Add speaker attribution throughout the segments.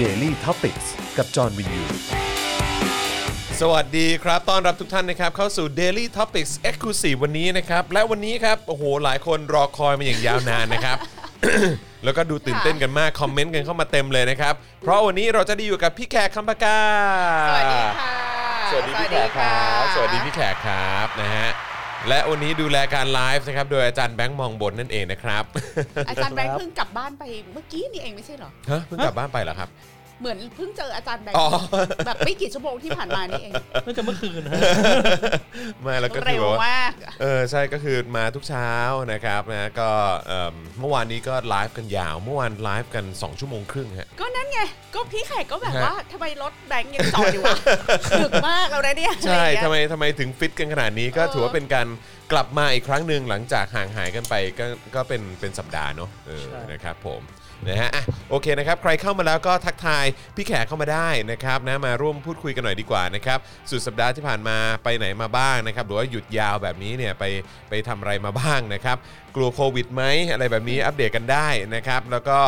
Speaker 1: Daily t o p i c กกับจอห์นวินยู
Speaker 2: สวัสดีครับ ต้อนรับทุกท่านนะครับ เข้าสู่ Daily Topics Exclusive วันนี้นะครับ และวันนี้ครับ โอ้โห หลายคนรอคอยมาอย่างยาวนานนะครับ แล้วก็ดูตื่นเต้นกันมาก คอมเมนต์กันเข้ามาเต็มเลยนะครับ เพราะวันนี้เราจะได้อยู่กับพี่แขกคำปากา
Speaker 3: สวัสดี
Speaker 2: สวัสดี
Speaker 3: ค่ะ
Speaker 2: พี่แขกครับสวัสดีพี่แขกครับนะฮะ และวันนี้ดูแลการไลฟ์นะครับ โดยอาจารย์แบงค์มองบนนั่นเองนะครับ
Speaker 3: อาจารย์แบงค์เพิ่งกลับบ้านไปเมื่อกี้นี่เองไม่ใช่เหรอ
Speaker 2: ฮะเพิ่งกลับบ้านไปเหรอครับ
Speaker 3: เหมือนเพิ่งเจออาจารย์แบง
Speaker 2: อ๋
Speaker 3: ค์
Speaker 2: อ
Speaker 3: แบบไม่กี่ชั่วโมงที่ผ่านมา นี่เอง
Speaker 4: น่าจะเมื่อคืนนะฮะ
Speaker 2: ไม่แล้วก็คื
Speaker 3: เร็
Speaker 2: อ
Speaker 3: ว
Speaker 2: แบบว่า
Speaker 3: มาก
Speaker 2: เออใช่ก็คือมาทุกเช้านะครับนะก็เอิ่มเมื่อวานนี้ก็ไลฟ์กันยาว เมื่อวานไลฟ์กัน 2 ชั่วโมงครึ่งฮะ
Speaker 3: ก็นั่นไง ก็พี่แขกก็แบบ
Speaker 2: ฮะ
Speaker 3: ว่าทำไมรถแบงค์ยังจอดอยู่วะดึกมากแล้วนะเนี่ย
Speaker 2: ใช่
Speaker 3: อะไรอย่างเงี้ย
Speaker 2: ทำไมทำไมถึงฟิตกันขนาดนี้ก็
Speaker 3: เออ
Speaker 2: ถือว่าเป็นการกลับมาอีกครั้งหนึ่งหลังจากห่างหายกันไปก็ก็เป็นเป็นสัปดาห์เนอะเออ
Speaker 4: ใช่
Speaker 2: นะครับผมนะฮะอ่ะโอเคนะครับ ใครเข้ามาแล้วก็ทักทายพี่แขกเข้ามาได้นะครับนะมาร่วมพูดคุยกันหน่อยดีกว่านะครับสุดสัปดาห์ที่ผ่านมาไปไหนมาบ้างนะครับหรือว่าหยุดยาวแบบนี้เนี่ยไปไปทำอะไรมาบ้างนะครับ กลัวโควิดไหมอะไรแบบนี้อัปเดตกันได้นะครับ แล้วก็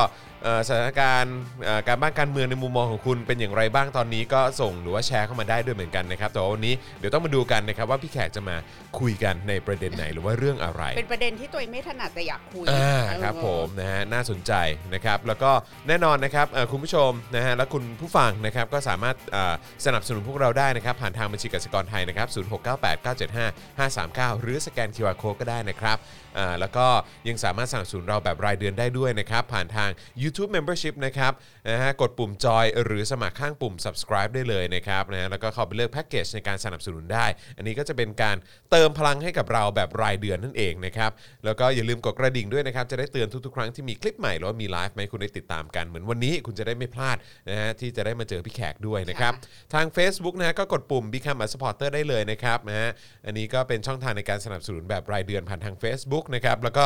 Speaker 2: เอ่อสถานการณ์เอ่อการบ้านการเมืองในมุมมองของคุณเป็นอย่างไรบ้างตอนนี้ก็ส่งหรือว่าแชร์เข้ามาได้ด้วยเหมือนกันนะครับแต่ว่าวันนี้เดี๋ยวต้องมาดูกันนะครับว่าพี่แขกจะมาคุยกันในประเด็นไหนหรือว่าเรื่องอะไร
Speaker 3: เป็นประเด็นที่ตัวเองไม่ถนัดแต่อยากคุย
Speaker 2: อ่า
Speaker 3: เออ
Speaker 2: ครับผมนะฮะน่าสนใจนะครับ แล้วก็แน่นอนนะครับเอ่อคุณผู้ชมนะฮะและคุณผู้ฟังนะครับก็สามารถเอ่อสนับสนุนพวกเราได้นะครับ ผ่านทางบัญชีกสิกรไทยนะครับ0698 975 539 หรือสแกน QR Code ก็ได้นะครับอ่าแล้วก็ยังสามารถสนับสนุนเราแบบรายเดือนได้ด้วยนะครับ ผ่านทาง YouTube Membership นะครับนะฮะกดปุ่มจอยหรือสมัครข้างปุ่ม subscribe ได้เลยนะครับนะฮะแล้วก็เข้าไปเลือกแพ็กเกจในการสนับสนุนได้ อันนี้ก็จะเป็นการเติมพลังให้กับเราแบบรายเดือนนั่นเองนะครับ แล้วก็อย่าลืมกดกระดิ่งด้วยนะครับ จะได้เตือนทุกๆ ครั้งที่มีคลิปใหม่หรือว่ามีไลฟ์ไหมคุณได้ติดตามกันเหมือนวันนี้คุณจะได้ไม่พลาดนะฮะที่จะได้มาเจอพี่แขกด้วยนะครับ ทาง Facebook นะฮะก็กดปุ่ม Become a supporter ได้เลยนะครับนะฮะอันนี้ก็เป็นช่องทางในการสนับสนุนแบบรายเดือนผ่านทาง Facebook นะครับแล้วก็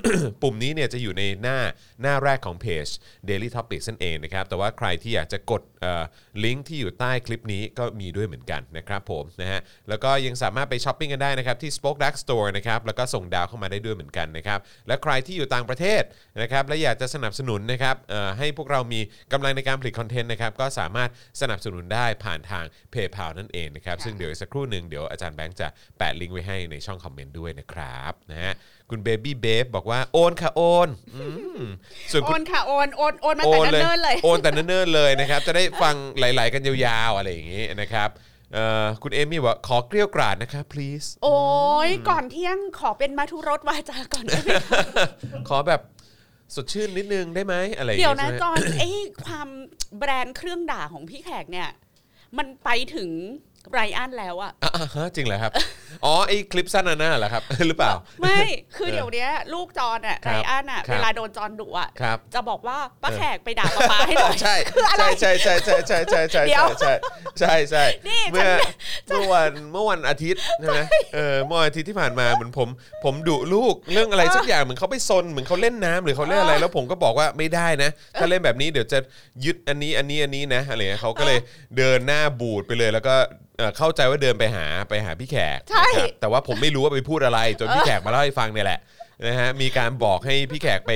Speaker 2: ปุ่มนี้เนี่ยจะอยู่ในหน้าหน้าแรกของเพจ Daily Topics นั่นเองนะครับแต่ว่าใครที่อยากจะกดเอ่อลิงก์ที่อยู่ใต้คลิปนี้ก็มีด้วยเหมือนกันนะครับผมนะฮะแล้วก็ยังสามารถไปช้อปปิ้งกันได้นะครับที่ Spoke Dark Store นะครับแล้วก็ส่งดาวเข้ามาได้ด้วยเหมือนกันนะครับและใครที่อยู่ต่างประเทศนะครับและอยากจะสนับสนุนนะครับเอ่อให้พวกเรามีกำลังในการผลิตคอนเทนต์นะครับก็สามารถสนับสนุนได้ผ่านทาง PayPal นั่นเองนะครับซึ่งเดี๋ยวอีกสักครู่หนึ่งเดี๋ยวอาจารย์แบงค์จะแปะลิงก์ไว้ให้ในช่องคอมเมนต์ด้วยนะครับนะฮะคุณเบบี้เบฟบอกว่าโอนค่ะโอนอืมส่วน
Speaker 3: โอ
Speaker 2: คุณ
Speaker 3: นค่ะโอนโอนโอนมา
Speaker 2: โอ
Speaker 3: แต่
Speaker 2: นเลย
Speaker 3: เนิ่นๆเลย
Speaker 2: โอนแต่เนิ่นๆเลยนะครับ จะได้ฟังหลาย ๆ กันยาวๆ อะไรอย่างนี้นะครับเอ่อคุณเอมี่บอกว่าขอเกลี้ยวกราดนะคะ please
Speaker 3: โอ้ยก่อนเที่ยงขอเป็นมาทุรสวาจาก่อนได้ไหม
Speaker 2: ขอแบบสดชื่นนิดนึงได้ไหมอะไรอย่าง
Speaker 3: เดี๋ยว
Speaker 2: นี้
Speaker 3: นะ
Speaker 2: ใช่ไหม
Speaker 3: จอน ไอ้ความแบรนด์เครื่องด่าของพี่แขกเนี่ย มันไปถึงไรอันแล้วอะ
Speaker 2: อ่าฮะจริงเหรอครับ อ๋อไอคลิปสั้นนั่นน่ะเหรอครับ หรือเปล่า
Speaker 3: ไม่ คือเดี๋ยวเนี้ยลูกจอนอะ
Speaker 2: ครั
Speaker 3: ไร
Speaker 2: บ
Speaker 3: อันอะ
Speaker 2: ครับ
Speaker 3: เวลาโดนจอนดุอะ
Speaker 2: ครับ
Speaker 3: จะบอกว่าป้า
Speaker 2: เออ
Speaker 3: แขกไปด่าป้าป้าให้หน่อย
Speaker 2: ใช่
Speaker 3: คืออะไร
Speaker 2: ใช่ใช่ใช่ใช่ใช่ใช่ใช่
Speaker 3: เดี๋ยว
Speaker 2: ใช่ใช่ใช่
Speaker 3: นี่
Speaker 2: เมื่อเมื่อวันเมื่อวันอาทิตย์ใช่ไหมเออเมื่อวันอาทิตย์ที่ผ่านมาเหมือนผมผมดุลูกเรื่องอะไรสักอย่างเหมือนเขาไปซนเหมือนเขาเล่นน้ำหรือเขาเล่นอะไร แล้วผมก็บอกว่าไม่ได้นะ ถ้าเล่นแบบนี้เดี๋ยวจะยึดอันนี้อันนี้อันนี้นะอะไรเงี้ยเขาก็เลยเดินหน้าบูดไปเลย แล้วก็เอ่อเข้าใจว่าเดินไปหาไปหาพี่แขก
Speaker 3: ใช่
Speaker 2: นะครับแต่ว่าผมไม่รู้ว่าไปพูดอะไรจนพี่แขกมาเล่าให้ฟังเนี่ยแหละนะฮะมีการบอกให้พี่แขกไป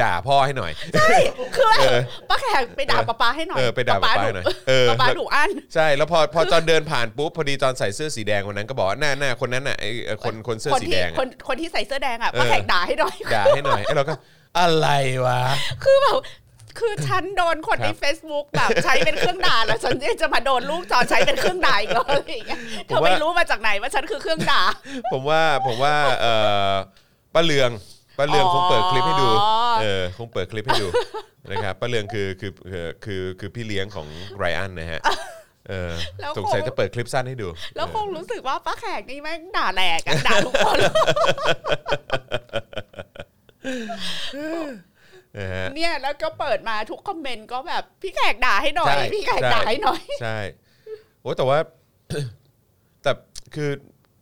Speaker 2: ด่าพ่อให้หน่อย
Speaker 3: คือ
Speaker 2: เออ
Speaker 3: ป้าแขกไปด่าป้าป้าให้หน่อย
Speaker 2: เออไปด่าป๊าป๊าหน่อยเออ
Speaker 3: ป้าป้าดุอัน
Speaker 2: ใช่ แล้วพอพอจอนเดินผ่านปุ๊บ พอดีจอนใส่เสื้อสีแดงวันนั้นก็บอกว่าหน้าหน้าคนนั้นน่ะไอ้เอ่อคนคนเสื้อ
Speaker 3: คน
Speaker 2: สี
Speaker 3: ที่
Speaker 2: แดง
Speaker 3: ค
Speaker 2: อะ
Speaker 3: นคนที่ใส่เสื้อแดงอะ
Speaker 2: เออ
Speaker 3: ป้าแขกด่าให้หน่อย
Speaker 2: ด่าให้หน่อยไอ้เราก็อะไรวะ
Speaker 3: คือแบบ คือฉันโดนคนใน
Speaker 2: ครับ
Speaker 3: Facebook แบบใช้เป็นเครื่องด่าแล้วฉันยังจะมาโดนลูกจอนใช้เป็นเครื่องด่าอีกเหรออะไรอย่างเงี้ย
Speaker 2: ผ
Speaker 3: เธ
Speaker 2: ม
Speaker 3: อ
Speaker 2: ว่า
Speaker 3: ไม่รู้มาจากไหนว่าฉันคือเครื่องด่า
Speaker 2: ผมว่าผมว่าเอ่อป้าเลืองป้าเลือง
Speaker 3: อ๋อ
Speaker 2: คงเปิดคลิปให้ดูเออคงเปิดคลิปให้ดู นะครับป้าเลืองคือคือคือคือคือพี่เลี้ยงของไรอันนะฮะเออ
Speaker 3: แล้ว
Speaker 2: สง
Speaker 3: ค
Speaker 2: สัย
Speaker 3: ง
Speaker 2: จะเปิดคลิปสั้นให้ดู
Speaker 3: แล้วค
Speaker 2: เออง
Speaker 3: รู้สึกว่าป้าแขกนี่แม่งด่าแหลกอะด่าทุกคน
Speaker 2: นะฮะ
Speaker 3: เนี่ยแล้วก็เปิดมาทุกคอมเมนต์ก็แบบพี่แขกด่าให้หน่อย
Speaker 2: ใช่
Speaker 3: พี่แขก
Speaker 2: ใช่
Speaker 3: ด่าให้หน่อย
Speaker 2: ใช่โอ้แต่ว่า แต่คือ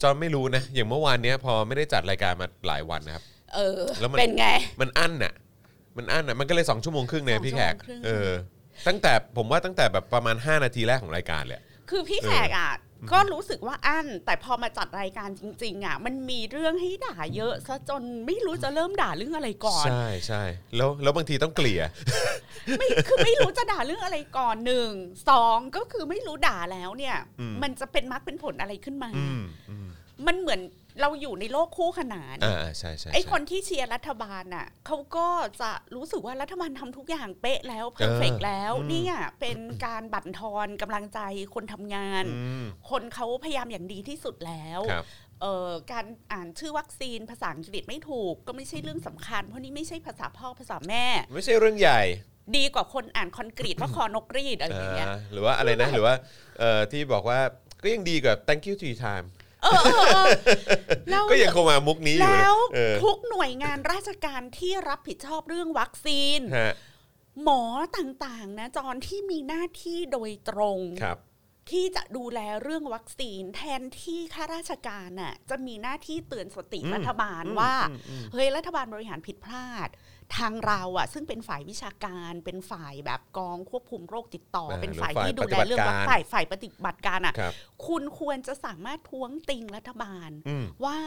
Speaker 2: จอนไม่รู้นะ อย่างเมื่อวานเนี้ยพอไม่ได้จัดรายการมาหลายวันนะครับ
Speaker 3: เออ
Speaker 2: แล้วมัน
Speaker 3: เป็นไง
Speaker 2: มันอั้นน่ะ มันอั้นน่ะ มันก็เลย 2 ชั่วโมงครึ่งเนี่ย
Speaker 3: สอง
Speaker 2: พี่แขก
Speaker 3: ชั่วโมงครึ่ง
Speaker 2: เออ ตั้งแต่ผมว่าตั้งแต่แบบประมาณ 5 นาทีแรกของรายการเลย
Speaker 3: คือพี่แขกอ่ะ ก็รู้สึกว่าอั้น แต่พอมาจัดรายการจริง ๆ อ่ะ มันมีเรื่องให้ด่าเยอะซะจนไม่รู้จะเริ่มด่าเรื่องอะไรก่อน
Speaker 2: ใช่ใช่แล้วแล้วบางทีต้องเกลี่ย
Speaker 3: ไม่คือไม่รู้จะด่าเรื่องอะไรก่อนห นึ่งสองก็คือไม่รู้ด่าแล้วเนี่ย
Speaker 2: อืม
Speaker 3: มันจะเป็นมรรคเป็นผลอะไรขึ้นมา
Speaker 2: อืมอืม
Speaker 3: มันเหมือนเราอยู่ในโลกคู่ขนาน
Speaker 2: อ่าอ่าใช่ใช่
Speaker 3: ไอ้
Speaker 2: ใช่
Speaker 3: คนที่เชียร์รัฐบาลน่ะเขาก็จะรู้สึกว่ารัฐบาลทำทุกอย่างเป๊ะแล้วเพอร์เฟก
Speaker 2: เออ
Speaker 3: แล้ว
Speaker 2: อืม
Speaker 3: เนี่ยเป็นการบั่นทอนกำลังใจคนทำงาน
Speaker 2: อืม
Speaker 3: คนเขาพยายามอย่างดีที่สุดแล้ว
Speaker 2: ครับ
Speaker 3: เอ่อการอ่านชื่อวัคซีนภาษาอังกฤษไม่ถูก ก็ไม่ใช่เรื่องสำคัญ เพราะนี่ไม่ใช่ภาษาพ่อภาษาแม่
Speaker 2: ไม่ใช่เรื่องใหญ่
Speaker 3: ดีกว่าคนอ่านคอนกรีตว่าคอนกรีดอะไรอย่างเงี้ย
Speaker 2: อ่าหรือว่าอะไรนะหรือว่าเอ่อที่บอกว่าก็ยังดีกว่า thank you to your time
Speaker 3: เออเออเออแล้ว
Speaker 2: ก็ยังคงมามุกนี้อยู่นะ
Speaker 3: แล้ว
Speaker 2: เออ
Speaker 3: ทุกหน่วยงานราชการที่รับผิดชอบเรื่องวัคซีน
Speaker 2: ฮะ
Speaker 3: หมอต่างๆ นะจอนที่มีหน้าที่โดยตรง
Speaker 2: ครับ
Speaker 3: ที่จะดูแลเรื่องวัคซีน แทนที่ข้าราชการน่ะจะมีหน้าที่เตือนสติ
Speaker 2: อืม
Speaker 3: รัฐบาลว่า เฮ้ยรัฐบาลบริหารผิดพลาด ทางเราอะซึ่งเป็นฝ่ายวิชาการเป็นฝ่ายแบบกองควบคุมโรคติดต่อ
Speaker 2: อ่า
Speaker 3: เป็นฝ่าย
Speaker 2: หรือฝ่าย
Speaker 3: ที่ดูแลเรื่องวัค
Speaker 2: ปฏิบัติการ
Speaker 3: ซีนฝ่ายปฏิบัติการอะ
Speaker 2: ครับ
Speaker 3: คุณควรจะสามารถท้วงติงรัฐบาล
Speaker 2: อืม
Speaker 3: ว่า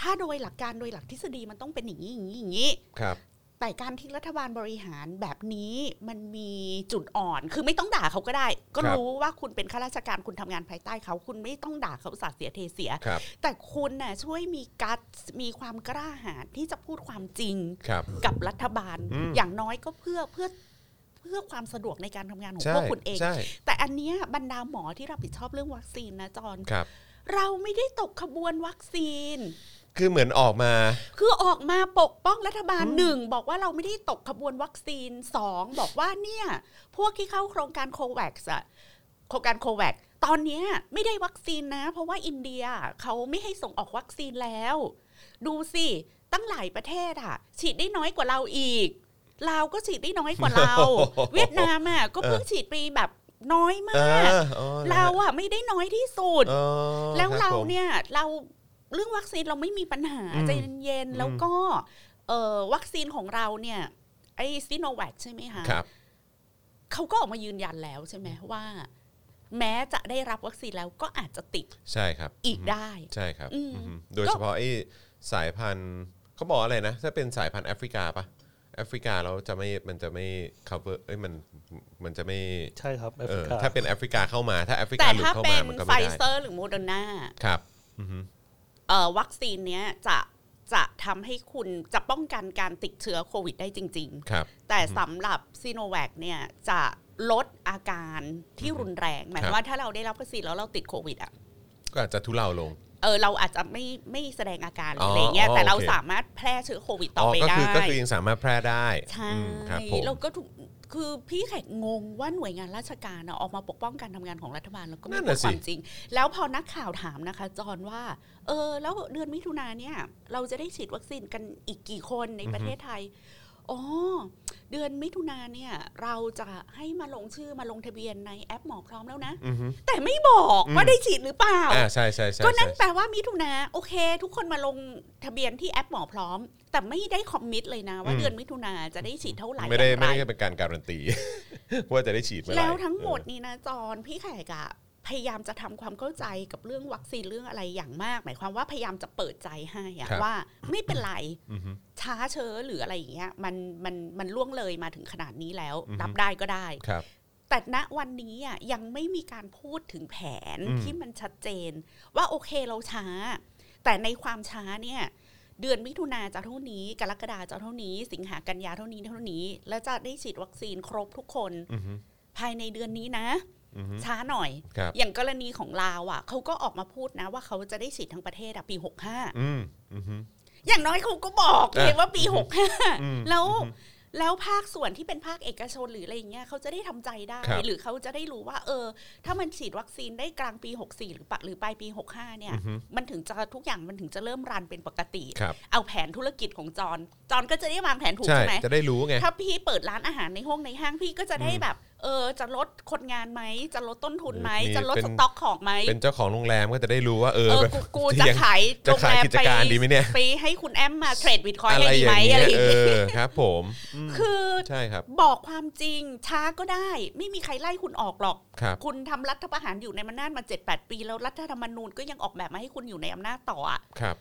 Speaker 3: ถ้าโดยหลักการโดยหลักทฤษฎีมันต้องเป็นอย่างนี้อย่างนี้อย่างนี้
Speaker 2: ครับ
Speaker 3: แต่การที่รัฐบาลบริหารแบบนี้มันมีจุดอ่อน คือไม่ต้องด่าเขาก็ได้ ก็
Speaker 2: ครับ
Speaker 3: รู้ว่าคุณเป็นข้าราชการคุณทำงานภายใต้เขา คุณไม่ต้องด่าเขาสาดเสียเทเสีย
Speaker 2: ครับ
Speaker 3: แต่คุณน่ะช่วยมีกัดมีความกล้าหาญที่จะพูดความจริง
Speaker 2: ครับ
Speaker 3: กับรัฐบาล
Speaker 2: อืม
Speaker 3: อย่างน้อยก็เพื่อเพื่อเพื่อความสะดวกในการทำงานของ
Speaker 2: ใช่
Speaker 3: พวกคุณเอง
Speaker 2: ใช่
Speaker 3: แต่อันเนี้ยบรรดาหมอที่รับผิดชอบเรื่องวัคซีนนะจอน
Speaker 2: ครับ
Speaker 3: เราไม่ได้ตกขบวนวัคซีน
Speaker 2: คือเหมือนออกมา
Speaker 3: คือออกมาปกป้องรัฐบาลหนึ่งบอกว่าเราไม่ได้ตกขบวนวัคซีนสองบอกว่าเนี่ย พวกที่เข้าโครงการโควัคอะโครงการโควัคตอนเนี้ยไม่ได้วัคซีนนะ เพราะว่าอินเดียเขาไม่ให้ส่งออกวัคซีนแล้ว ดูสิตั้งหลายประเทศอะฉีดได้น้อยกว่าเราอีกลาวก็ฉีดได้น้อยกว่า เรา
Speaker 2: โอ้โห
Speaker 3: เวียดนามอะก็เพิ่ง
Speaker 2: เออ
Speaker 3: ฉีดไปแบบน้อย
Speaker 2: อ่
Speaker 3: มาก
Speaker 2: าอ๋อ
Speaker 3: เราอะไม่ได้น้อยที่สุด
Speaker 2: อ๋อ
Speaker 3: แล้ว
Speaker 2: ค
Speaker 3: เรา
Speaker 2: บผม
Speaker 3: เนี่ยเราเรื่องวัคซีนเราไม่มีปัญหา
Speaker 2: อืม
Speaker 3: ใจเย็น
Speaker 2: อืม
Speaker 3: ๆแล้วก็เอ่อวัคซีนของเราเนี่ยไอซีโนแวคใช่ไหมคะ
Speaker 2: ครับ
Speaker 3: เขาก็ออกมายืนยันแล้วใช่ไหมว่า แม้จะได้รับวัคซีนแล้วก็อาจจะติด
Speaker 2: ใช่ครับ
Speaker 3: อีก
Speaker 2: ม
Speaker 3: ได้
Speaker 2: ใช่ครับ
Speaker 3: อืม
Speaker 2: อือฮึโดย
Speaker 3: ก็
Speaker 2: เฉพาะไอ้สายพันธุ์เขาบอกอะไรนะ ถ้าเป็นสายพันธุ์แอฟริกาปะแอฟริกาแล้วจะไม่มันจะไม่ cover เอ้ยมันมันจะไม่
Speaker 4: ใช่ครับแอฟ
Speaker 2: เออก
Speaker 4: ริา
Speaker 2: ถ้าเป็นแอฟริกาเข้ามาถ้าแอฟริ
Speaker 3: แต่
Speaker 2: กาหลุด
Speaker 3: ถ้า
Speaker 2: เข้า
Speaker 3: เป็
Speaker 2: มาน มันก็
Speaker 3: ไฟ
Speaker 2: ไม่
Speaker 3: เซ
Speaker 2: ได้
Speaker 3: อร์หรือโมเดอร์นา
Speaker 2: ครับอือฮึ
Speaker 3: เอ่อวัคซีนเนี้ยจะจะทำให้คุณจะป้องกันการติดเชื้อโควิดได้จริง ๆ
Speaker 2: ครับ
Speaker 3: แต่สำหรับซีโนแวคเนี่ยจะลดอาการที่รุนแรงหมาย
Speaker 2: ครับ
Speaker 3: ว่าถ้าเราได้รับวัคซีนแล้วเราติดโควิดอ่ะ
Speaker 2: ก็อาจจะทุเลาลง
Speaker 3: เออเราอาจจะไม่ไม่แสดงอาการหรืออะไร
Speaker 2: อ๋อ
Speaker 3: เงี้ย
Speaker 2: อ๋อ
Speaker 3: แต่เรา
Speaker 2: โอเค
Speaker 3: สามารถแพร่เชื้อโควิดต่อไป
Speaker 2: ก็
Speaker 3: ได้
Speaker 2: คืก็คือยังสามารถแพร่ได้
Speaker 3: ใช่
Speaker 2: อืมครับผม
Speaker 3: เราก็ถูกคือพี่แขกงงว่าหน่วยงานราชการอะออกมาปกป้องการทำงานของรัฐบาลแล้วก็ไม่พูดความจริง แล้วพอนักข่าวถามนะคะ จอนว่า เออ แล้วเดือนมิถุนาเนี่ย เราจะได้ฉีดวัคซีนกันอีกกี่คนในประเทศไทยอ๋อเดือนมิถุนาเนี่ย เราจะให้มาลงชื่อมาลงทะเบียนในแอปหมอพร้อมแล้วนะ
Speaker 2: อือฮึ
Speaker 3: แต่ไม่บอกว่าได้ฉีดหรือเปล่า
Speaker 2: อ่าใช่ใช่ใช่
Speaker 3: ก็นั่น
Speaker 2: ใช่
Speaker 3: แปลว่ามิถุนาโอเค ทุกคนมาลงทะเบียนที่แอปหมอพร้อม แต่ไม่ได้คอมมิตเลยนะ ว่าเดือนมิถุนาจะได้ฉีดเท่าไหร่
Speaker 2: ไม่ได้
Speaker 3: อย่าง
Speaker 2: ไม่
Speaker 3: ร
Speaker 2: ได้เป็นการการันตี ว่าจะได้ฉีดเมื่อไหร่
Speaker 3: แล้วทั้งหมด
Speaker 2: เออ
Speaker 3: นี้นะจอนพี่แขกอะพยายามจะทำความเข้าใจกับเรื่องวัคซีนเรื่องอะไรอย่างมาก หมายความว่าพยายามจะเปิดใจให้อะ
Speaker 2: ครับ
Speaker 3: ว่าไม่เป็นไร
Speaker 2: อือฮึ
Speaker 3: ช้าเชื้อหรืออะไรอย่างเงี้ยมันมันมันล่วงเลยมาถึงขนาดนี้แล้ว
Speaker 2: อือฮึ
Speaker 3: รับได้ก็ได้
Speaker 2: ครับ
Speaker 3: แต่ณวันนี้อ่ะยังไม่มีการพูดถึงแผน
Speaker 2: อืม
Speaker 3: ที่มันชัดเจน ว่าโอเคเราช้า แต่ในความช้าเนี่ยเดือนมิถุนาจะเท่านี้ กรกฎาจะเท่านี้ สิงหากันยาเท่านี้เท่านี้ แล้วจะได้ฉีดวัคซีนครบทุกคน
Speaker 2: อือฮึ
Speaker 3: ภายในเดือนนี้นะ
Speaker 2: อือฮึ
Speaker 3: ช้าหน่อย
Speaker 2: ครับ
Speaker 3: อย่างกรณีของลาวอ่ะเขาก็ออกมาพูดนะ ว่าเขาจะได้ฉีดทั้งประเทศอ่ะปี
Speaker 2: อืมอือฮึ
Speaker 3: 65 อย่างน้อยเขาก็บอกเลยว่าปี
Speaker 2: อืม อืม
Speaker 3: 65 แล้ว แล้วภาคส่วนที่เป็นภาคเอกชนหรืออะไรอย่างเงี้ยเขาจะได้ทำใจได้
Speaker 2: ครับ
Speaker 3: หรือเขาจะได้รู้ว่า เออ ถ้ามันฉีดวัคซีนได้กลางปี 64 หรือปะหรือปลายปี 65 เนี่ย
Speaker 2: อือฮึ
Speaker 3: มันถึงจะทุกอย่างมันถึงจะเริ่มรันเป็นปกติ
Speaker 2: ครับ
Speaker 3: เอาแผนธุรกิจของจอนจอนก็จะได้วางแผนถูก
Speaker 2: ใช่
Speaker 3: ใช่ไหม
Speaker 2: จะได้รู้ไง
Speaker 3: ถ้าพี่เปิดร้านอาหารในห้องในห้างพี่ก็จะได้แบบ เออจะลดคนงานไหม จะลดต้นทุนไหม
Speaker 2: มี
Speaker 3: จะลด
Speaker 2: เป็น
Speaker 3: สต็อกของไหม
Speaker 2: เป็นเจ้าของโรงแรมก็จะได้รู้ว่าเอ
Speaker 3: เอ
Speaker 2: อ
Speaker 3: อ
Speaker 2: แบบ
Speaker 3: กูกูจะ
Speaker 2: ยัง
Speaker 3: ขาย
Speaker 2: จะ
Speaker 3: โรง
Speaker 2: ขา
Speaker 3: แร
Speaker 2: ย
Speaker 3: ม
Speaker 2: กิจ
Speaker 3: ไป
Speaker 2: การดีไหมเนี่ย
Speaker 3: ไปให้คุณแอมมาเทรดบิตคอย
Speaker 2: อะไร
Speaker 3: ให้
Speaker 2: อ
Speaker 3: ดี
Speaker 2: ย่า
Speaker 3: ไหม
Speaker 2: งเงี้
Speaker 3: อะไร
Speaker 2: ย
Speaker 3: อย่าง
Speaker 2: เอ
Speaker 3: เงี้
Speaker 2: อ
Speaker 3: ย
Speaker 2: ครับ ผมอืม
Speaker 3: คือ
Speaker 2: ใช่ครับ
Speaker 3: บอกความจริงช้าก็ได้ ไม่มีใครไล่คุณออกหรอก
Speaker 2: ครับ
Speaker 3: คุณทำรัฐประหารอยู่ในอำนาจมา7 8 ปี แล้วรัฐธรรมนูญก็ยังออกแบบมาให้คุณอยู่ในอำนาจต่ออะ
Speaker 2: ครับ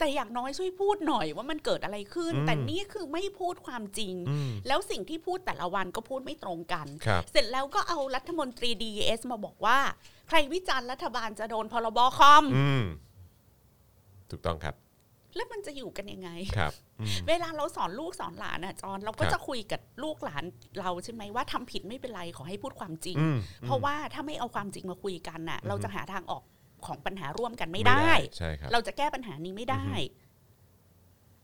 Speaker 3: แต่อย่างน้อยช่วยพูดหน่อยว่ามันเกิดอะไรขึ้น
Speaker 2: อืม
Speaker 3: แต่นี่คือไม่พูดความจริง
Speaker 2: อืม
Speaker 3: แล้วสิ่งที่พูดแต่ละวันก็พูดไม่ตรงกัน
Speaker 2: ครับ
Speaker 3: เสร็จแล้วก็เอารัฐมนตรี DES มาบอกว่า ใครวิจารณ์รัฐบาลจะโดนพรบคอม
Speaker 2: อืมถูกต้องครับ
Speaker 3: แล้วมันจะอยู่กันยังไง
Speaker 2: ครับอืม
Speaker 3: เวลาเราสอนลูกสอนหลานอ่ะจอนเราก็
Speaker 2: ครับ
Speaker 3: จะคุยกับลูกหลานเราใช่ไหมว่าทำผิดไม่เป็นไรขอให้พูดความจริง
Speaker 2: อืม
Speaker 3: เพราะว่าถ้าไม่เอาความจริงมาคุยกันน่ะ เราจะหาทางออกของปัญหาร่วมกันไม่ได้
Speaker 2: ใช่ครับ
Speaker 3: เราจะแก้ปัญหานี้ไม่ได้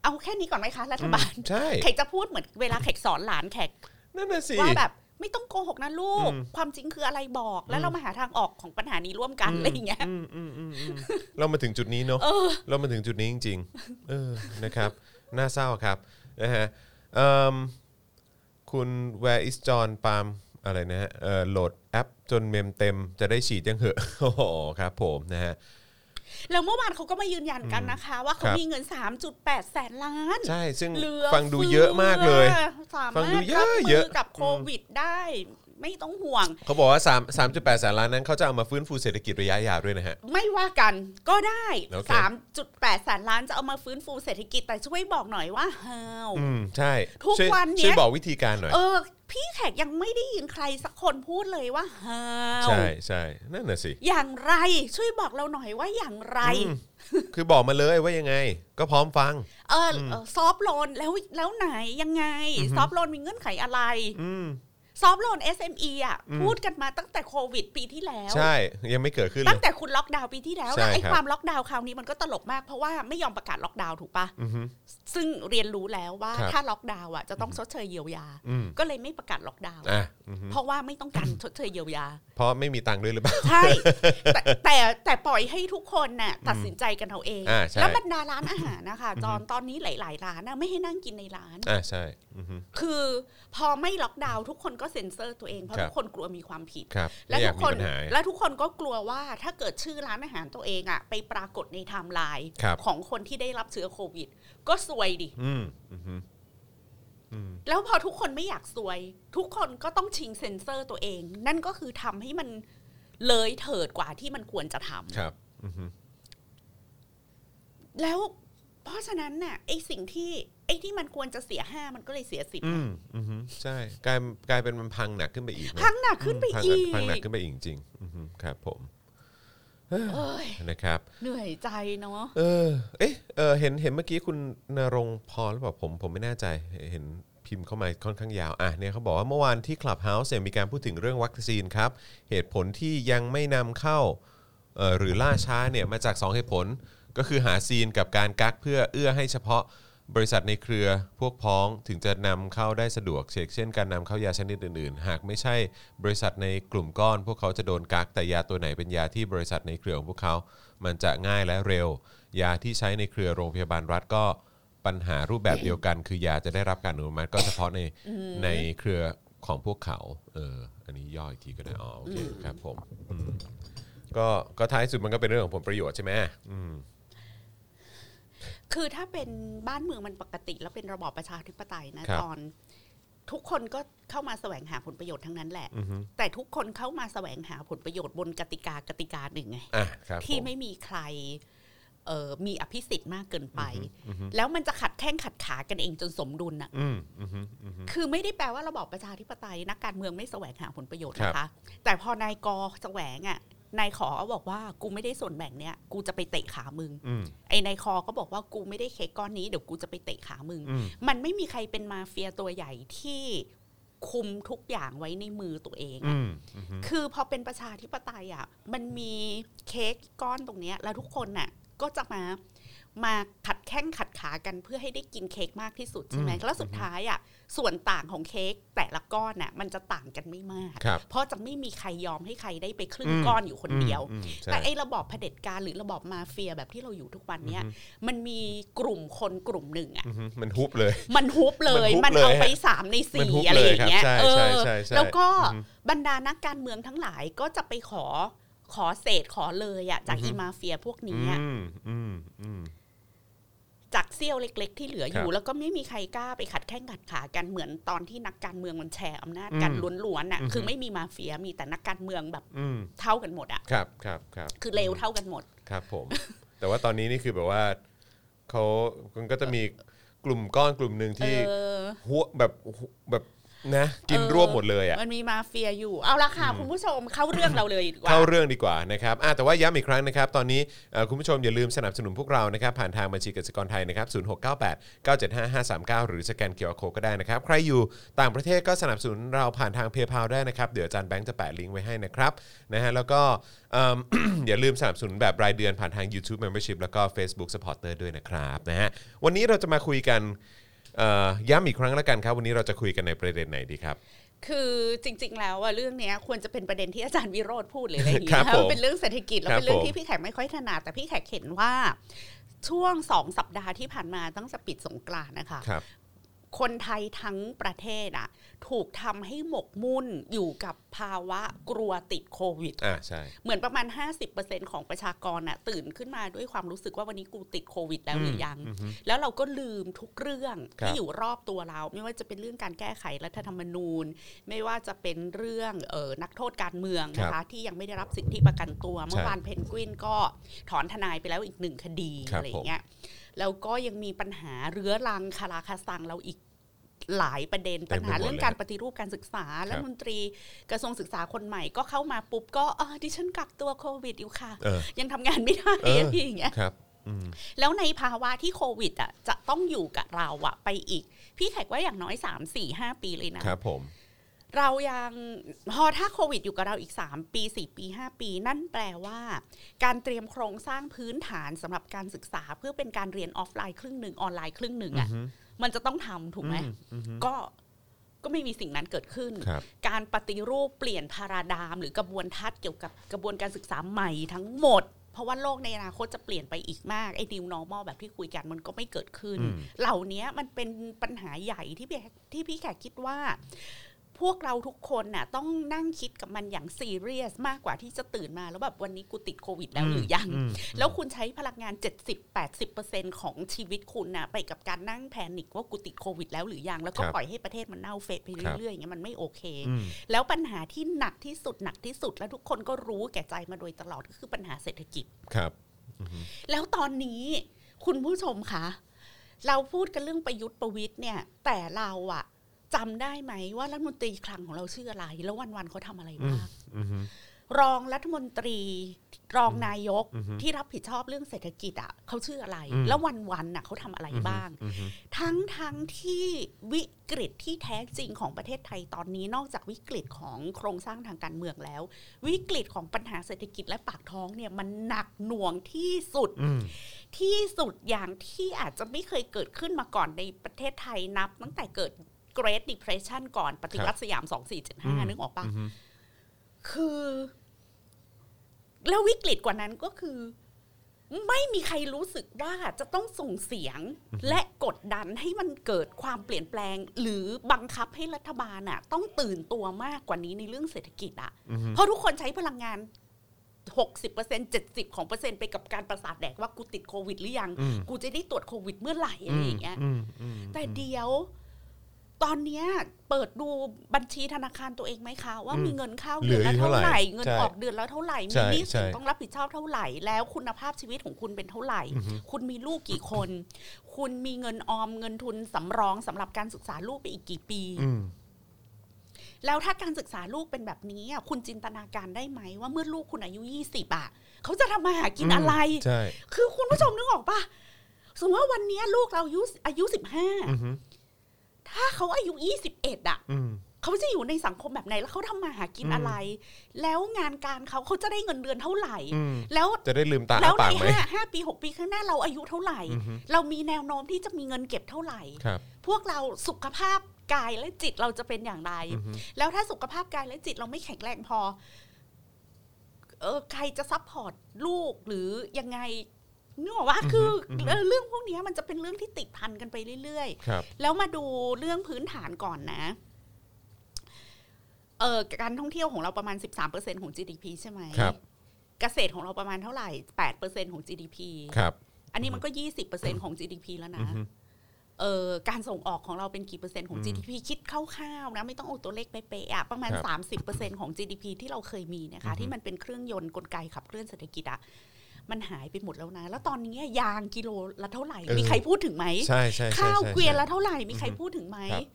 Speaker 3: เอาแค่นี้ก่อนไหมคะรัฐบาล
Speaker 2: ใช่
Speaker 3: แขกจะพูดเหมือนเวลาแขกสอนหลานแขก
Speaker 2: นั่นน่ะสิ
Speaker 3: ว่าแบบ ไม่ต้องโกหกนะลูก
Speaker 2: อืม
Speaker 3: ความจริงคืออะไรบอก แล้
Speaker 2: อื
Speaker 3: ว
Speaker 2: ม
Speaker 3: เรามาหาทางออกของปัญหานี้ร่วมกันอะไรอย่างเงี้ย
Speaker 2: อืมอืมอืมอืมเรามาถึงจุดนี้เนอะ
Speaker 3: เออ
Speaker 2: เรามาถึงจุดนี้จริง ๆ เออนะครับ น่าเศร้าครับนะฮะเอิ่มคุณ where is John ปาล์มอะไรนะฮะเอ่อโหลดแอปจนเมมเต็มจะได้ฉีดยังเหอะ โอ้โหครับผมนะฮะ
Speaker 3: แล้วเมื่อวานเขาก็มายืนยันกันนะคะ ว่าเขา
Speaker 2: ครับ
Speaker 3: มีเงิน 3.8 แสนล้าน
Speaker 2: ใช่ซึ่ง
Speaker 3: เหลือ
Speaker 2: ฟังดูเยอะมากเลย
Speaker 3: สา
Speaker 2: ฟังดู
Speaker 3: มารถ
Speaker 2: เย
Speaker 3: รั
Speaker 2: อะ
Speaker 3: บมื
Speaker 2: เย
Speaker 3: อ
Speaker 2: อะ
Speaker 3: กับโควิดได้ ไม่ต้องห่วง
Speaker 2: เขาบอกว่า3 3.8แสนล้านนั้นเขาจะเอามาฟื้นฟูเศรษฐกิจระยะยาวด้วยนะฮะ
Speaker 3: ไม่ว่ากันก็ได้
Speaker 2: โอเค
Speaker 3: สามจุดแปดแสนล้านจะเอามาฟื้นฟูเศรษฐกิจแต่ช่วยบอกหน่อยว่า how
Speaker 2: อืมใช่
Speaker 3: ทุก
Speaker 2: ช่ย
Speaker 3: วันเนี้ย
Speaker 2: ช่วยบอกวิธีการหน่อย
Speaker 3: เออ พี่แขกยังไม่ได้ยินใครสักคนพูดเลยว่า how
Speaker 2: ใช่ใช่นั่นน่ะสิ
Speaker 3: อย่างไรช่วยบอกเราหน่อยว่าอย่างไร
Speaker 2: อืมคือบอกมาเลยว่ายังไง ก็พร้อมฟัง
Speaker 3: เออเออซอฟโลนแล้วแล้วไหนยังไง ซอฟโลนมีเงื่อนไขอะไร
Speaker 2: อืม
Speaker 3: ซอฟโลน SME อ่ะ พูดกันมาตั้งแต่โควิดปีที่แล้ว
Speaker 2: ใช่ ยังไม่เกิดขึ้นเล
Speaker 3: ตั้ง
Speaker 2: ย
Speaker 3: แต่คุณล็อกดาวน์ปีที่แล้ว
Speaker 2: ใช่
Speaker 3: แล้วไอ้
Speaker 2: ครับ
Speaker 3: ความล็อกดาวน์คราวนี้มันก็ตลกมากเพราะว่าไม่ยอมประกาศล็อกดาวน์ถูกปะ
Speaker 2: อือฮึ
Speaker 3: ซึ่งเรียนรู้แล้วว่า
Speaker 2: ครับ
Speaker 3: ถ้าล็อกดาวน์อ่ะจะต้องชดเชยเยียวยา
Speaker 2: อืม
Speaker 3: ก็เลยไม่ประกาศล็อกดาวน์
Speaker 2: อ่ะอือฮึ
Speaker 3: เพราะว่าไม่ต้องการ ชดเชยเยียวยา
Speaker 2: เพราะไม่มีตังค์ด้วยหรือเปล่า
Speaker 3: ใช่ แต่แต่แต่ปล่อยให้ทุกคนน่ะตัดสินใจกันเอาเอง
Speaker 2: อ่าใช่
Speaker 3: แล้วบรรดาร้านอาหารนะคะจอนตอนนี้หลาย ๆ ร้านน่ะไม่ให้นั่งกินในร้าน
Speaker 2: อ่ะใช่อือฮึ
Speaker 3: คือพอไม่ล็อกดาวน์ทุกคนก็เซ็นเซอร์ตัวเองเพราะ
Speaker 2: ครับ
Speaker 3: ทุกคนกลัวมีความผิด
Speaker 2: ครับ
Speaker 3: และ
Speaker 2: ไม่อยา
Speaker 3: ทุ
Speaker 2: ก
Speaker 3: ก
Speaker 2: มี
Speaker 3: คน
Speaker 2: ปัญหา
Speaker 3: และทุกคนก็กลัวว่าถ้าเกิดชื่อร้านอาหารตัวเองอ่ะไปปรากฏในไทม์ไลน์
Speaker 2: ครับ
Speaker 3: ของคนที่ได้รับเชื้อโควิด ก็ซวยดิ
Speaker 2: อืมอือฮึอืม
Speaker 3: แล้วพอทุกคนไม่อยากซวย ทุกคนก็ต้องชิงเซ็นเซอร์ตัวเอง นั่นก็คือทำให้มันเลยเถิดกว่าที่มันควรจะทำ
Speaker 2: ครับอือฮึ
Speaker 3: แล้วเพราะฉะนั้นน่ะไอสิ่งที่ไอที่มันควรจะเสียห้ามันก็เลยเสียสิบ
Speaker 2: อืมอือฮึใช่กลายกลายเป็นมันพังหนักขึ้นไปอีกนะ
Speaker 3: พังหนักขึ้นไป
Speaker 2: พัง
Speaker 3: อี
Speaker 2: พังหนัก
Speaker 3: ก
Speaker 2: ขึ้นไปอีกจริงๆอือฮึครับ ผม
Speaker 3: เอ้ย
Speaker 2: นะครับ
Speaker 3: เหนื่อยใจเนาะ
Speaker 2: เออ เอ๊ะเออเห็น เห็นเมื่อกี้คุณนรงค์พรหรือเปล่าผม ผมไม่แน่ใจ เห็นพิมพ์เข้ามาค่อนข้างยาว อ่ะ เนี่ยเขาบอกว่าเมื่อวานที่ Clubhouse เนี่ยมีการพูดถึงเรื่องวัคซีนครับ เหตุผลที่ยังไม่นำเข้าเอ่อหรือล่าช้าเนี่ยมาจาก 2 เหตุผล ก็คือหาซีนกับการกักเพื่อเอื้อให้เฉพาะบริษัทในเครือพวกพ้องถึงจะนำเข้าได้สะดวกเช่นเช่น การนำเข้ายาชนิดอื่นๆ หากไม่ใช่บริษัทในกลุ่มก้อน พวกเขาจะโดนกักแต่ยาตัวไหนเป็นยาที่บริษัทในเครือของพวกเขา มันจะง่ายและเร็ว ยาที่ใช้ในเครือโรงพยาบาลรัฐก็ปัญหารูปแบบเดียวกัน คือยาจะได้รับการอนุมัติก็เฉพาะในในเครือของพวกเขาเอออันนี้ย่ออีกทีก็ได้อ๋อโอเคครับผมอืมก็ก็ท้ายสุดมันก็เป็นเรื่องของผลประโยชน์ใช่ไหมอืม
Speaker 3: คือถ้าเป็นบ้านเมืองมันปกติ แล้วเป็นระบอบประชาธิปไตยนะครับ ตอน ทุกคนก็เข้ามาแสวงหาผลประโยชน์ทั้งนั้นแหละ
Speaker 2: อือฮึ
Speaker 3: แต่ทุกคนเข้ามาแสวงหาผลประโยชน์บนกติกากติกาหนึ่งไง
Speaker 2: อ่ะครับ
Speaker 3: ที่
Speaker 2: ผ
Speaker 3: ไม่มีใครเอ่อมีอภิสิทธิ์มากเกินไป
Speaker 2: อือฮึ
Speaker 3: แล้วมันจะขัดแข้งขัดขากันเองจนสมดุลน่ะ
Speaker 2: อืมอืมอืมอืม
Speaker 3: คือไม่ได้แปลว่าระบอบประชาธิปไตยนักการเมืองไม่แสวงหาผลประโยชน์
Speaker 2: ครับ
Speaker 3: นะคะ แต่พอนายกอแสวงอ่ะ นายขอบอกว่ากูไม่ได้ส่วนแบ่งเนี้ยกูจะไปเตะขามึง
Speaker 2: อืม
Speaker 3: ไอ้นายคอก็บอกว่ากูไม่ได้เค้กก้อนนี้เดี๋ยวกูจะไปเตะขามึง
Speaker 2: อืม
Speaker 3: มันไม่มีใครเป็นมาเฟียตัวใหญ่ที่คุมทุกอย่างไว้ในมือตัวเองอะ
Speaker 2: อืมอืม
Speaker 3: คือพอเป็นประชาธิปไตยอ่ะมันมีเค้กก้อนตรงเนี้ยแล้วทุกคนน่ะก็จะมา มาขัดแข้งขัดขากันเพื่อให้ได้กินเค้กมากที่สุดใช่ไหม
Speaker 2: อืม
Speaker 3: แล้วสุดท้ายอ่ะส่วนต่างของเค้กแต่ละก้อนน่ะมันจะต่างกันไม่มาก
Speaker 2: ครับ
Speaker 3: เพราะจะไม่มีใครยอมให้ใครได้ไปครึ่ง
Speaker 2: ม
Speaker 3: ก้อนอยู่คนเดียว
Speaker 2: อืมใช่
Speaker 3: แต่ไอ้ระบอบเผด็จการหรือระบอบมาเฟียแบบที่เราอยู่ทุกวันเนี้ย
Speaker 2: อือฮึ
Speaker 3: มันมีกลุ่มคนกลุ่มหนึ่งอ่ะ
Speaker 2: อือฮึมันฮุบเลย
Speaker 3: มันฮุบเลย
Speaker 2: มันฮุบ
Speaker 3: มัน
Speaker 2: เล
Speaker 3: เอา
Speaker 2: ยฮะ
Speaker 3: ไปสามใน
Speaker 2: มัน
Speaker 3: สี่
Speaker 2: ฮุบ
Speaker 3: อะไรอย่างเงี้ย
Speaker 2: เลยครับ
Speaker 3: เอ
Speaker 2: ใช่
Speaker 3: อ
Speaker 2: ใช่ใช่
Speaker 3: แล้วก็
Speaker 2: อือฮึ
Speaker 3: บรรดานักการเมืองทั้งหลายก็จะไปขอขอเศษขอเลยอ่ะจาก
Speaker 2: อือฮึ
Speaker 3: อีมาเฟียพวก
Speaker 2: อื
Speaker 3: นี้อะ
Speaker 2: มอืมอืม
Speaker 3: จากเซี่ยวเล็ก ๆ ที่เหลืออ
Speaker 2: ค
Speaker 3: ยู่
Speaker 2: รับ
Speaker 3: แล้วก็ไม่มีใครกล้าไปขัดแข้งขัดขากันเหมือนตอนที่นักการเมืองมันแชร์อำนาจกัน
Speaker 2: อืม
Speaker 3: ล้วนๆน่ะ
Speaker 2: อือฮึ
Speaker 3: คือไม่มีมาเฟียมีแต่นักการเมืองแบบ
Speaker 2: อืม
Speaker 3: เท่ากันหมดอ่ะ
Speaker 2: ครับครับครับ
Speaker 3: คือเลวเท่ากันหมด
Speaker 2: ครับผม แต่ว่าตอนนี้นี่คือแบบว่าเขามันก็จะมีกลุ่มก้อนกลุ่มหนึ่ง
Speaker 3: เอ
Speaker 2: ที่
Speaker 3: อ
Speaker 2: หัวแบบหัวแบบนะกิน
Speaker 3: เออ
Speaker 2: รวบหมดเลยอ่ะ
Speaker 3: มันมีมาเฟียอยู่เอาละค่ะคุณผู้ชมเข้าเรื่องเราเลยดีกว่า
Speaker 2: เข้าเรื่องดีกว่านะครับอ่ะแต่ว่าย้ำอีกครั้งนะครับ ตอนนี้เอ่อคุณผู้ชมอย่าลืมสนับสนุนพวกเรานะครับ ผ่านทางบัญชีกสิกรไทยนะครับ 0698 975 539 หรือสแกนเคอร์โคก็ได้นะครับ ใครอยู่ต่างประเทศก็สนับสนุนเราผ่านทางเพย์พาได้นะครับ เดี๋ยวอาจารย์แบงค์จะแปะลิงก์ไว้ให้นะครับนะฮะแล้วก็เอิ่ม อย่าลืมสนับสนุนแบบรายเดือนผ่านทาง YouTube Membership แล้วก็ Facebook Supporter ด้วยนะครับนะฮะวันนี้เราจะมาคุยกันเอ่อย้ำอีกครั้งแล้วกันครับ วันนี้เราจะคุยกันในประเด็นไหนดีครับ
Speaker 3: คือจริง ๆ แล้วอะเรื่องเนี้ยควรจะเป็นประเด็นที่อาจารย์วิโรธพูดหรืออะไรอย่าง
Speaker 2: ค
Speaker 3: เงี้
Speaker 2: รั
Speaker 3: ย
Speaker 2: บ
Speaker 3: นะ
Speaker 2: ผม
Speaker 3: มันเป็นเรื่องเศรษฐกิจแล้ว
Speaker 2: ครับ
Speaker 3: เป็นเรื่อง
Speaker 2: ผ
Speaker 3: ที่
Speaker 2: ม
Speaker 3: พี่แขกไม่ค่อยถนัดแต่พี่แขกเห็นว่าช่วงสองสัปดาห์ที่ผ่านมาตั้งแต่ปิดสงกรานต์นะคะ
Speaker 2: ครับ
Speaker 3: คนไทยทั้งประเทศอ่ะ ถูกทำให้หมกมุ่นอยู่กับภาวะกลัวติดโควิด
Speaker 2: อ่าใช่
Speaker 3: เหมือนประมาณ 50%ของประชากรน่ะตื่นขึ้นมาด้วยความรู้สึกว่าวันนี้กูติดโควิดแล้วหรือยัง แล้วเราก็ลืมทุกเรื่อง
Speaker 2: ครับ
Speaker 3: ที่อยู่รอบตัวเรา ไม่ว่าจะเป็นเรื่องการแก้ไขรัฐธรรมนูญ ไม่ว่าจะเป็นเรื่องเออนักโทษการเมืองนะคะที่ยังไม่ได้รับสิทธิประกันตัว เมื่อวานเพนกวินก็ถอนทนายไปแล้วอีกหนึ่งคดี
Speaker 2: ครับ
Speaker 3: อะไรอย่างเงี้ยแล้วก็ยังมีปัญหาเรื้อรังคาราคาซังเราอีกหลายประเด็น
Speaker 2: เต็
Speaker 3: ปั
Speaker 2: ม
Speaker 3: ญ
Speaker 2: ไป
Speaker 3: หา
Speaker 2: หมด
Speaker 3: เรื่อง
Speaker 2: เลย
Speaker 3: การปฏิรูปการศึกษาและมนตรีกระทรวงศึกษาคนใหม่ก็เข้ามาปุ๊บก็เออดิฉันกักตัวโควิดอยู่ค่ะ
Speaker 2: เออ
Speaker 3: ยังทำงานไม่ได้
Speaker 2: เอออ
Speaker 3: อะไรอย่างเงี้ย
Speaker 2: ครับอืม
Speaker 3: แล้วในภาวะที่โควิดอ่ะจะต้องอยู่กับเราอ่ะไปอีก พี่แขกว่าอย่างน้อย 3 4 5 ปีเลยนะ
Speaker 2: ครับผม
Speaker 3: เรายังพอถ้าโควิดอยู่กับเราอีก 3 ปี 4 ปี 5 ปี นั่นแปลว่า การเตรียมโครงสร้างพื้นฐานสำหรับการศึกษา เพื่อเป็นการเรียนออฟไลน์ครึ่งหนึ่งออนไลน์ครึ่งหนึ่งอ่ะมันจะต้องทำถูกไหมก็ก็ไม่มีสิ่งนั้นเกิดขึ้น
Speaker 2: ครับ
Speaker 3: การปฏิรูปเปลี่ยนพาราดามหรือกระบวนทัศน์เกี่ยวกับกระบวนการศึกษาใหม่ทั้งหมด เพราะว่าโลกในอนาคตจะเปลี่ยนไปอีกมาก ไอ้ new normal แบบที่คุยกันมันก็ไม่เกิดขึ้น
Speaker 2: อืม
Speaker 3: เหล่านี้มันเป็นปัญหาใหญ่ที่พี่ที่พี่แขกคิดว่า พวกเราทุกคนน่ะต้องนั่งคิดกับมันอย่างซีเรียสมากกว่าที่จะตื่นมาแล้วแบบวันนี้กูติดโควิดแล้วหรือยัง แล้วคุณใช้พลังงาน 70-80%ของชีวิตคุณนะไปกับการนั่งแพนิคว่ากูติดโควิดแล้วหรือยัง แล้วก็
Speaker 2: ครับ
Speaker 3: ปล่อยให้ประเทศมันเน่าเฟะไปเรื่อยๆอย่างเงี้ยมันไม่โอเค
Speaker 2: อืม
Speaker 3: แล้วปัญหาที่หนักที่สุดหนักที่สุด แล้วทุกคนก็รู้แก่ใจมาโดยตลอดก็คือปัญหาเศรษฐกิจ
Speaker 2: ครับ
Speaker 3: แล้วตอนนี้คุณผู้ชมคะเราพูดกันเรื่องประยุทธ์ประวิทย์เนี่ย แต่เราอะจำได้ไหมว่ารัฐมนตรีคลังของเราชื่ออะไร แล้ววันๆเขาทำอะไรบ้าง
Speaker 2: อือฮึ
Speaker 3: รองรัฐมนตรีรองนายก
Speaker 2: อือฮึ
Speaker 3: ที่รับผิดชอบเรื่องเศรษฐกิจอ่ะเขาชื่ออะไร
Speaker 2: อืม
Speaker 3: แล้ววันๆน่ะเขาทำอะไรบ้าง
Speaker 2: อือฮึ
Speaker 3: ทั้งทั้งที่วิกฤตที่แท้จริงของประเทศไทยตอนนี้นอกจากวิกฤตของโครงสร้างทางการเมืองแล้ว วิกฤตของปัญหาเศรษฐกิจและปากท้องเนี่ยมันหนักหน่วงที่สุด
Speaker 2: อืม
Speaker 3: ที่สุดอย่างที่อาจจะไม่เคยเกิดขึ้นมาก่อนในประเทศไทยนับ ตั้งแต่เกิด Great Depression ก่อนปฏิวัติสยาม
Speaker 2: อืม
Speaker 3: 2475 นึกออกปะ
Speaker 2: อือฮึ
Speaker 3: คือ แล้ววิกฤตกว่านั้นก็คือ ไม่มีใครรู้สึกว่าจะต้องส่งเสียงและกดดันให้มันเกิดความเปลี่ยนแปลง หรือบังคับให้รัฐบาลน่ะ ต้องตื่นตัวมากกว่านี้ในเรื่องเศรษฐกิจอ่ะ
Speaker 2: อือฮึ
Speaker 3: เพราะทุกคนใช้พลังงาน 60% 70%ของเปอร์เซ็นต์ไปกับการประสาทแดกว่ากูติดโควิดหรือยัง
Speaker 2: อืม
Speaker 3: กูจะได้ตรวจโควิดเมื่อไหร่อะไรอย่างเงี้ย
Speaker 2: มอืม
Speaker 3: แต่เดี๋ยว ตอนเนี้ยเปิดดูบัญชีธนาคารตัวเองไหมคะ ว่ามีเงินเข้าเดือนละเท่าไหร่ เงินออกเดือนละเท่าไหร่ มีหนี้สินต้องรับผิดชอบเท่าไหร่ แล้วคุณภาพชีวิตของคุณเป็นเท่าไหร่ คุณมีลูกกี่คน คุณมีเงินออมเงินทุนสำรองสำหรับการศึกษาลูกไปอีกกี่ปี
Speaker 2: อืม
Speaker 3: แล้วถ้าการศึกษาลูกเป็นแบบนี้อ่ะคุณจินตนาการได้ไหมว่าเมื่อลูกคุณอายุ 20อ่ะเขาจะทำมาหากินอะไร
Speaker 2: ใช่
Speaker 3: คือคุณผู้ชมนึกออกปะสมมติว่าวันเนี้ยลูกเราอายุอายุสิบห้า
Speaker 2: อือฮึ
Speaker 3: ถ้าเขาอายุยี่สิบเอ็ดอ่ะ
Speaker 2: อืม
Speaker 3: เขาจะอยู่ในสังคมแบบไหนแล้วเขาทำมาหากินอะไร แล้วงานการเขาเขาจะได้เงินเดือนเท่าไหร่
Speaker 2: อืม
Speaker 3: แล้ว
Speaker 2: จะได้ลืมตา
Speaker 3: แล้
Speaker 2: อ้าว ปาก
Speaker 3: ใน
Speaker 2: ไหม
Speaker 3: ห้าห้าปีหกปีข้างหน้าเราอายุเท่าไหร่
Speaker 2: อือฮึ
Speaker 3: เรามีแนวโน้มที่จะมีเงินเก็บเท่าไหร่
Speaker 2: ครับ
Speaker 3: พวกเราสุขภาพกายและจิตเราจะเป็นอย่างไร
Speaker 2: อือฮึ
Speaker 3: แล้วถ้าสุขภาพกายและจิตเราไม่แข็งแรงพอ เออใครจะซัพพอร์ตลูกหรือยังไงนึกออกว่าคือ
Speaker 2: อ
Speaker 3: อ
Speaker 2: ฮึ
Speaker 3: เออเรื่องพวกเนี้ยมันจะเป็นเรื่องที่ติดพันกันไปเรื่อย ๆ
Speaker 2: ครับ
Speaker 3: แล้วมาดูเรื่องพื้นฐานก่อนนะ เออการท่องเที่ยวของเราประมาณ 13%ของ GDP ใช่ไหม
Speaker 2: ครับ
Speaker 3: เกษตรของเราประมาณเท่าไหร่ 8%ของ GDP
Speaker 2: ครับ
Speaker 3: อันนี้มันก็ 20%ของ GDP แล้ว
Speaker 2: อือ
Speaker 3: นะ
Speaker 2: ฮึ
Speaker 3: เออการส่งออกของเราเป็นกี่เปอร์เซ็นต์ของ
Speaker 2: อืม
Speaker 3: GDP คิดคร่าวๆนะ ไม่ต้องเอาตัวเลขเป๊ะๆอะประมาณ
Speaker 2: ครับ
Speaker 3: 30%ของ GDP ที่เราเคยมีนะคะ ที่มันเป็นเครื่องยนต์กลไกขับเคลื่อนเศรษฐกิจอะมันหายไปหมดแล้วนะ แล้วตอนนี้ยางกิโลละเท่าไหร่
Speaker 2: เออ
Speaker 3: มีใครพูดถึงไหม
Speaker 2: ใช่ใช่ใช่
Speaker 3: ข้าว
Speaker 2: ใช่
Speaker 3: เกวียน
Speaker 2: ใช่
Speaker 3: ละเท่าไหร่มีใคร
Speaker 2: อือฮึ
Speaker 3: พูดถึงไหม
Speaker 2: ครับ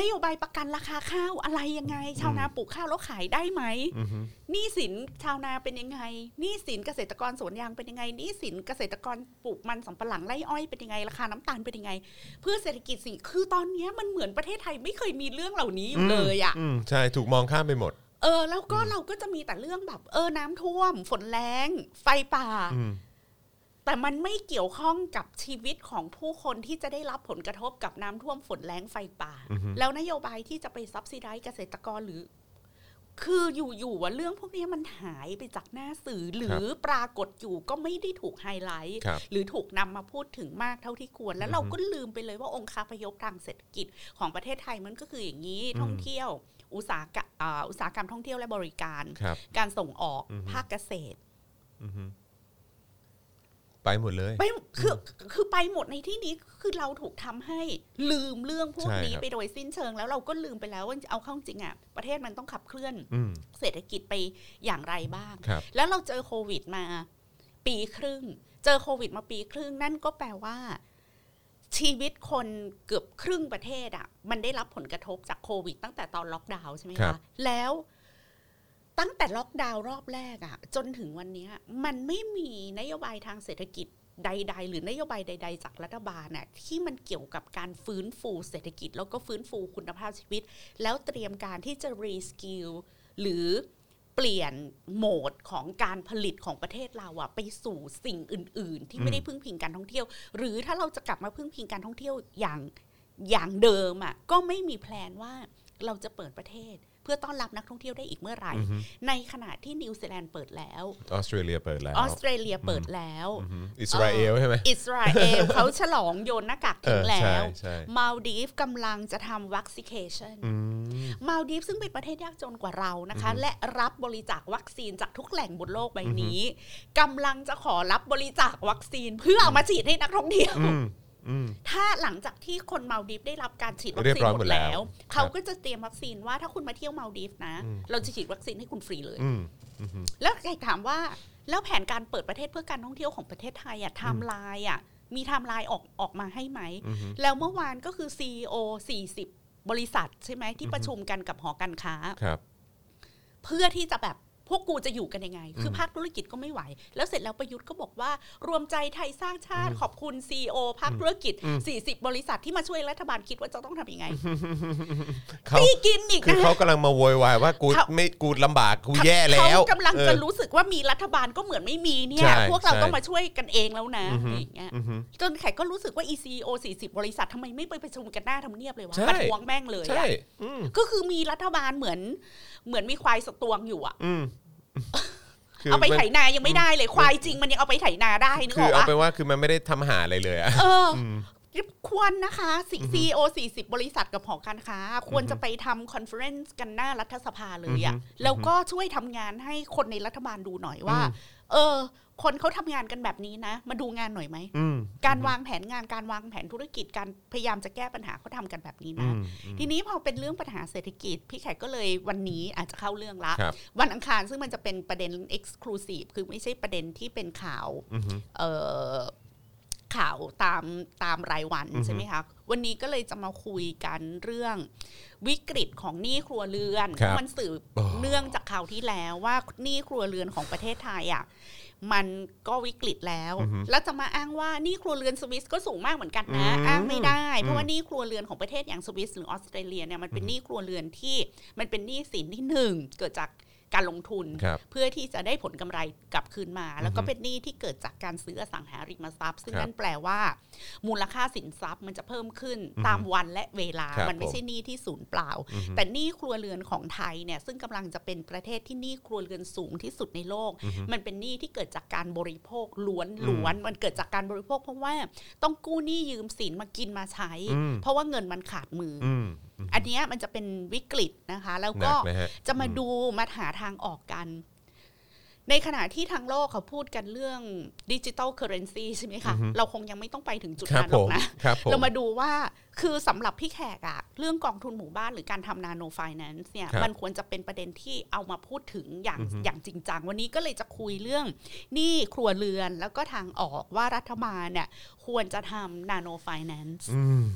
Speaker 3: นโยบายประกันราคาข้าวอะไรยังไง ชาวนาปลูกข้าวแล้วขายได้ไหม
Speaker 2: อือฮึ
Speaker 3: หนี้สินชาวนาเป็นยังไงหนี้สินเกษตรกรสวนยางเป็นยังไงหนี้สินเกษตรกรปลูกมันสำปะหลังไร่อ้อยเป็นยังไงราคาน้ำตาลเป็นยังไงเพื่อเศรษฐกิจสิคือตอนเนี้ยมันเหมือนประเทศไทยไม่เคยมีเรื่องเหล่านี้อยู่เลยอ่ะ
Speaker 2: มใช่ถูกมองข้ามไปหมด
Speaker 3: เออ แล้วก็เราก็จะมีแต่เรื่องแบบ เออน้ำท่วม ฝนแรงไฟป่า
Speaker 2: อืม
Speaker 3: แต่มันไม่เกี่ยวข้องกับชีวิตของผู้คนที่จะได้รับผลกระทบกับน้ำท่วมฝนแรงไฟป่า
Speaker 2: อือฮึ
Speaker 3: แล้วนโยบายที่จะไปซับซิได้เกษตรกรหรือ คืออยู่ๆว่าเรื่องพวกนี้มันหายไปจากหน้าสื่อหรือปรากฏอยู่ก็ไม่ได้ถูกไฮไลท์
Speaker 2: ครับ
Speaker 3: หรือถูกนำมาพูดถึงมากเท่าที่ควร แล้วเรา
Speaker 2: อือฮึ
Speaker 3: ก็ลืมไปเลยว่าองค์คาพยพทางเศรษฐกิจของประเทศไทยมันก็คืออย่างนี้
Speaker 2: อืม
Speaker 3: ท่องเที่ยว อุตสาหกรรมอ่าอุตสาหกรรมท่องเที่ยวและบริการ
Speaker 2: ครับ
Speaker 3: การส่งออก
Speaker 2: อือฮึ
Speaker 3: ภาคเกษตร
Speaker 2: อือฮึไปหมดเลย
Speaker 3: ไปคือคือไปหมดในที่นี้คือเราถูกทำให้ลืมเรื่องพวกนี้
Speaker 2: ใช่ครับ
Speaker 3: ไปโดยสิ้นเชิง แล้วเราก็ลืมไปแล้วว่าเอาเข้าจริงอ่ะประเทศมันต้องขับเคลื่อน
Speaker 2: อืม
Speaker 3: เศรษฐกิจไปอย่างไรบ้าง
Speaker 2: ครับ
Speaker 3: แล้วเราเจอโควิดมาปีครึ่ง เจอโควิดมาปีครึ่ง นั่นก็แปลว่า ชีวิตคนเกือบครึ่งประเทศอ่ะ มันได้รับผลกระทบจากโควิด ตั้งแต่ตอนล็อกดาวน์ใช่ไหม
Speaker 2: ครั
Speaker 3: คะ
Speaker 2: บ
Speaker 3: แล้วตั้งแต่ล็อกดาวน์รอบแรกอ่ะ จนถึงวันเนี้ย มันไม่มีนโยบายทางเศรษฐกิจใด ๆ หรือนโยบายใด ๆ จากรัฐบาลน่ะที่มันเกี่ยวกับการฟื้นฟูเศรษฐกิจ แล้วก็ฟื้นฟูคุณภาพชีวิต แล้วเตรียมการที่จะรีสกิลหรือ เปลี่ยนโหมดของการผลิตของประเทศเราอะไปสู่สิ่งอื่น ๆ ที่
Speaker 2: อืม
Speaker 3: ไม่ได้พึ่งพิงการท่องเที่ยว หรือถ้าเราจะกลับมาพึ่งพิงการท่องเที่ยวอย่างอย่างเดิมอะก็ไม่มีแพลนว่าเราจะเปิดประเทศ เพื่อต้อนรับนักท่องเที่ยวได้อีกเมื่อไหร่
Speaker 2: อือฮึ
Speaker 3: ในขณะที่นิวซีแลนด์เปิดแล้ว
Speaker 2: ออสเตรเลียเปิดแล้ว
Speaker 3: ออสเตรเลียเปิดแล้ว
Speaker 2: อือฮึอิสราเอลใช่ไหม
Speaker 3: อิสราเอลเขาฉลองโยนหน้ากาก
Speaker 2: เอ
Speaker 3: ทิ้
Speaker 2: อง
Speaker 3: แล้
Speaker 2: ใช่
Speaker 3: ว
Speaker 2: ใช่
Speaker 3: มาลดีฟกำลังจะทำวัคซีเคชัน
Speaker 2: อืม
Speaker 3: มาลดีฟซึ่งเป็นประเทศยากจนกว่าเรานะคะ
Speaker 2: อือฮึ
Speaker 3: และรับบริจาควัคซีนจากทุกแหล่งบนโลกใบนี้กำลังจะขอรับบริจาควัคซีนเพื่อเอามาฉีดให้นักท่องเที่ยว
Speaker 2: อืมอืม
Speaker 3: ถ้าหลังจากที่คนมาลดีฟได้รับการฉีดวัค
Speaker 2: เรีย
Speaker 3: ซี
Speaker 2: บ
Speaker 3: น
Speaker 2: ร้อย
Speaker 3: ห
Speaker 2: ห
Speaker 3: ม
Speaker 2: ม
Speaker 3: ด
Speaker 2: ดแล้ว
Speaker 3: แล้ว
Speaker 2: ครับ
Speaker 3: เขาก็จะเตรียมวัคซีนว่าถ้าคุณมาเที่ยวมาลดีฟนะ
Speaker 2: อืม
Speaker 3: เราจะฉีดวัคซีนให้คุณฟรีเลย
Speaker 2: อืม
Speaker 3: แล้วใครถามว่าแล้วแผนการเปิดประเทศเพื่อการท่องเที่ยวของประเทศไทยอะไทม์ไลน์อะมีไทม์ไลน์ออกออกมาให้ไหม
Speaker 2: อือฮึ
Speaker 3: แล้วเมื่อวานก็คือ CEO 40 บริษัทใช่ไหมที่ประชุมกันกับหอการค้า
Speaker 2: ครับ
Speaker 3: เพื่อที่จะแบบพวกกูจะอยู่กันยังไง คืออ
Speaker 2: ม
Speaker 3: ภาคธุรกิจก็ไม่ไหว แล้วเสร็จแล้วประยุทธ์ก็บอกว่า รวมใจไทยสร้างชาติขอบคุณซีอภาคธุรกิจ
Speaker 2: อืม
Speaker 3: 40 บริษัทที่มาช่วยรัฐบาลคิดว่าจะต้องทำยังไง
Speaker 2: เขา
Speaker 3: พี่กินอีก
Speaker 2: คือ
Speaker 3: นะ
Speaker 2: เขากำลังมาโวยวายว่ากู
Speaker 3: เขา
Speaker 2: ไม่กูลำบากกูแย่แล้ว
Speaker 3: เขากำลังจะ
Speaker 2: เออ
Speaker 3: รู้สึกว่ามีรัฐบาลก็เหมือนไม่มีเนี่ย
Speaker 2: ใช่
Speaker 3: พวกเรา
Speaker 2: ใช่
Speaker 3: ต้องมาช่วยกันเองแล้วนะ
Speaker 2: อือ
Speaker 3: อะ
Speaker 2: ฮึ
Speaker 3: ไรอย่างเงี้ย
Speaker 2: อือฮึ
Speaker 3: จนแขกก็รู้สึกว่า ECO 40 บริษัททำไมไม่ไปประชุมกันหน้าทำเนียบเลยวะ
Speaker 2: ใช่
Speaker 3: ประท้วงแม่งเลย
Speaker 2: ใช่
Speaker 3: อะ
Speaker 2: อืม
Speaker 3: ก็คือมีรัฐบาลเหมือนเหมือนมีควายสตวงอยู่อะ
Speaker 2: อืม คื
Speaker 3: เอาไป
Speaker 2: มัน
Speaker 3: ไถนายังไม่ได้เลยควายจริงมันยังเอาไปไถนาได้นึก
Speaker 2: คือ อ
Speaker 3: อก
Speaker 2: เอา
Speaker 3: ปะ
Speaker 2: เป็นว่าคือมันไม่ได้ทำหาอะไรเลยอ่ะ
Speaker 3: เอออ
Speaker 2: ม
Speaker 3: ควรนะคะซีโอสี่สิบบริษัทกับหอการค้า ควรจะไปทำคอนเฟอเรนซ์กันหน้ารัฐสภาเลยอะ
Speaker 2: อือฮึ
Speaker 3: แล้วก็ช่วยทำงานให้คนในรัฐบาลดูหน่อยว่า
Speaker 2: อืม
Speaker 3: เออ คนเขาทำงานกันแบบนี้นะ มาดูงานหน่อยไหม
Speaker 2: อืม
Speaker 3: การวางแผนงานการวางแผนธุรกิจการพยายามจะแก้ปัญหาเขาทำกันแบบนี้
Speaker 2: อื
Speaker 3: นะ
Speaker 2: ม
Speaker 3: ทีนี้พอเป็นเรื่องปัญหาเศรษฐกิจ พี่แขกก็เลยวันนี้อาจจะเข้าเรื่องละ
Speaker 2: ครับ
Speaker 3: วันอังคารซึ่งมันจะเป็นประเด็น exclusive คือไม่ใช่ประเด็นที่เป็นข่าว
Speaker 2: อืม
Speaker 3: เอ่อ ข่าวตามตามรายวัน
Speaker 2: อือฮึ
Speaker 3: ใช่ไหมคะวันนี้ก็เลยจะมาคุยกันเรื่องวิกฤตของหนี้ครัวเรือน
Speaker 2: ครั
Speaker 3: เพ
Speaker 2: บ
Speaker 3: ราะมันสืบ
Speaker 2: อ๋อ
Speaker 3: เนื่องจากข่าวที่แล้วว่าหนี้ครัวเรือนของประเทศไทยอ่ะมันก็วิกฤตแล้ว แล้วจะมาอ้างว่าหนี้ครัวเรือนสวิสก็สูงมากเหมือนกันนะ อ้างไม่ได้ เพราะว่าหนี้ครัวเรือนของประเทศอย่างสวิสหรือออสเตรเลียเนี่ยมันเป็นหนี้ครัวเรือนที่มันเป็นหนี้สินที่หนึ่งเกิดจากการลงทุน
Speaker 2: ครับ
Speaker 3: เพื่อที่จะได้ผลกำไรกลับคืนมา แล้วก็
Speaker 2: อือฮึ
Speaker 3: เป็นหนี้ที่เกิดจากการซื้ออสังหาริมทรัพย์ ซึ่ง
Speaker 2: ครับ
Speaker 3: นั่นแปลว่า มูลค่าสินทรัพย์มันจะเพิ่มขึ้นตามวันและเวลา
Speaker 2: ครับ
Speaker 3: มันไม่
Speaker 2: ผม
Speaker 3: ใช่หนี้ที่ศูนย์เปล่า
Speaker 2: อือฮึ
Speaker 3: แต่หนี้ครัวเรือนของไทยเนี่ยซึ่งกำลังจะเป็นประเทศที่หนี้ครัวเรือนสูงที่สุดในโลก
Speaker 2: อือฮึ
Speaker 3: มันเป็นหนี้ที่เกิดจากการบริโภคล้วนล้วนมันเกิดจากการบริโภค เพราะว่าต้องกู้หนี้ยืมสินมากินมาใช้
Speaker 2: อืม
Speaker 3: เพราะว่าเงินมันขาดมืออ
Speaker 2: อืม
Speaker 3: อันเนี้ยมันจะเป็นวิกฤตนะคะ แล้ว
Speaker 2: หนั
Speaker 3: ก็
Speaker 2: กนะฮะ
Speaker 3: จะมา
Speaker 2: อืม
Speaker 3: ดูมาหาทางออกกัน ในขณะที่ทางโลกเขาพูดกันเรื่องดิจิ t a ลเคอเรนซีใช่ไหมคะ เราคงยังไม่ต้องไปถึงจุด
Speaker 2: ครับ
Speaker 3: นั้น
Speaker 2: ผ
Speaker 3: หรอ
Speaker 2: ม
Speaker 3: กนะ
Speaker 2: ครับผม
Speaker 3: เรามาดูว่าคือสำหรับพี่แขกอะเรื่องกองทุนหมู่บ้านหรือการทำนาโนไฟแนนซ์เนี่ย
Speaker 2: ครับ
Speaker 3: มันควรจะเป็นประเด็นที่เอามาพูดถึงอย่าง
Speaker 2: อือฮึ
Speaker 3: อย่างจริงจัง วันนี้ก็เลยจะคุยเรื่องหนี้ครัวเรือนแล้วก็ทางออกว่ารัฐบาลเนี่ยควรจะทำนาโนไฟแนนซ์
Speaker 2: อืม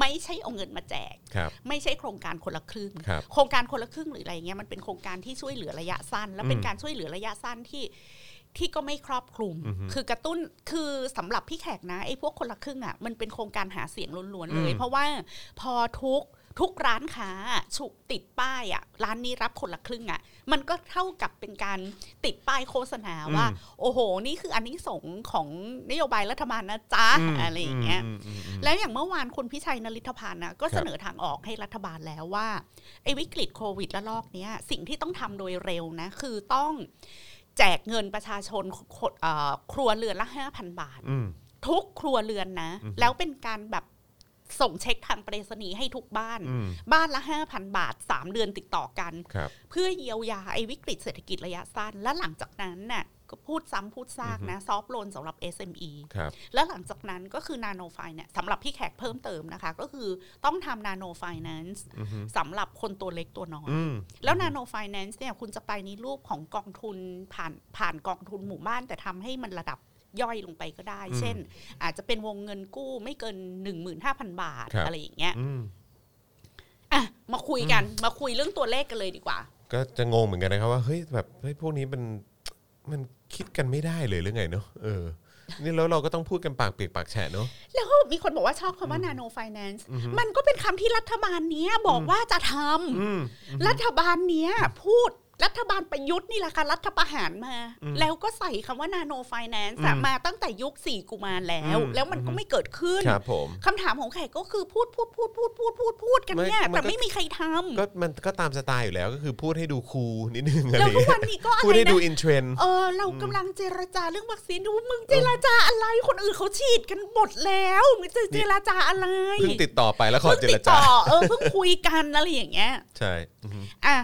Speaker 3: ไม่ใช่เอาเงินมาแจก
Speaker 2: ครับ
Speaker 3: ไม่ใช่โครงการคนละครึ่ง
Speaker 2: ครับ
Speaker 3: โครงการคนละครึ่งหรืออะไรเงี้ยมันเป็นโครงการที่ช่วยเหลือระยะสั้น และเป็น
Speaker 2: อืม
Speaker 3: การช่วยเหลือระยะสั้นที่ที่ก็ไม่ครอบคลุม
Speaker 2: อือฮึ
Speaker 3: คือกระตุ้นคือสำหรับพี่แขกนะไอ้พวกคนละครึ่งอ่ะมันเป็นโครงการหาเสียงล้วนๆเลย
Speaker 2: อืม
Speaker 3: เพราะว่าพอทุกทุกร้านค้าฉุกติดป้ายอ่ะร้านนี้รับคนละครึ่งอ่ะมันก็เท่ากับเป็นการติดป้ายโฆษณาว่า
Speaker 2: อืม
Speaker 3: โอ้โห นี่คืออันนี้สงส์ของนโยบายรัฐบาลนะจ๊ะอะไรอย่างเงี้ย
Speaker 2: มอืมอืม
Speaker 3: แล้วอย่างเมื่อวานคุณพิชัยนริธพันธ์นะก็
Speaker 2: ครั
Speaker 3: เส
Speaker 2: บ
Speaker 3: นอทางออกให้รัฐบาลแล้วว่าไอ้วิกฤตโควิดระลอกเนี้ยสิ่งที่ต้องทำโดยเร็วนะคือต้องแจกเงินประชาชนคเอ่อครัวเรือนละ 5,000 บาท
Speaker 2: อืม
Speaker 3: ทุกครัวเรือนนะ
Speaker 2: อือฮึ
Speaker 3: แล้วเป็นการแบบส่งเช็คทางไปรษณีย์ให้ทุกบ้าน
Speaker 2: อืม
Speaker 3: บ้านละ 5,000 บาท 3 เดือนติดต่อกัน
Speaker 2: ครับ
Speaker 3: เพื่อเยียวยาไอ้วิกฤตเศรษฐกิจระยะสั้น และหลังจากนั้นน่ะก็พูดซ้ำพูดซากนะซอฟโลนสำหรับ SME
Speaker 2: ครับ
Speaker 3: แล้วหลังจากนั้นก็คือนาโนไฟเนี่ยสำหรับพี่แขกเพิ่มเติมนะคะ ก็คือต้องทำนาโนไฟแนนซ์
Speaker 2: อือฮึ
Speaker 3: สำหรับคนตัวเล็กตัวน้อย
Speaker 2: อืม
Speaker 3: แล้วนาโนไฟแนนซ์เนี่ยคุณจะไปในรูปของกองทุนผ่านผ่านกองทุนหมู่บ้าน แต่ทำให้มันระดับย่อยลงไปก็ได้
Speaker 2: อืม
Speaker 3: เช่น อาจจะเป็นวงเงินกู้ไม่เกิน 15,000 บาท
Speaker 2: ครับ
Speaker 3: อะไรอย่างเงี้ย
Speaker 2: อืม
Speaker 3: อ่ะมาคุยกันมาคุยเรื่องตัวเลขกันเลยดีกว่า
Speaker 2: ก็จะงงเหมือนกันนะครับว่าเฮ้ยแบบเฮ้ยพวกนี้มันมันคิดกันไม่ได้เลยหรือไงเนาะเออ นี่แล้วเราก็ต้องพูดกันปากเปียกปากแฉะเนาะ
Speaker 3: แล้วมีคนบอกว่าชอบคำว่านาโนไฟแนนซ์
Speaker 2: อือฮึ
Speaker 3: มันก็เป็นคำที่รัฐบาลเนี้ยบอกว่าจะทำ
Speaker 2: อืม
Speaker 3: รัฐบาลเนี้ยพูดรัฐบาลประยุทธ์นี่แหละค่ะรัฐประหารมา
Speaker 2: อืม
Speaker 3: แล้วก็ใส่คำว่านาโนไฟแนนซ์
Speaker 2: อืม
Speaker 3: มาตั้งแต่ยุคสี่กุมารแล้ว
Speaker 2: อืม
Speaker 3: แล้วมันก็ไม่เกิดขึ้น
Speaker 2: ครับผม
Speaker 3: คำถามของแขกก็คือพูดพูดพูดพูดพูดพูดพูดกันเนี่ย
Speaker 2: ไม่มันก็
Speaker 3: แต่ไม่มีใครทำ
Speaker 2: ก็มันก็ตามสไตล์อยู่แล้วก็คือพูดให้ดูคูลนิดนึงอะไร
Speaker 3: แล้วทุก
Speaker 2: เงี้ย
Speaker 3: วันนี้ก็อะ
Speaker 2: พูด
Speaker 3: ไร
Speaker 2: ให้ดู
Speaker 3: นะ
Speaker 2: อินเทรนด์
Speaker 3: เออเรากำลังเจรจาเรื่องวัคซีนดูมึงเจรจาอะไรคนอื่นเขาฉีดกันหมดแล้วมึงจะเจรจาอะไร
Speaker 2: เพิ่งติดต่อไปแล้วขอ
Speaker 3: เพิ่ง
Speaker 2: เจ
Speaker 3: ติ
Speaker 2: ร
Speaker 3: ด
Speaker 2: จา
Speaker 3: ต่อเออเพิ่งคุยกันอะไรอย่างเงี้ย
Speaker 2: ใช่อือฮึ
Speaker 3: อ่ะ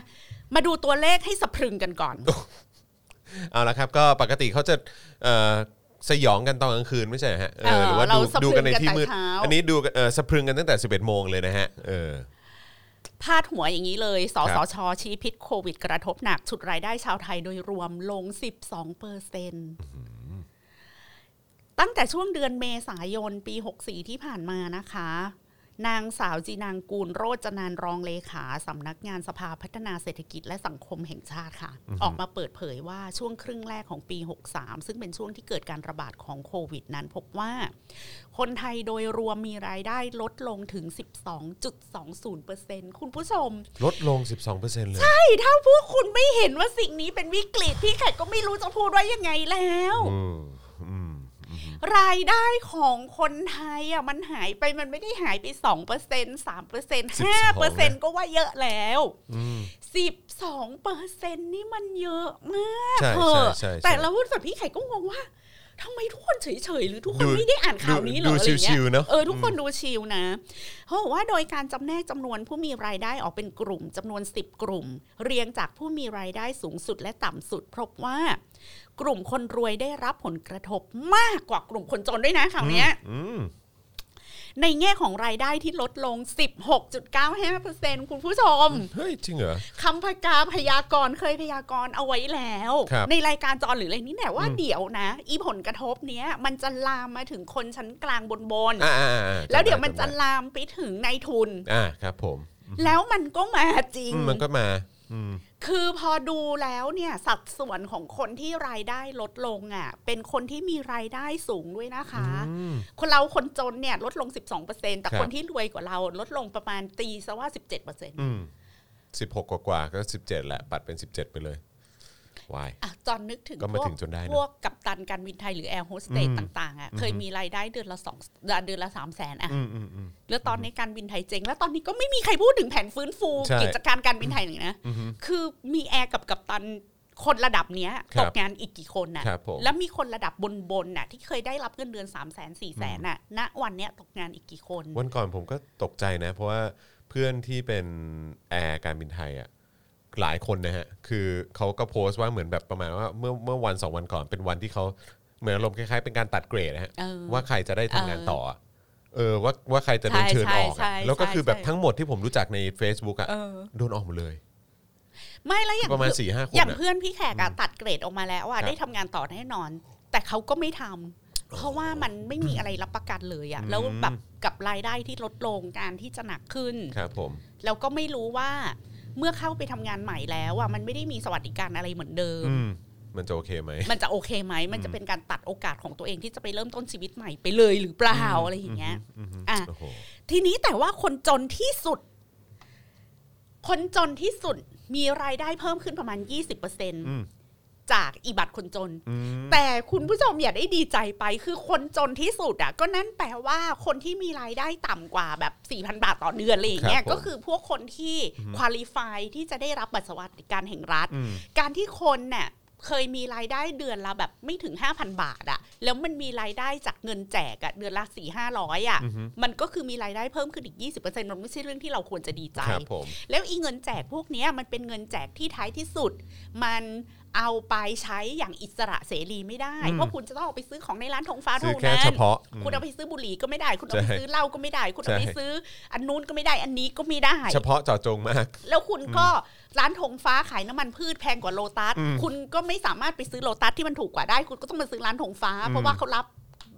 Speaker 3: มาดูตัวเลขให้สะพรึงกันก่อน
Speaker 2: เอาละครับ ก็ปกติเขาจะเอ่อสยองกันตอนกลางคืนไม่ใช่เหรอฮะเอ
Speaker 3: เอ
Speaker 2: อ
Speaker 3: อ
Speaker 2: หรือว่า
Speaker 3: เรา
Speaker 2: ดู
Speaker 3: สะพรึง
Speaker 2: ดูกันในที่มืด
Speaker 3: กันแต่เช้า
Speaker 2: อันนี้ดูกันเออสะพรึงกันตั้งแต่ 11โมงเลยนะฮะเออ
Speaker 3: พาดหัวอย่างนี้เลย สสช ชี้พิษโควิดกระทบหนัก ชุดรายได้ชาวไทยโดยรวมลง 12เปอร์เซนตั้งแต่ช่วงเดือนเมษายนปี 64 ที่ผ่านมานะคะ นางสาวจีนางกูลโรจนานรองเลขาสำนักงานสภาพัฒนาเศรษฐกิจและสังคมแห่งชาติค่ะ ออกมาเปิดเผยว่าช่วงครึ่งแรกของปี 63 ซึ่งเป็นช่วงที่เกิดการระบาดของโควิดนั้นพบว่า คนไทยโดยรวมมีรายได้ลดลงถึง 12.20%คุณผู้ชม
Speaker 2: ลดลง 12%เลย
Speaker 3: ใช่ถ้าพวกคุณไม่เห็นว่าสิ่งนี้เป็นวิกฤตพี่แขกก็ไม่รู้จะพูดว่ายังไงแล้ว
Speaker 2: อืมอืม
Speaker 3: รายได้ของคนไทยอ่ะมันหายไปมันไม่ได้หายไปสองเปอร์เซ็นสามเปอร์เซ็น
Speaker 2: สิบ
Speaker 3: ห้า
Speaker 2: สอง
Speaker 3: เปอร์
Speaker 2: เล
Speaker 3: เซ็น
Speaker 2: ย
Speaker 3: ก็ว่าเยอะแล้ว
Speaker 2: อืม
Speaker 3: สิบสองเปอร์เซ็นนี่มันเยอะมาก
Speaker 2: ใช่
Speaker 3: เถอะ
Speaker 2: ใช่ใช่ใช่
Speaker 3: แต่เราพูดแบบพี่ไข่ก็งงว่าทำไมทุกคนเฉยๆ หรือทุกคนไม่ได้อ่านข่าวนี้เหรอ
Speaker 2: ดู
Speaker 3: อะไร
Speaker 2: ชิ
Speaker 3: เงี้ย
Speaker 2: วๆเนาะ
Speaker 3: เออทุกคนดูชิลนะเขาบอกว่าโดยการจำแนกจำนวนผู้มีรายได้ออกเป็นกลุ่มจำนวน 10 กลุ่ม เรียงจากผู้มีรายได้สูงสุดและต่ำสุด พบว่า กลุ่มคนรวยได้รับผลกระทบมากกว่ากลุ่มคนจนด้วยนะคราวเนี้ย
Speaker 2: อืม
Speaker 3: ในแง่ของรายได้ที่ลดลง 16.95%คุณผู้ชม
Speaker 2: เฮ้ยจริงเหรอ
Speaker 3: คำพกาพยากรณ์เคยพยากรณ์เอาไว้แล้ว
Speaker 2: ครับ
Speaker 3: ในรายการจอหรืออะไรนี่แหละว่า
Speaker 2: อืม
Speaker 3: เดี๋ยวนะ อีผลกระทบเนี้ย มันจะลามมาถึงคนชั้นกลางบนบนๆ
Speaker 2: อ่าอ่าอ่าจำไ
Speaker 3: แล้วเดี๋ยวมันจะ
Speaker 2: ำไ
Speaker 3: ลามไปถึงนายทุน
Speaker 2: อ่าครับผม
Speaker 3: แล้วมันก็มาจริง
Speaker 2: อืมมันก็มาอืม
Speaker 3: คือพอดูแล้วเนี่ยสัดส่วนของคนที่รายได้ลดลงอ่ะ เป็นคนที่มีรายได้สูงด้วยนะคะ
Speaker 2: อืม
Speaker 3: คนเราคนจนเนี่ยลดลง 12%แต่
Speaker 2: ครับ
Speaker 3: คนที่รวยกว่าเราลดลงประมาณตีซะว่า 17%
Speaker 2: อืมสิบหกกว่าๆก็สิบเจ็ดแหละปัดเป็นสิบเจ็ดไปเลยวาย
Speaker 3: อ่ะจอนนึกถึง
Speaker 2: ก็มา
Speaker 3: พว
Speaker 2: ถึงจนได้
Speaker 3: พ
Speaker 2: เน
Speaker 3: ว
Speaker 2: อะ
Speaker 3: กกับตันการบินไทยหรือแอร์โฮสเต
Speaker 2: อื
Speaker 3: ส
Speaker 2: ม
Speaker 3: ต่างๆอ่ะ
Speaker 2: อืม
Speaker 3: เคยมีรายได้เดือนละสองเดือนละสามแสนอ่ะ
Speaker 2: อืมอืมอืม
Speaker 3: แล้วตอนนี้การบินไทยเจ๊งแล้วตอนนี้ก็ไม่มีใครพูดถึงแผนฟื้นฟู
Speaker 2: ใช่
Speaker 3: กิจการการบินไทยหนึ่งนะ
Speaker 2: อืม
Speaker 3: คือมีแอร์กับกับตันคนระดับเนี้ย
Speaker 2: ครั
Speaker 3: ต
Speaker 2: บ
Speaker 3: กงานอีกกี่คนน่ะ
Speaker 2: ครับผม
Speaker 3: แล้วมีคนระดับบนๆน่ะ ที่เคยได้รับเงินเดือนสามแสนสี่แสนน่ะณวันเนี้ยตกงานอีกกี่คน
Speaker 2: วันก่อนผมก็ตกใจนะ เพราะว่าเพื่อนที่เป็นแอร์การบินไทยอ่ะหลายคนนะฮะ คือเขาก็โพสต์ว่าเหมือนแบบประมาณว่าเมื่อเมื่อวันสองวันก่อนเป็นวันที่เขาเหมือนอารมณ์คล้ายๆเป็นการตัดเกรดนะฮะ
Speaker 3: เออ
Speaker 2: ว่าใครจะได้ทำงานต่ออะเออว่าว่าใครจะโดนเชิญออกอะ
Speaker 3: ใช่ใช่
Speaker 2: แล้วก็คือแบบ
Speaker 3: ใช่
Speaker 2: ทั้งหมดที่ผมรู้จักใน Facebook อ่ะ
Speaker 3: เออ
Speaker 2: โดนออกหมดเลย
Speaker 3: ไม่แล้วอย่าง
Speaker 2: ประมาณ
Speaker 3: เพื่อน
Speaker 2: 4ี่ห้าคน
Speaker 3: อย่าง
Speaker 2: อะ
Speaker 3: เพื่อนพี่แขกอะตัดเกรดออกมาแล้ว
Speaker 2: ครั
Speaker 3: ว่า
Speaker 2: บ
Speaker 3: ได้ทำงานต่อแน่นอน แต่เขาก็ไม่ทำเพราะว่ามันไม่มีอะไรรับประกันเลยอะ
Speaker 2: อืม
Speaker 3: แล้วแบบกับรายได้ที่ลดลงการที่จะหนักขึ้น
Speaker 2: ครับผม
Speaker 3: แล้วก็ไม่รู้ว่าเมื่อเข้าไปทำงานใหม่แล้วอะมันไม่ได้มีสวัสดิการอะไรเหมือนเดิม
Speaker 2: อืมมันจะโอเคไหม
Speaker 3: มันจะโอเคไหมมันจะเป็นการตัดโอกาสของตัวเองที่จะไปเริ่มต้นชีวิตใหม่ไปเลยหรือเปล่าอะไรอย่างเงี้ย
Speaker 2: อืมอืม
Speaker 3: อ่ะ
Speaker 2: โอ้โห
Speaker 3: ทีนี้แต่ว่าคนจนที่สุด คนจนที่สุดมีรายได้เพิ่มขึ้นประมาณ
Speaker 2: อื
Speaker 3: 20%
Speaker 2: ม
Speaker 3: จากอีบัตรคนจน
Speaker 2: อืม
Speaker 3: แต่คุณผู้ชมอย่าได้ดีใจไป คือคนจนที่สุดอ่ะ ก็นั่นแปลว่าคนที่มีรายได้ต่ำกว่าแบบ 4,000 บาทต่อเดือนอะไรอย่างเงี้ย ก็คือพวกคนที่คุณลิฟายที่จะได้รับบัตรสวัสดิการแห่งรัฐ
Speaker 2: อืม
Speaker 3: การที่คนน่ะเคยมีรายได้เดือนละแบบไม่ถึง 5,000 บาทอะแล้วมันมีรายได้จากเงินแจกอะเดือนละ4 5 0 0อะ
Speaker 2: อือฮึ
Speaker 3: มันก็คือมีรายได้เพิ่มขึ้นอีก 20%มันไม่ใช่เรื่องที่เราควรจะดีใจ
Speaker 2: ครับผม
Speaker 3: แล้วอีเงินแจกพวกเนี้ยมันเป็นเงินแจกที่ท้ายที่สุด มันเอาไปใช้อย่างอิสระเสรีไม่ได้ เพราะคุณจะต้องเอาไปซื้อของในร้านธงฟ้า
Speaker 2: ซื้อ
Speaker 3: เท่า
Speaker 2: แค่
Speaker 3: นั้
Speaker 2: เฉ
Speaker 3: น
Speaker 2: พาะอืม
Speaker 3: คุณเอาไปซื้อบุหรี่ก็ไม่ได้ คุณเอาไป
Speaker 2: ใช่
Speaker 3: ซื้อเหล้าก็ไม่ได้ คุณเอาไป
Speaker 2: ใช่
Speaker 3: ซื้ออันนู้นก็ไม่ได้ อันนี้ก็ไม่ได้
Speaker 2: เฉพาะเจาะจงมาก
Speaker 3: แล้วคุณก็ร้านธงฟ้าขายน้ำมันพืชแพงกว่าโลตัส
Speaker 2: อืม
Speaker 3: คุณก็ไม่สามารถไปซื้อโลตัสที่มันถูกกว่าได้ คุณก็ต้องมาซื้อร้านธงฟ้า
Speaker 2: อืม
Speaker 3: เพราะว่าเขารับ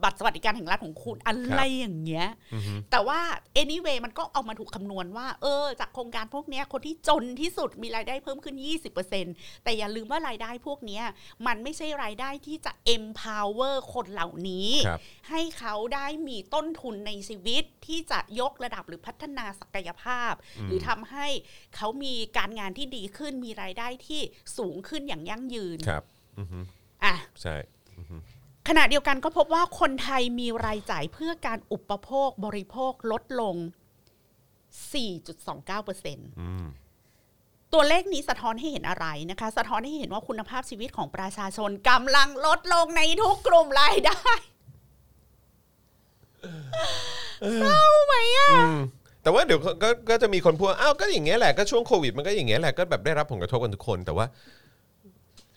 Speaker 3: บัตรสวัสดิการแห่งรัฐของคุณอะไรอย่างเงี้ย
Speaker 2: อือฮึ
Speaker 3: แต่ว่า anyway มันก็เอามาถูกคำนวณว่า เออ จากโครงการพวกเนี้ยคนที่จนที่สุดมีรายได้เพิ่มขึ้น 20%แต่อย่าลืมว่ารายได้พวกเนี้ยมันไม่ใช่รายได้ที่จะ empower คนเหล่านี้
Speaker 2: ครับ
Speaker 3: ให้เขาได้มีต้นทุนในชีวิตที่จะยกระดับหรือพัฒนาศักยภาพ หรือทำให้เขามีการงานที่ดีขึ้นมีรายได้ที่สูงขึ้นอย่างยั่งยืน
Speaker 2: ครับอือฮึ
Speaker 3: อ่ะ
Speaker 2: ใช่
Speaker 3: ขณะเดียวกันก็พบว่าคนไทยมีรายจ่ายเพื่อการอุปโภคบริโภคลดลง 4.29%
Speaker 2: อืม
Speaker 3: ตัวเลขนี้สะท้อนให้เห็นอะไรนะคะ สะท้อนให้เห็นว่าคุณภาพชีวิตของประชาชนกำลังลดลงในทุกกลุ่มรายได้
Speaker 2: อืม แต่ว่าเดี๋ยวก็ก็ก็จะมีคนพูดว่าอ้าวก็อย่างเงี้ยแหละก็ช่วงโควิดมันก็อย่างเงี้ยแหละก็แบบได้รับผลกระทบกันทุกคนแต่ว่า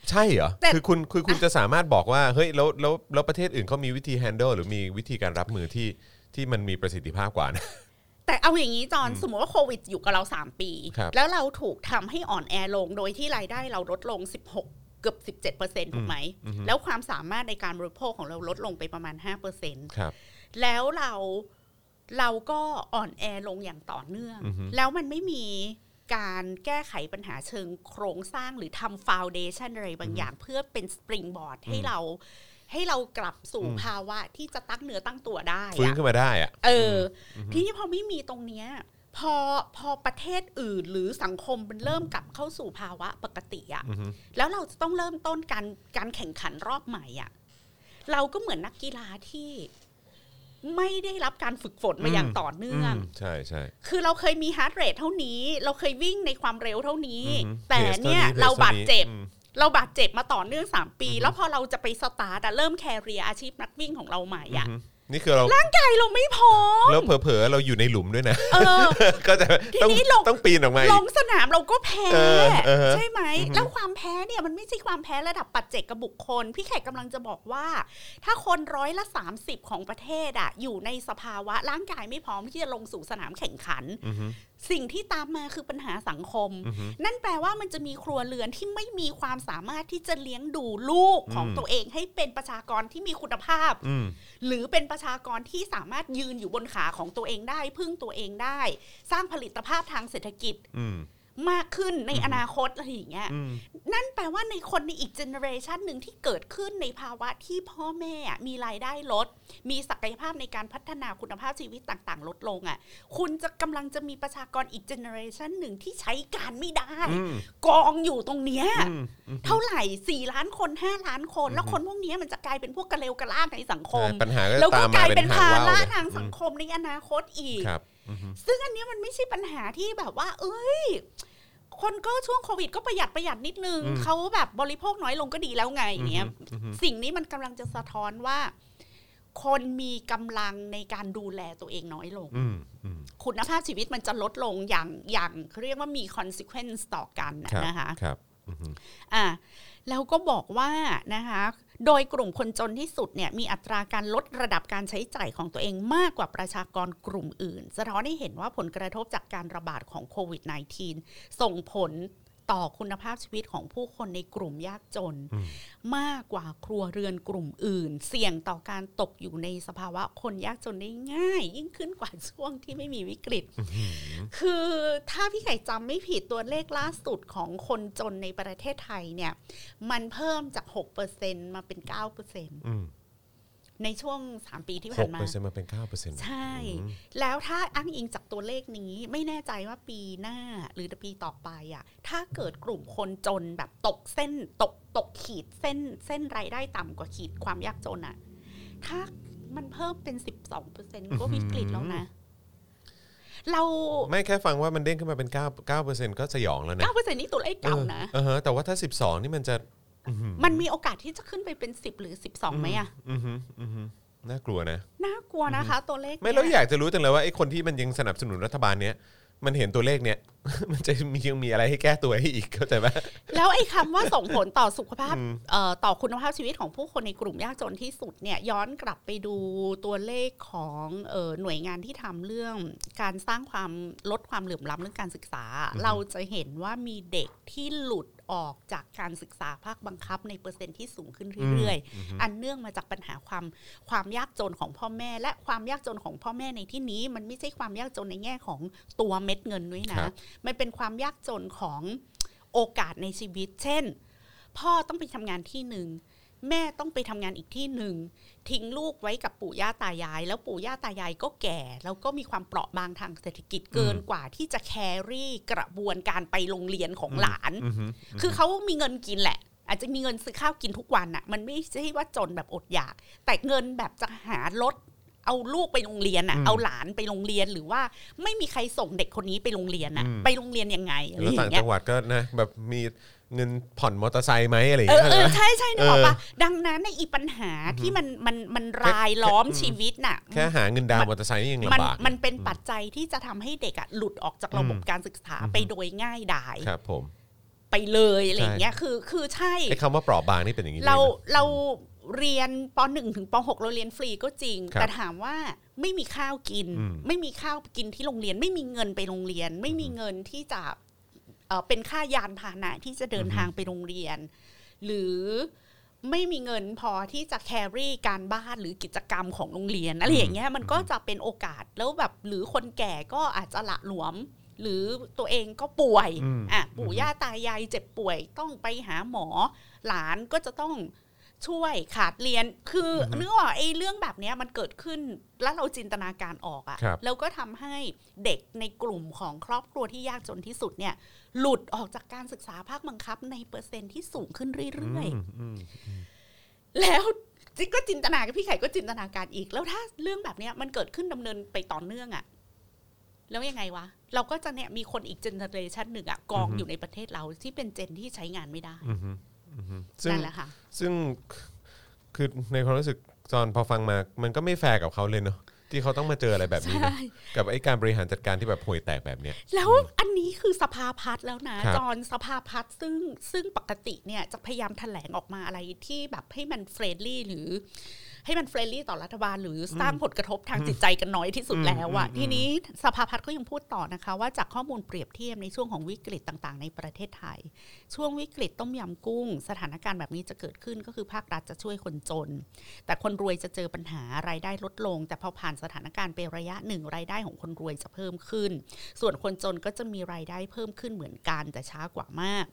Speaker 2: ใช่เหรอ
Speaker 3: แต่
Speaker 2: คือคุณคือคุณจะสามารถบอกว่าเฮ้ยแล้วแล้วแล้วประเทศอื่นเขามีวิธี handle หรือมีวิธีการรับมือที่ที่มันมีประสิทธิภาพกว่านะ
Speaker 3: แต่เอาอย่างนี้จอนสมมติว่าโควิดอยู่กับเรา 3 ปี
Speaker 2: ครับ
Speaker 3: แล้วเราถูกทำให้อ่อนแอลงโดยที่รายได้เราลดลง 16 เกือบ 17%ถูกไหม แล้วความสามารถในการบริโภคของเราลดลงไปประมาณ 5%
Speaker 2: ครับ
Speaker 3: แล้วเราเราก็อ่อนแอลงอย่างต่อเนื่อง
Speaker 2: อือฮึ
Speaker 3: แล้วมันไม่มีการแก้ไขปัญหาเชิงโครงสร้างหรือทำฟาวเดชันอะไรบางอย่าง เพื่อเป็นสปริงบอร์ดให้เราให้เรากลับสู่ภาวะที่จะตั้งเนื้อตั้งตัวได้
Speaker 2: ฟื้น
Speaker 3: อะ
Speaker 2: ขึ้นมาได้อ่ะ
Speaker 3: เอออทีนี้พอไม่มีตรงเนี้ยพอพอประเทศอื่นหรือสังคมมันเริ่มกลับเข้าสู่ภาวะปกติอะ
Speaker 2: อือฮึ
Speaker 3: แล้วเราจะต้องเริ่มต้นการการแข่งขันรอบใหม่อะ่ะ เราก็เหมือนนักกีฬาที่ไม่ได้รับการฝึกฝนมา
Speaker 2: อืม
Speaker 3: อย่างต่อเนื่อง
Speaker 2: มใช่ใช่
Speaker 3: คือเราเคยมีฮาร์ดเรทเท่านี้ เราเคยวิ่งในความเร็วเท่านี้
Speaker 2: อือฮึ
Speaker 3: แต่
Speaker 2: พจ
Speaker 3: เนี่ย
Speaker 2: พจ
Speaker 3: เราบาดเจ็บ
Speaker 2: อืม
Speaker 3: เราบาดเจ็บมาต่อเนื่อง 3 ปี แล้วพอเราจะไปสตาร์ทอะเริ่มแคเรียอาชีพนักวิ่งของเราใหม่อะ
Speaker 2: อือฮึ นี่คือเรา
Speaker 3: ร่างกายเราไม่พร้อม
Speaker 2: แล้วเผลอๆเราอยู่ในหลุมด้วยนะ
Speaker 3: เออ
Speaker 2: ก็จะ
Speaker 3: ที
Speaker 2: ต้อง
Speaker 3: นี้ลง
Speaker 2: ต้องปีนออกมา
Speaker 3: ล
Speaker 2: อีก
Speaker 3: งสนามเราก็แพ้
Speaker 2: เออเออฮะ
Speaker 3: ใช่ไหม
Speaker 2: อือฮึ
Speaker 3: แล้วความแพ้เนี่ยมันไม่ใช่ความแพ้ระดับปัจเจกกับบุคคล พี่แขกกำลังจะบอกว่า ถ้าคนร้อยละ 30 ของประเทศอะอยู่ในสภาวะร่างกายไม่พร้อมที่จะลงสู่สนามแข่งขัน
Speaker 2: อือฮึ
Speaker 3: สิ่งที่ตามมาคือปัญหาสังคม
Speaker 2: อือฮึ
Speaker 3: นั่นแปลว่ามันจะมีครัวเรือนที่ไม่มีความสามารถที่จะเลี้ยงดูลูกของ
Speaker 2: อืม
Speaker 3: ตัวเองให้เป็นประชากรที่มีคุณภาพ
Speaker 2: อืม
Speaker 3: หรือเป็นประชากรที่สามารถยืนอยู่บนขาของตัวเองได้ พึ่งตัวเองได้ สร้างผลิตภาพทางเศรษฐกิจ
Speaker 2: อืม
Speaker 3: มากขึ้นใน
Speaker 2: อืม
Speaker 3: อนาคตอะไรอย่างเงี้ย
Speaker 2: อืม
Speaker 3: นั่นแปลว่าในคนในอีกเจเนอเรชันหนึ่งที่เกิดขึ้นในภาวะที่พ่อแม่อะมีรายได้ลด มีศักยภาพในการพัฒนาคุณภาพชีวิตต่างๆ ลดลงอะ่ะคุณจะกำลังจะมีประชากรอีกเจเนอเรชันหนึ่งที่ใช้การไม่ได้
Speaker 2: อืม
Speaker 3: กองอยู่ตรงเนี้ย
Speaker 2: อืมอืม
Speaker 3: เท่าไหร่สี่ล้านคนห้าล้านคน แล้วคนพวกเนี้ยมันจะกลายเป็นพวกกระเลวกระลาดในสังคม
Speaker 2: ใช่ปัญหาก็
Speaker 3: แล้ว
Speaker 2: ตา
Speaker 3: ก็
Speaker 2: ม
Speaker 3: ก
Speaker 2: มา
Speaker 3: ลาย
Speaker 2: เป็
Speaker 3: เป็น น
Speaker 2: หาง
Speaker 3: ภา
Speaker 2: ว่าว
Speaker 3: ระ
Speaker 2: เลย
Speaker 3: ทางสังคมในอนาคตอีก
Speaker 2: ครับอือฮึ
Speaker 3: ซึ่งอันเนี้ยมันไม่ใช่ปัญหาที่แบบว่า เอ้ย คนก็ช่วงโควิดก็ประหยัดประหยัดนิดนึง
Speaker 2: อืม
Speaker 3: เขาแบบบริโภคน้อยลงก็ดีแล้วไงเนี้ย
Speaker 2: อือฮึ
Speaker 3: สิ่งนี้มันกำลังจะสะท้อนว่า คนมีกำลังในการดูแลตัวเองน้อยลง
Speaker 2: อืมอืม
Speaker 3: คุณภาพชีวิตมันจะลดลงอย่างอย่างเขาเรียกว่ามี consequence ต่อกันน่ะ
Speaker 2: ครับ
Speaker 3: นะคะ
Speaker 2: ครับอือฮึ
Speaker 3: อ่ะแล้วก็บอกว่านะคะ โดยกลุ่มคนจนที่สุดเนี่ยมีอัตราการลดระดับการใช้จ่ายของตัวเองมากกว่าประชากรกลุ่มอื่น สะท้อนให้เห็นว่าผลกระทบจากการระบาดของโควิด -19 ส่งผลต่อคุณภาพชีวิตของผู้คนในกลุ่มยากจน
Speaker 2: อืม
Speaker 3: มากกว่าครัวเรือนกลุ่มอื่น เสี่ยงต่อการตกอยู่ในสภาวะคนยากจนได้ง่าย ยิ่งขึ้นกว่าช่วงที่ไม่มีวิกฤต คือถ้าพี่ไข่จำไม่ผิดตัวเลขล่าสุดของคนจนในประเทศไทยเนี่ย มันเพิ่มจาก 6%มาเป็น 9%
Speaker 2: อืม
Speaker 3: ในช่วง 3 ปีที่
Speaker 2: ห
Speaker 3: ผ่าก นมา
Speaker 2: เปอร์เซ็นต์มาเป็นเก้าเปอร์เซ็นต์
Speaker 3: ใช่ แล้วถ้าอ้างอิงจากตัวเลขนี้ไม่แน่ใจว่าปีหน้าหรือปีต่อไปอะถ้าเกิดกลุ่มคนจนแบบตกเส้นตกตกขีดเส้นเส้นรายได้ต่ำกว่าขีดความยากจนอะถ้ามันเพิ่มเป็น 12%ก็วิกฤตแล้วนะ เรา
Speaker 2: ไม่แค่ฟังว่ามันเด้งขึ้นมาเป็น9 9%ก็สยองแล้วนะ
Speaker 3: เก้าเปอร์เซ็นต์นี่ตัวเลขเก่านะ
Speaker 2: เออเออแต่ว่าถ้า 12 นี่มันจะอื้อหือ
Speaker 3: มันมีโอกาสที่จะขึ้นไปเป็นสิบหรือสิบสองไหมอะ
Speaker 2: อือหืออือหือน่ากลัวนะ
Speaker 3: น่ากลัวนะคะ ตัวเลข
Speaker 2: ไม่
Speaker 3: เนี่
Speaker 2: เราอยากจะรู้จังเลยว่าไอ้คนที่มันยังสนับสนุนรัฐบาลเนี้ยมันเห็นตัวเลขเนี้ย มันจะมียังมีอะไรให้แก้ตัวให้อีกเข้าใจปะ
Speaker 3: แล้วไอ้คำว่าส่งผลต่อสุขภาพ
Speaker 2: อืม
Speaker 3: เอ่อต่อคุณภาพชีวิตของผู้คนในกลุ่มยากจนที่สุดเนี่ยย้อนกลับไปดูตัวเลขของเอ่อหน่วยงานที่ทำเรื่องการสร้างความลดความเหลื่อมล้ำเรื่องการศึกษา เราจะเห็นว่ามีเด็กที่หลุดออกจากการศึกษาภาคบังคับในเปอร์เซ็นต์ที่สูงขึ้นเรื่อยๆ อันเนื่องมาจากปัญหาความความยากจนของพ่อแม่ และความยากจนของพ่อแม่ในที่นี้ มันไม่ใช่ความยากจนในแง่ของตัวเม็ดเงินด้วย
Speaker 2: ครั
Speaker 3: นะ
Speaker 2: บ
Speaker 3: มันเป็นความยากจนของโอกาสในชีวิต เช่น พ่อต้องไปทำงานที่หนึ่งแม่ต้องไปทำงานอีกที่หนึ่งทิ้งลูกไว้กับปู่ย่าตายาย แล้วปู่ย่าตายายก็แก่ แล้วก็มีความเปราะบางทางเศรษฐกิจเกินกว่าที่จะแครี่กระบวนการไปโรงเรียนของหลาน
Speaker 2: อือหือ
Speaker 3: คือเขามีเงินกินแหละ อาจจะมีเงินซื้อข้าวกินทุกวันอะมันไม่ใช่ว่าจนแบบอดอยาก แต่เงินแบบจะหารถ เอาลูกไปโรงเรียนอะเอาหลานไปโรงเรียนหรือว่าไม่มีใครส่งเด็กคนนี้ไปโรงเรียนอะไปโรงเรียนยังไงอะไร
Speaker 2: แล้ว
Speaker 3: อ
Speaker 2: ต่า
Speaker 3: ย่าง งเงี้
Speaker 2: จั
Speaker 3: ย
Speaker 2: งหวัดก็นะแบบมีเงินผ่อนมอเตอร์ไซค์ไหมอะไรอย่าง
Speaker 3: เออ
Speaker 2: เงี้ย
Speaker 3: เออใช่ใช่นึกออกปะ
Speaker 2: เอ
Speaker 3: ดังนั้นในอีปัญหาที่มันมันมันรายล้อม
Speaker 2: แค่
Speaker 3: ชีวิตน่ะ
Speaker 2: แค่หาเงินดาวน์มอเตอร์ไซค์นี่ยัง
Speaker 3: มัน
Speaker 2: ลำบาก
Speaker 3: มันเป็นปัจจัยที่จะทำให้เด็กอะหลุดออกจากระบบการศึกษาไปโดยง่ายดาย
Speaker 2: ครับ ผม
Speaker 3: ไปเลยอะไรอย่างเงี้ยคือคือใช่
Speaker 2: ไอ้คำว่าเปราะบางนี่เป็นอย่างนี้ลยนะ
Speaker 3: เราเราเรียนป .1 ถึงป .6 เราเรียนฟรีก็จริง
Speaker 2: ครับ
Speaker 3: แต่ถามว่าไม่มีข้าวกิน
Speaker 2: อืม
Speaker 3: ไม่มีข้าวกินที่โรงเรียน ไม่มีเงินไปโรงเรียน ไม่มีเงินที่จะเอ่อเป็นค่ายานพาหนะที่จะเดินทางไปโรงเรียน หรือไม่มีเงินพอที่จะแครี่การบ้านหรือกิจกรรมของโรงเรียนอะไรอย่างเงี้ยมันก็จะเป็นโอกาสแล้วแบบหรือคนแก่ก็อาจจะละหลวม หรือตัวเองก็ป่วย
Speaker 2: อืม
Speaker 3: อ่ะปู่ย่าตายายเจ็บป่วยต้องไปหาหมอ หลานก็จะต้องช่วยขาดเรียนคืออนึกออกไอ้เรื่องแบบเนี้ยมันเกิดขึ้นแล้วเราจินตนาการออก
Speaker 2: ครั
Speaker 3: อะ่ะ
Speaker 2: บ
Speaker 3: แล้วก็ทำให้เด็กในกลุ่มของครอบครัวที่ยากจนที่สุดเนี่ย หลุดออกจากการศึกษาภาคบังคับในเปอร์เซ็นต์ที่สูงขึ้นเรื่อย
Speaker 2: อืมอืม
Speaker 3: ๆ แล้วจิ๊กก็จินตนากับพี่ไข่ก็จินตนาการอีก แล้วถ้าเรื่องแบบเนี้ยมันเกิดขึ้นดำเนินไปต่อเนื่องอะ่ะแล้วยังไงวะ เราก็จะเนี่ยมีคนอีกเจเนอเรชันหนึ่งอะ่ะกอง
Speaker 2: อือฮึ
Speaker 3: อยู่ในประเทศเราที่เป็นเจนที่ใช้งานไม่ได้
Speaker 2: อืมอืมซึ่ง
Speaker 3: นั่นแหละค่ะ
Speaker 2: ซึ่งคือในความรู้สึก จอนพอฟังมามันก็ไม่แฟร์กับเขาเลยเนาะที่เขาต้องมาเจออะไรแบบนี้นะ
Speaker 3: ใช่
Speaker 2: กับไอ้การบริหารจัดการที่แบบห่วยแตกแบบเนี้ย
Speaker 3: แล้วอันนี้คือสภาพัฒน์แล้วนะ
Speaker 2: ครับ
Speaker 3: จอนสภาพัฒน์ซึ่งซึ่งปกติเนี่ยจะพยายามแถลงออกมาอะไรที่แบบให้มันเฟรนลี่หรือ ให้มันเฟรนลี่ต่อรัฐบาล หรือสร้างผลกระทบทางจิตใจกันน้อยที่สุดแล้วอะทีนี้สภาพัฒน์ก็ยังพูดต่อนะคะ ว่าจากข้อมูลเปรียบเทียบในช่วงของวิกฤตต่างๆ ในประเทศไทย ช่วงวิกฤตต้มยำกุ้ง สถานการณ์แบบนี้จะเกิดขึ้นก็คือภาครัฐจะช่วยคนจน แต่คนรวยจะเจอปัญหารายได้ลดลง แต่พอผ่านสถานการณ์ไประยะหนึ่งรายได้ของคนรวยจะเพิ่มขึ้น ส่วนคนจนก็จะมีรายได้เพิ่มขึ้นเหมือนกันแต่ช้ากว่ามาก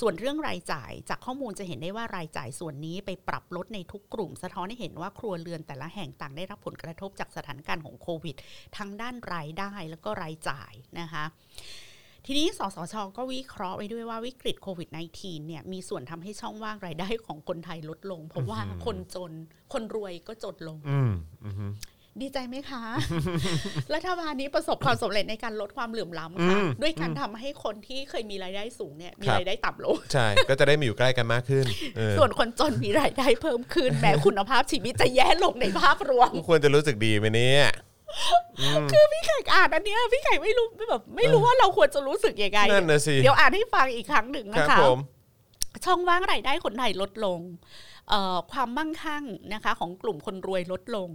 Speaker 3: ส่วนเรื่องรายจ่ายจากข้อมูลจะเห็นได้ว่ารายจ่ายส่วนนี้ไปปรับลดในทุกกลุ่ม สะท้อนให้เห็นว่าครัวเรือนแต่ละแห่งต่างได้รับผลกระทบจากสถานการณ์ของโควิด ทั้งด้านรายได้แล้วก็รายจ่ายนะคะ ทีนี้สสชก็วิเคราะห์ไว้ด้วยว่าวิกฤตโควิด -19 เนี่ยมีส่วนทำให้ช่องว่างรายได้ของคนไทยลดลง เพราะว่าคนจนคนรวยก็จนลง
Speaker 2: อืมอืม
Speaker 3: ดีใจไหมคะ รัฐบาลนี้ประสบความสำเร็จในการลดความเหลื่อมล้ำค่ะ
Speaker 2: อืม
Speaker 3: ด้วยการทำให้คนที่เคยมีรายได้สูงเนี่ยมี
Speaker 2: ครับ
Speaker 3: รายได้ต่ำลง
Speaker 2: ใช่ ก็จะได้มาอยู่ใกล้กันมากขึ้นเออ
Speaker 3: ส่วนคนจนมีรายได้เพิ่ม ขึ้น แม้คุณภาพชีวิตจะแย่ลงในภาพรวม
Speaker 2: ควรจะรู้สึกดีไหมเนี่ย
Speaker 3: คือพี่ไก่อ่านอันเนี้ยพี่ไก่ไม่รู้แบบไม่รู้ว่าเราควรจะรู้สึกยังไง
Speaker 2: นั่นนะสิ
Speaker 3: เดี๋ยวอ่านให้ฟังอีกครั้งหนึ่ง
Speaker 2: ค
Speaker 3: นะ
Speaker 2: รับ
Speaker 3: คะ
Speaker 2: ผม
Speaker 3: ช่องว่างรายได้คนไทยลดลงเอ่อความมั่งคั่งนะคะ ของกลุ่มคนรวยลดลง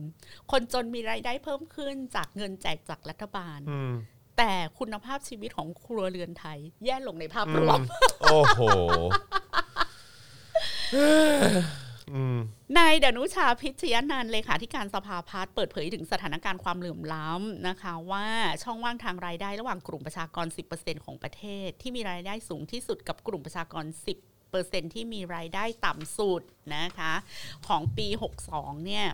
Speaker 3: คนจนมีรายได้เพิ่มขึ้นจากเงินแจกจากรัฐบาล
Speaker 2: อืม
Speaker 3: แต่คุณภาพชีวิตของครัวเรือนไทย แย่ลงในภาพ
Speaker 2: อื
Speaker 3: รวม
Speaker 2: มโอ้โหอืม
Speaker 3: นายดนุชาพิชยนันท์เลขาธิการสภาพัฒน์เปิดเผยถึงสถานการณ์ความเหลื่อมล้ำนะคะ ว่าช่องว่างทางรายได้ระหว่างกลุ่มประชากร 10%ของประเทศ ที่มีรายได้สูงที่สุดกับกลุ่มประชากร 10 ที่มีรายได้ต่ำสุดนะคะ ของปี 62 เนี่ย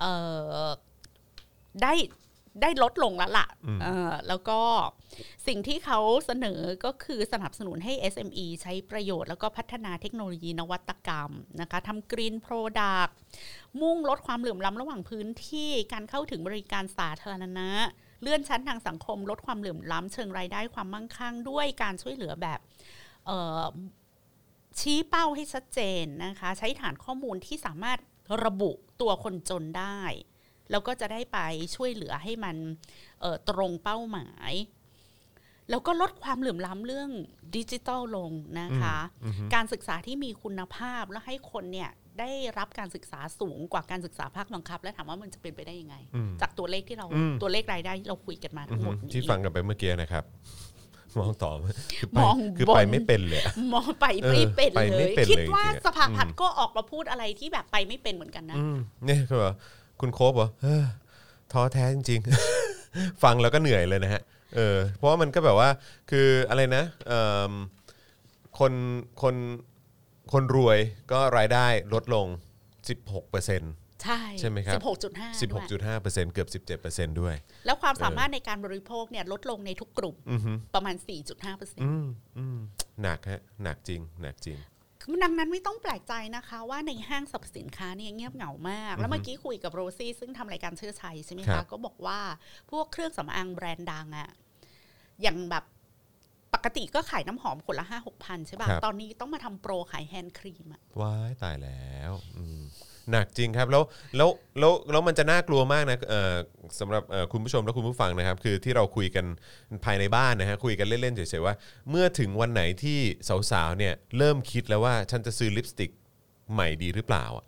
Speaker 3: เอ่อได้ได้ลดลงแล้วละ
Speaker 2: อืม
Speaker 3: เอ่ะแล้วก็สิ่งที่เขาเสนอก็คือสนับสนุนให้ SME ใช้ประโยชน์แล้วก็พัฒนาเทคโนโลยีนวัตกรรมนะคะทำกรีนโปรดัก มุ่งลดความเหลื่อมล้ำระหว่างพื้นที่การเข้าถึงบริการสาธารณะ เลื่อนชั้นทางสังคม ลดความเหลื่อมล้ำเชิงรายได้ความมั่งคั่งด้วยการช่วยเหลือแบบเอ่อชี้เป้าให้ชัดเจนนะคะ ใช้ฐานข้อมูลที่สามารถระบุตัวคนจนได้ แล้วก็จะได้ไปช่วยเหลือให้มันเอ่อตรงเป้าหมาย แล้วก็ลดความเหลื่อมล้ำเรื่องดิจิทัลลงนะคะ
Speaker 2: อืม
Speaker 3: การศึกษาที่มีคุณภาพและให้คนเนี่ยได้รับการศึกษาสูงกว่าการศึกษาภาคบังคับ และถามว่ามันจะเป็นไปได้ยังไง
Speaker 2: อืม
Speaker 3: จากตัวเลขที่เรา
Speaker 2: อืม
Speaker 3: ตัวเลขรายได้ที่เราคุยกันมาทั้งหมดนี้
Speaker 2: ที่ฟังกันไปเมื่อกี้นะครับ มองต่อคือไป
Speaker 3: มอง
Speaker 2: คือบ
Speaker 3: น
Speaker 2: ไปไม่เป็นเลยอะ
Speaker 3: มองไปไม่เป็น
Speaker 2: เออไป
Speaker 3: เล
Speaker 2: ไม่
Speaker 3: ย
Speaker 2: เป็นเลย
Speaker 3: คิดว่า
Speaker 2: จริงๆอะ
Speaker 3: สภาพัฒ
Speaker 2: อื
Speaker 3: น์
Speaker 2: ม
Speaker 3: ก็ออกมาพูดอะไรที่แบบไปไม่เป็นเหมือนกันนะ
Speaker 2: อืมเนี่ยคือว่าคุณโคบบอก เอ้อท้อแท้จริงๆ ฟังแล้วก็เหนื่อยเลยนะฮะเออเพราะว่ามันก็แบบว่าคืออะไรนะเอิ่มคนคนคนรวยก็รายได้ลดลง 16%
Speaker 3: ใช่
Speaker 2: ใช่ไหมครับ
Speaker 3: สิบหกจุดห้า
Speaker 2: 16.5%เกือบ 17%ด้วย
Speaker 3: แล้วความสามารถในการบริโภคเนี่ยลดลงในทุกกลุ่ม
Speaker 2: อือฮึ
Speaker 3: ประมาณ 4.5%เปอร์เซ็นต์
Speaker 2: อืมอืมหนักฮะหนักจริง หนักจริง
Speaker 3: ดังนั้นไม่ต้องแปลกใจนะคะ ว่าในห้างสรรพสินค้าเนี่ยเงียบเหงามาก แล้วเมื่อกี้คุยกับโรซี่ซึ่งทำรายการเชื่อชัยใช่ไหม
Speaker 2: ครั
Speaker 3: คะ
Speaker 2: บ
Speaker 3: ก็บอกว่าพวกเครื่องสำอางแบรนด์ดังอะอย่างแบบปกติก็ขายน้ำหอมคนละห้าหกพันใช่ป่ะตอนนี้ต้องมาทำโปรขายแฮนด์ครีมอะ
Speaker 2: ว้ายตายแล้วอืมหนักจริงครับแล้วแล้วแล้วแล้วมันจะน่ากลัวมากนะเอ่อสำหรับเอ่อคุณผู้ชมและคุณผู้ฟังนะครับ คือที่เราคุยกันภายในบ้านนะฮะคุยกันเล่นๆเฉยๆว่า เมื่อถึงวันไหนที่สาวๆเนี่ยเริ่มคิดแล้วว่าฉันจะซื้อลิปสติกใหม่ดีหรือเปล่าอะ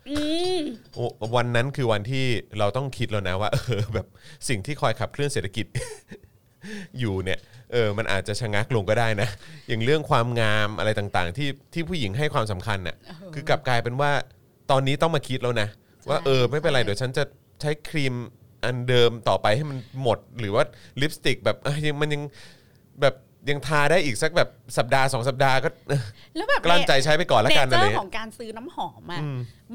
Speaker 2: โอ้วันนั้นคือวันที่เราต้องคิดแล้วนะว่า เออแบบสิ่งที่คอยขับเคลื่อนเศรษฐกิจ อยู่เนี่ยเออมันอาจจะชะงักลงก็ได้นะ อย่างเรื่องความงามอะไรต่างๆ ที่ที่ผู้หญิงให้ความสำคัญน่ะคือกลับกลายเป็นว่าตอนนี้ต้องมาคิดแล้วนะ ว่าเออไม่เป็นไร
Speaker 3: ใช่
Speaker 2: เดี๋ยวฉันจะใช้ครีมอันเดิมต่อไปให้มันหมด หรือว่าลิปสติกแบบเอ้ยยังมันยังแบบยังทาได้อีกสักแบบสัปดาห์สองสัปดาห์ก็เออ
Speaker 3: แล้วแบบ
Speaker 2: กลั้นใจใช้ไปก่อนละกัน
Speaker 3: เจ
Speaker 2: อะ
Speaker 3: อ
Speaker 2: ไร
Speaker 3: ร์ข
Speaker 2: เงี้
Speaker 3: อง
Speaker 2: ย
Speaker 3: การซื้อน้ำหอมอะ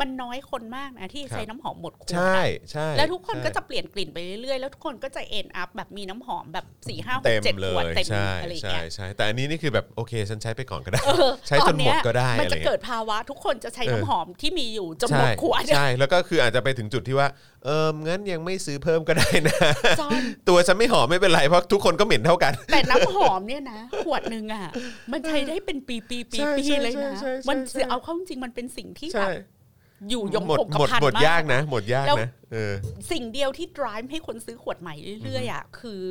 Speaker 3: มันน้อยคนมากนะที่
Speaker 2: ครับ
Speaker 3: ใช้น้ำหอมหมดขวด
Speaker 2: ใช่
Speaker 3: อะ
Speaker 2: ใช่
Speaker 3: แล้วทุกคนก็
Speaker 2: ใช่
Speaker 3: จะเปลี่ยนกลิ่นไปเรื่อยๆ แล้วทุกคนก็จะเอ็นอัพแบบมีน้ำหอมแบบสี่ห้าหก
Speaker 2: เต็ม
Speaker 3: เจ็ด
Speaker 2: เล
Speaker 3: ขวด
Speaker 2: ย
Speaker 3: เต็ม
Speaker 2: ใช่
Speaker 3: อะไรอย่าง
Speaker 2: ใช่
Speaker 3: เงี้ย
Speaker 2: ใช่แต่อันนี้นี่คือแบบโอเคฉันใช้ไปก่อนก็ได้
Speaker 3: เออ
Speaker 2: ใช้จนหมดก็ได้
Speaker 3: ตอนเนี้ยมัน
Speaker 2: อะไร
Speaker 3: จะ
Speaker 2: เงี้ย
Speaker 3: เกิดภาวะทุกคนจะใช้
Speaker 2: เออ
Speaker 3: น้ำหอมที่มีอยู่จนหม
Speaker 2: ใช่
Speaker 3: ดขวด
Speaker 2: ใช่แล้วก็คืออาจจะไปถึงจุดที่ว่าเอองั้นยังไม่ซื้อเพิ่มก็ได้นะ
Speaker 3: จอน
Speaker 2: ตัวฉันไม่หอมไม่เป็นไรเพราะทุกคนก็เหม็นเท่ากัน
Speaker 3: แต่น้ำหอมเนี่ยนะ ขวดหนึ่งอ่ะ มันใช้ได้เป็นปีปีปี
Speaker 2: ใช่
Speaker 3: ปี
Speaker 2: ใช่
Speaker 3: เลยนะ
Speaker 2: ใช่ใช่ใช่
Speaker 3: มัน
Speaker 2: ใช่
Speaker 3: เอาเข้าจริงมันเป็นสิ่งที่แบ
Speaker 2: ใช่
Speaker 3: บ อยู่ยง
Speaker 2: หมด
Speaker 3: คงกระ
Speaker 2: หมด
Speaker 3: พัน
Speaker 2: หมด
Speaker 3: มาก
Speaker 2: ยากนะ หมดยาก
Speaker 3: แล้ว
Speaker 2: นะเออ
Speaker 3: สิ่งเดียวที่ drive ให้คนซื้อขวดใหม่เรื่อยๆอ่ะคือ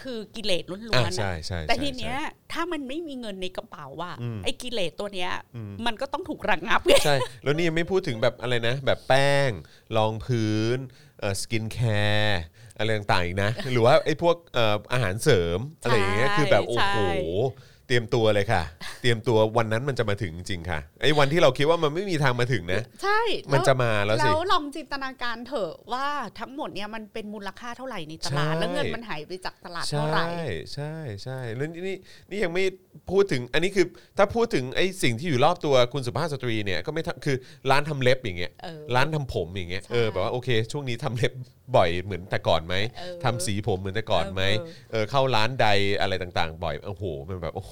Speaker 3: คือกิเลสล้
Speaker 2: อ่า
Speaker 3: วนๆ
Speaker 2: ใช่
Speaker 3: อะ
Speaker 2: ใช่
Speaker 3: แต่
Speaker 2: ใช่
Speaker 3: ทีเนี้ย
Speaker 2: ใช่
Speaker 3: ถ้ามันไม่มีเงินในกระเป๋าอ่ะ
Speaker 2: อืม
Speaker 3: ไอ้กิเลสตัวเนี้ย
Speaker 2: อืม
Speaker 3: มันก็ต้องถูกระงับไง
Speaker 2: ใช่ แล้วนี่ยังไม่พูดถึงแบบอะไรนะ แบบแป้งรองพื้นเอ่อสกินแคร์อะไรต่างๆอีกนะ หรือว่าไอ้พวกเอ่ออาหารเสริมอะไรอย่างเงี้ย
Speaker 3: ใช่
Speaker 2: คือแบบโอ้
Speaker 3: ใช่
Speaker 2: โหเตรียมตัวเลยค่ะ เตรียมตัววันนั้นมันจะมาถึงจริงๆค่ะไอ้วันที่เราคิดว่ามันไม่มีทางมาถึงนะ
Speaker 3: ใช่
Speaker 2: มัน
Speaker 3: แล้ว
Speaker 2: จะมาแล้วสิ
Speaker 3: แล้วลองจินตนาการเถอะว่าทั้งหมดเนี่ยมันเป็นมูลค่าเท่าไหร่ในตลาด
Speaker 2: ใช่
Speaker 3: แล้วเงินมันหายไปจากตลาด
Speaker 2: ใช่
Speaker 3: เท่าไหร่
Speaker 2: ใช่ใช่แล้วนี่นี่นี่ยังไม่พูดถึงอันนี้คือถ้าพูดถึงไอ้สิ่งที่อยู่รอบตัวคุณสุภาพสตรีเนี่ยก็ไม่ทำคือร้านทำเล็บอย่างเงี้ย
Speaker 3: เออ
Speaker 2: ร้านทำผมอย่างเงี้ย
Speaker 3: ใช่
Speaker 2: เออแบบว่าโอเค ช่วงนี้ทำเล็บบ่อยเหมือนแต่ก่อนไหม
Speaker 3: เออ
Speaker 2: ทำสีผมเหมือนแต่ก่อนไหม
Speaker 3: เออ
Speaker 2: เออเข้าร้านใดอะไรต่างๆ บ่อยโอ้โหมันแบบโอ้โห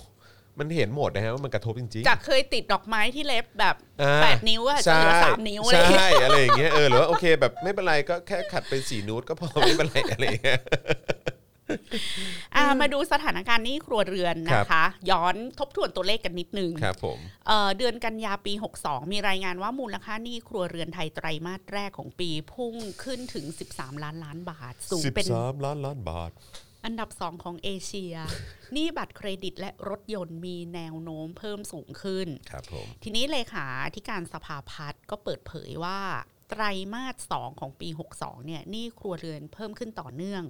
Speaker 2: มันเห็นหมดนะฮะว่ามันกระทบจริงๆ
Speaker 3: จากเคยติดดอกไม้ที่เล็บแบบ
Speaker 2: อ่า
Speaker 3: แปดนิ้วอะจะ
Speaker 2: ใช่
Speaker 3: เหลือสามนิ้วอะไรอย่างเงี้ย
Speaker 2: ใช่อะไรอย่างเงี้ยเออหรือว่าโอเคแบบไม่เป็นไรก็แค่ ขัดเป็นสีนูดก็พอไม่เป็นไรอะไรอย่างเงี้ย
Speaker 3: อ่ามาดูสถานการณ์หนี้ครัวเรือน
Speaker 2: ครับ
Speaker 3: นะคะ ย้อนทบทวนตัวเลขกันนิดนึง
Speaker 2: ครับผม
Speaker 3: เอ่อเดือนกันยาปี 62 มีรายงานว่ามูลค่าหนี้ครัวเรือนไทยไตรมาสแรกของปีพุ่งขึ้นถึง 13 ล้านล้านบาท สูงเป็น
Speaker 2: 13 ล้านล้านบาท
Speaker 3: อันดับ 2 ของเอเชีย หนี้บัตรเครดิตและรถยนต์มีแนวโน้มเพิ่มสูงขึ้น
Speaker 2: ครับผม
Speaker 3: ทีนี้เลขาที่การสภาพัฒน์ก็เปิดเผยว่าไตรมาส 2 ของปี 62 เนี่ยหนี้ครัวเรือนเพิ่มขึ้นต่อเนื่อง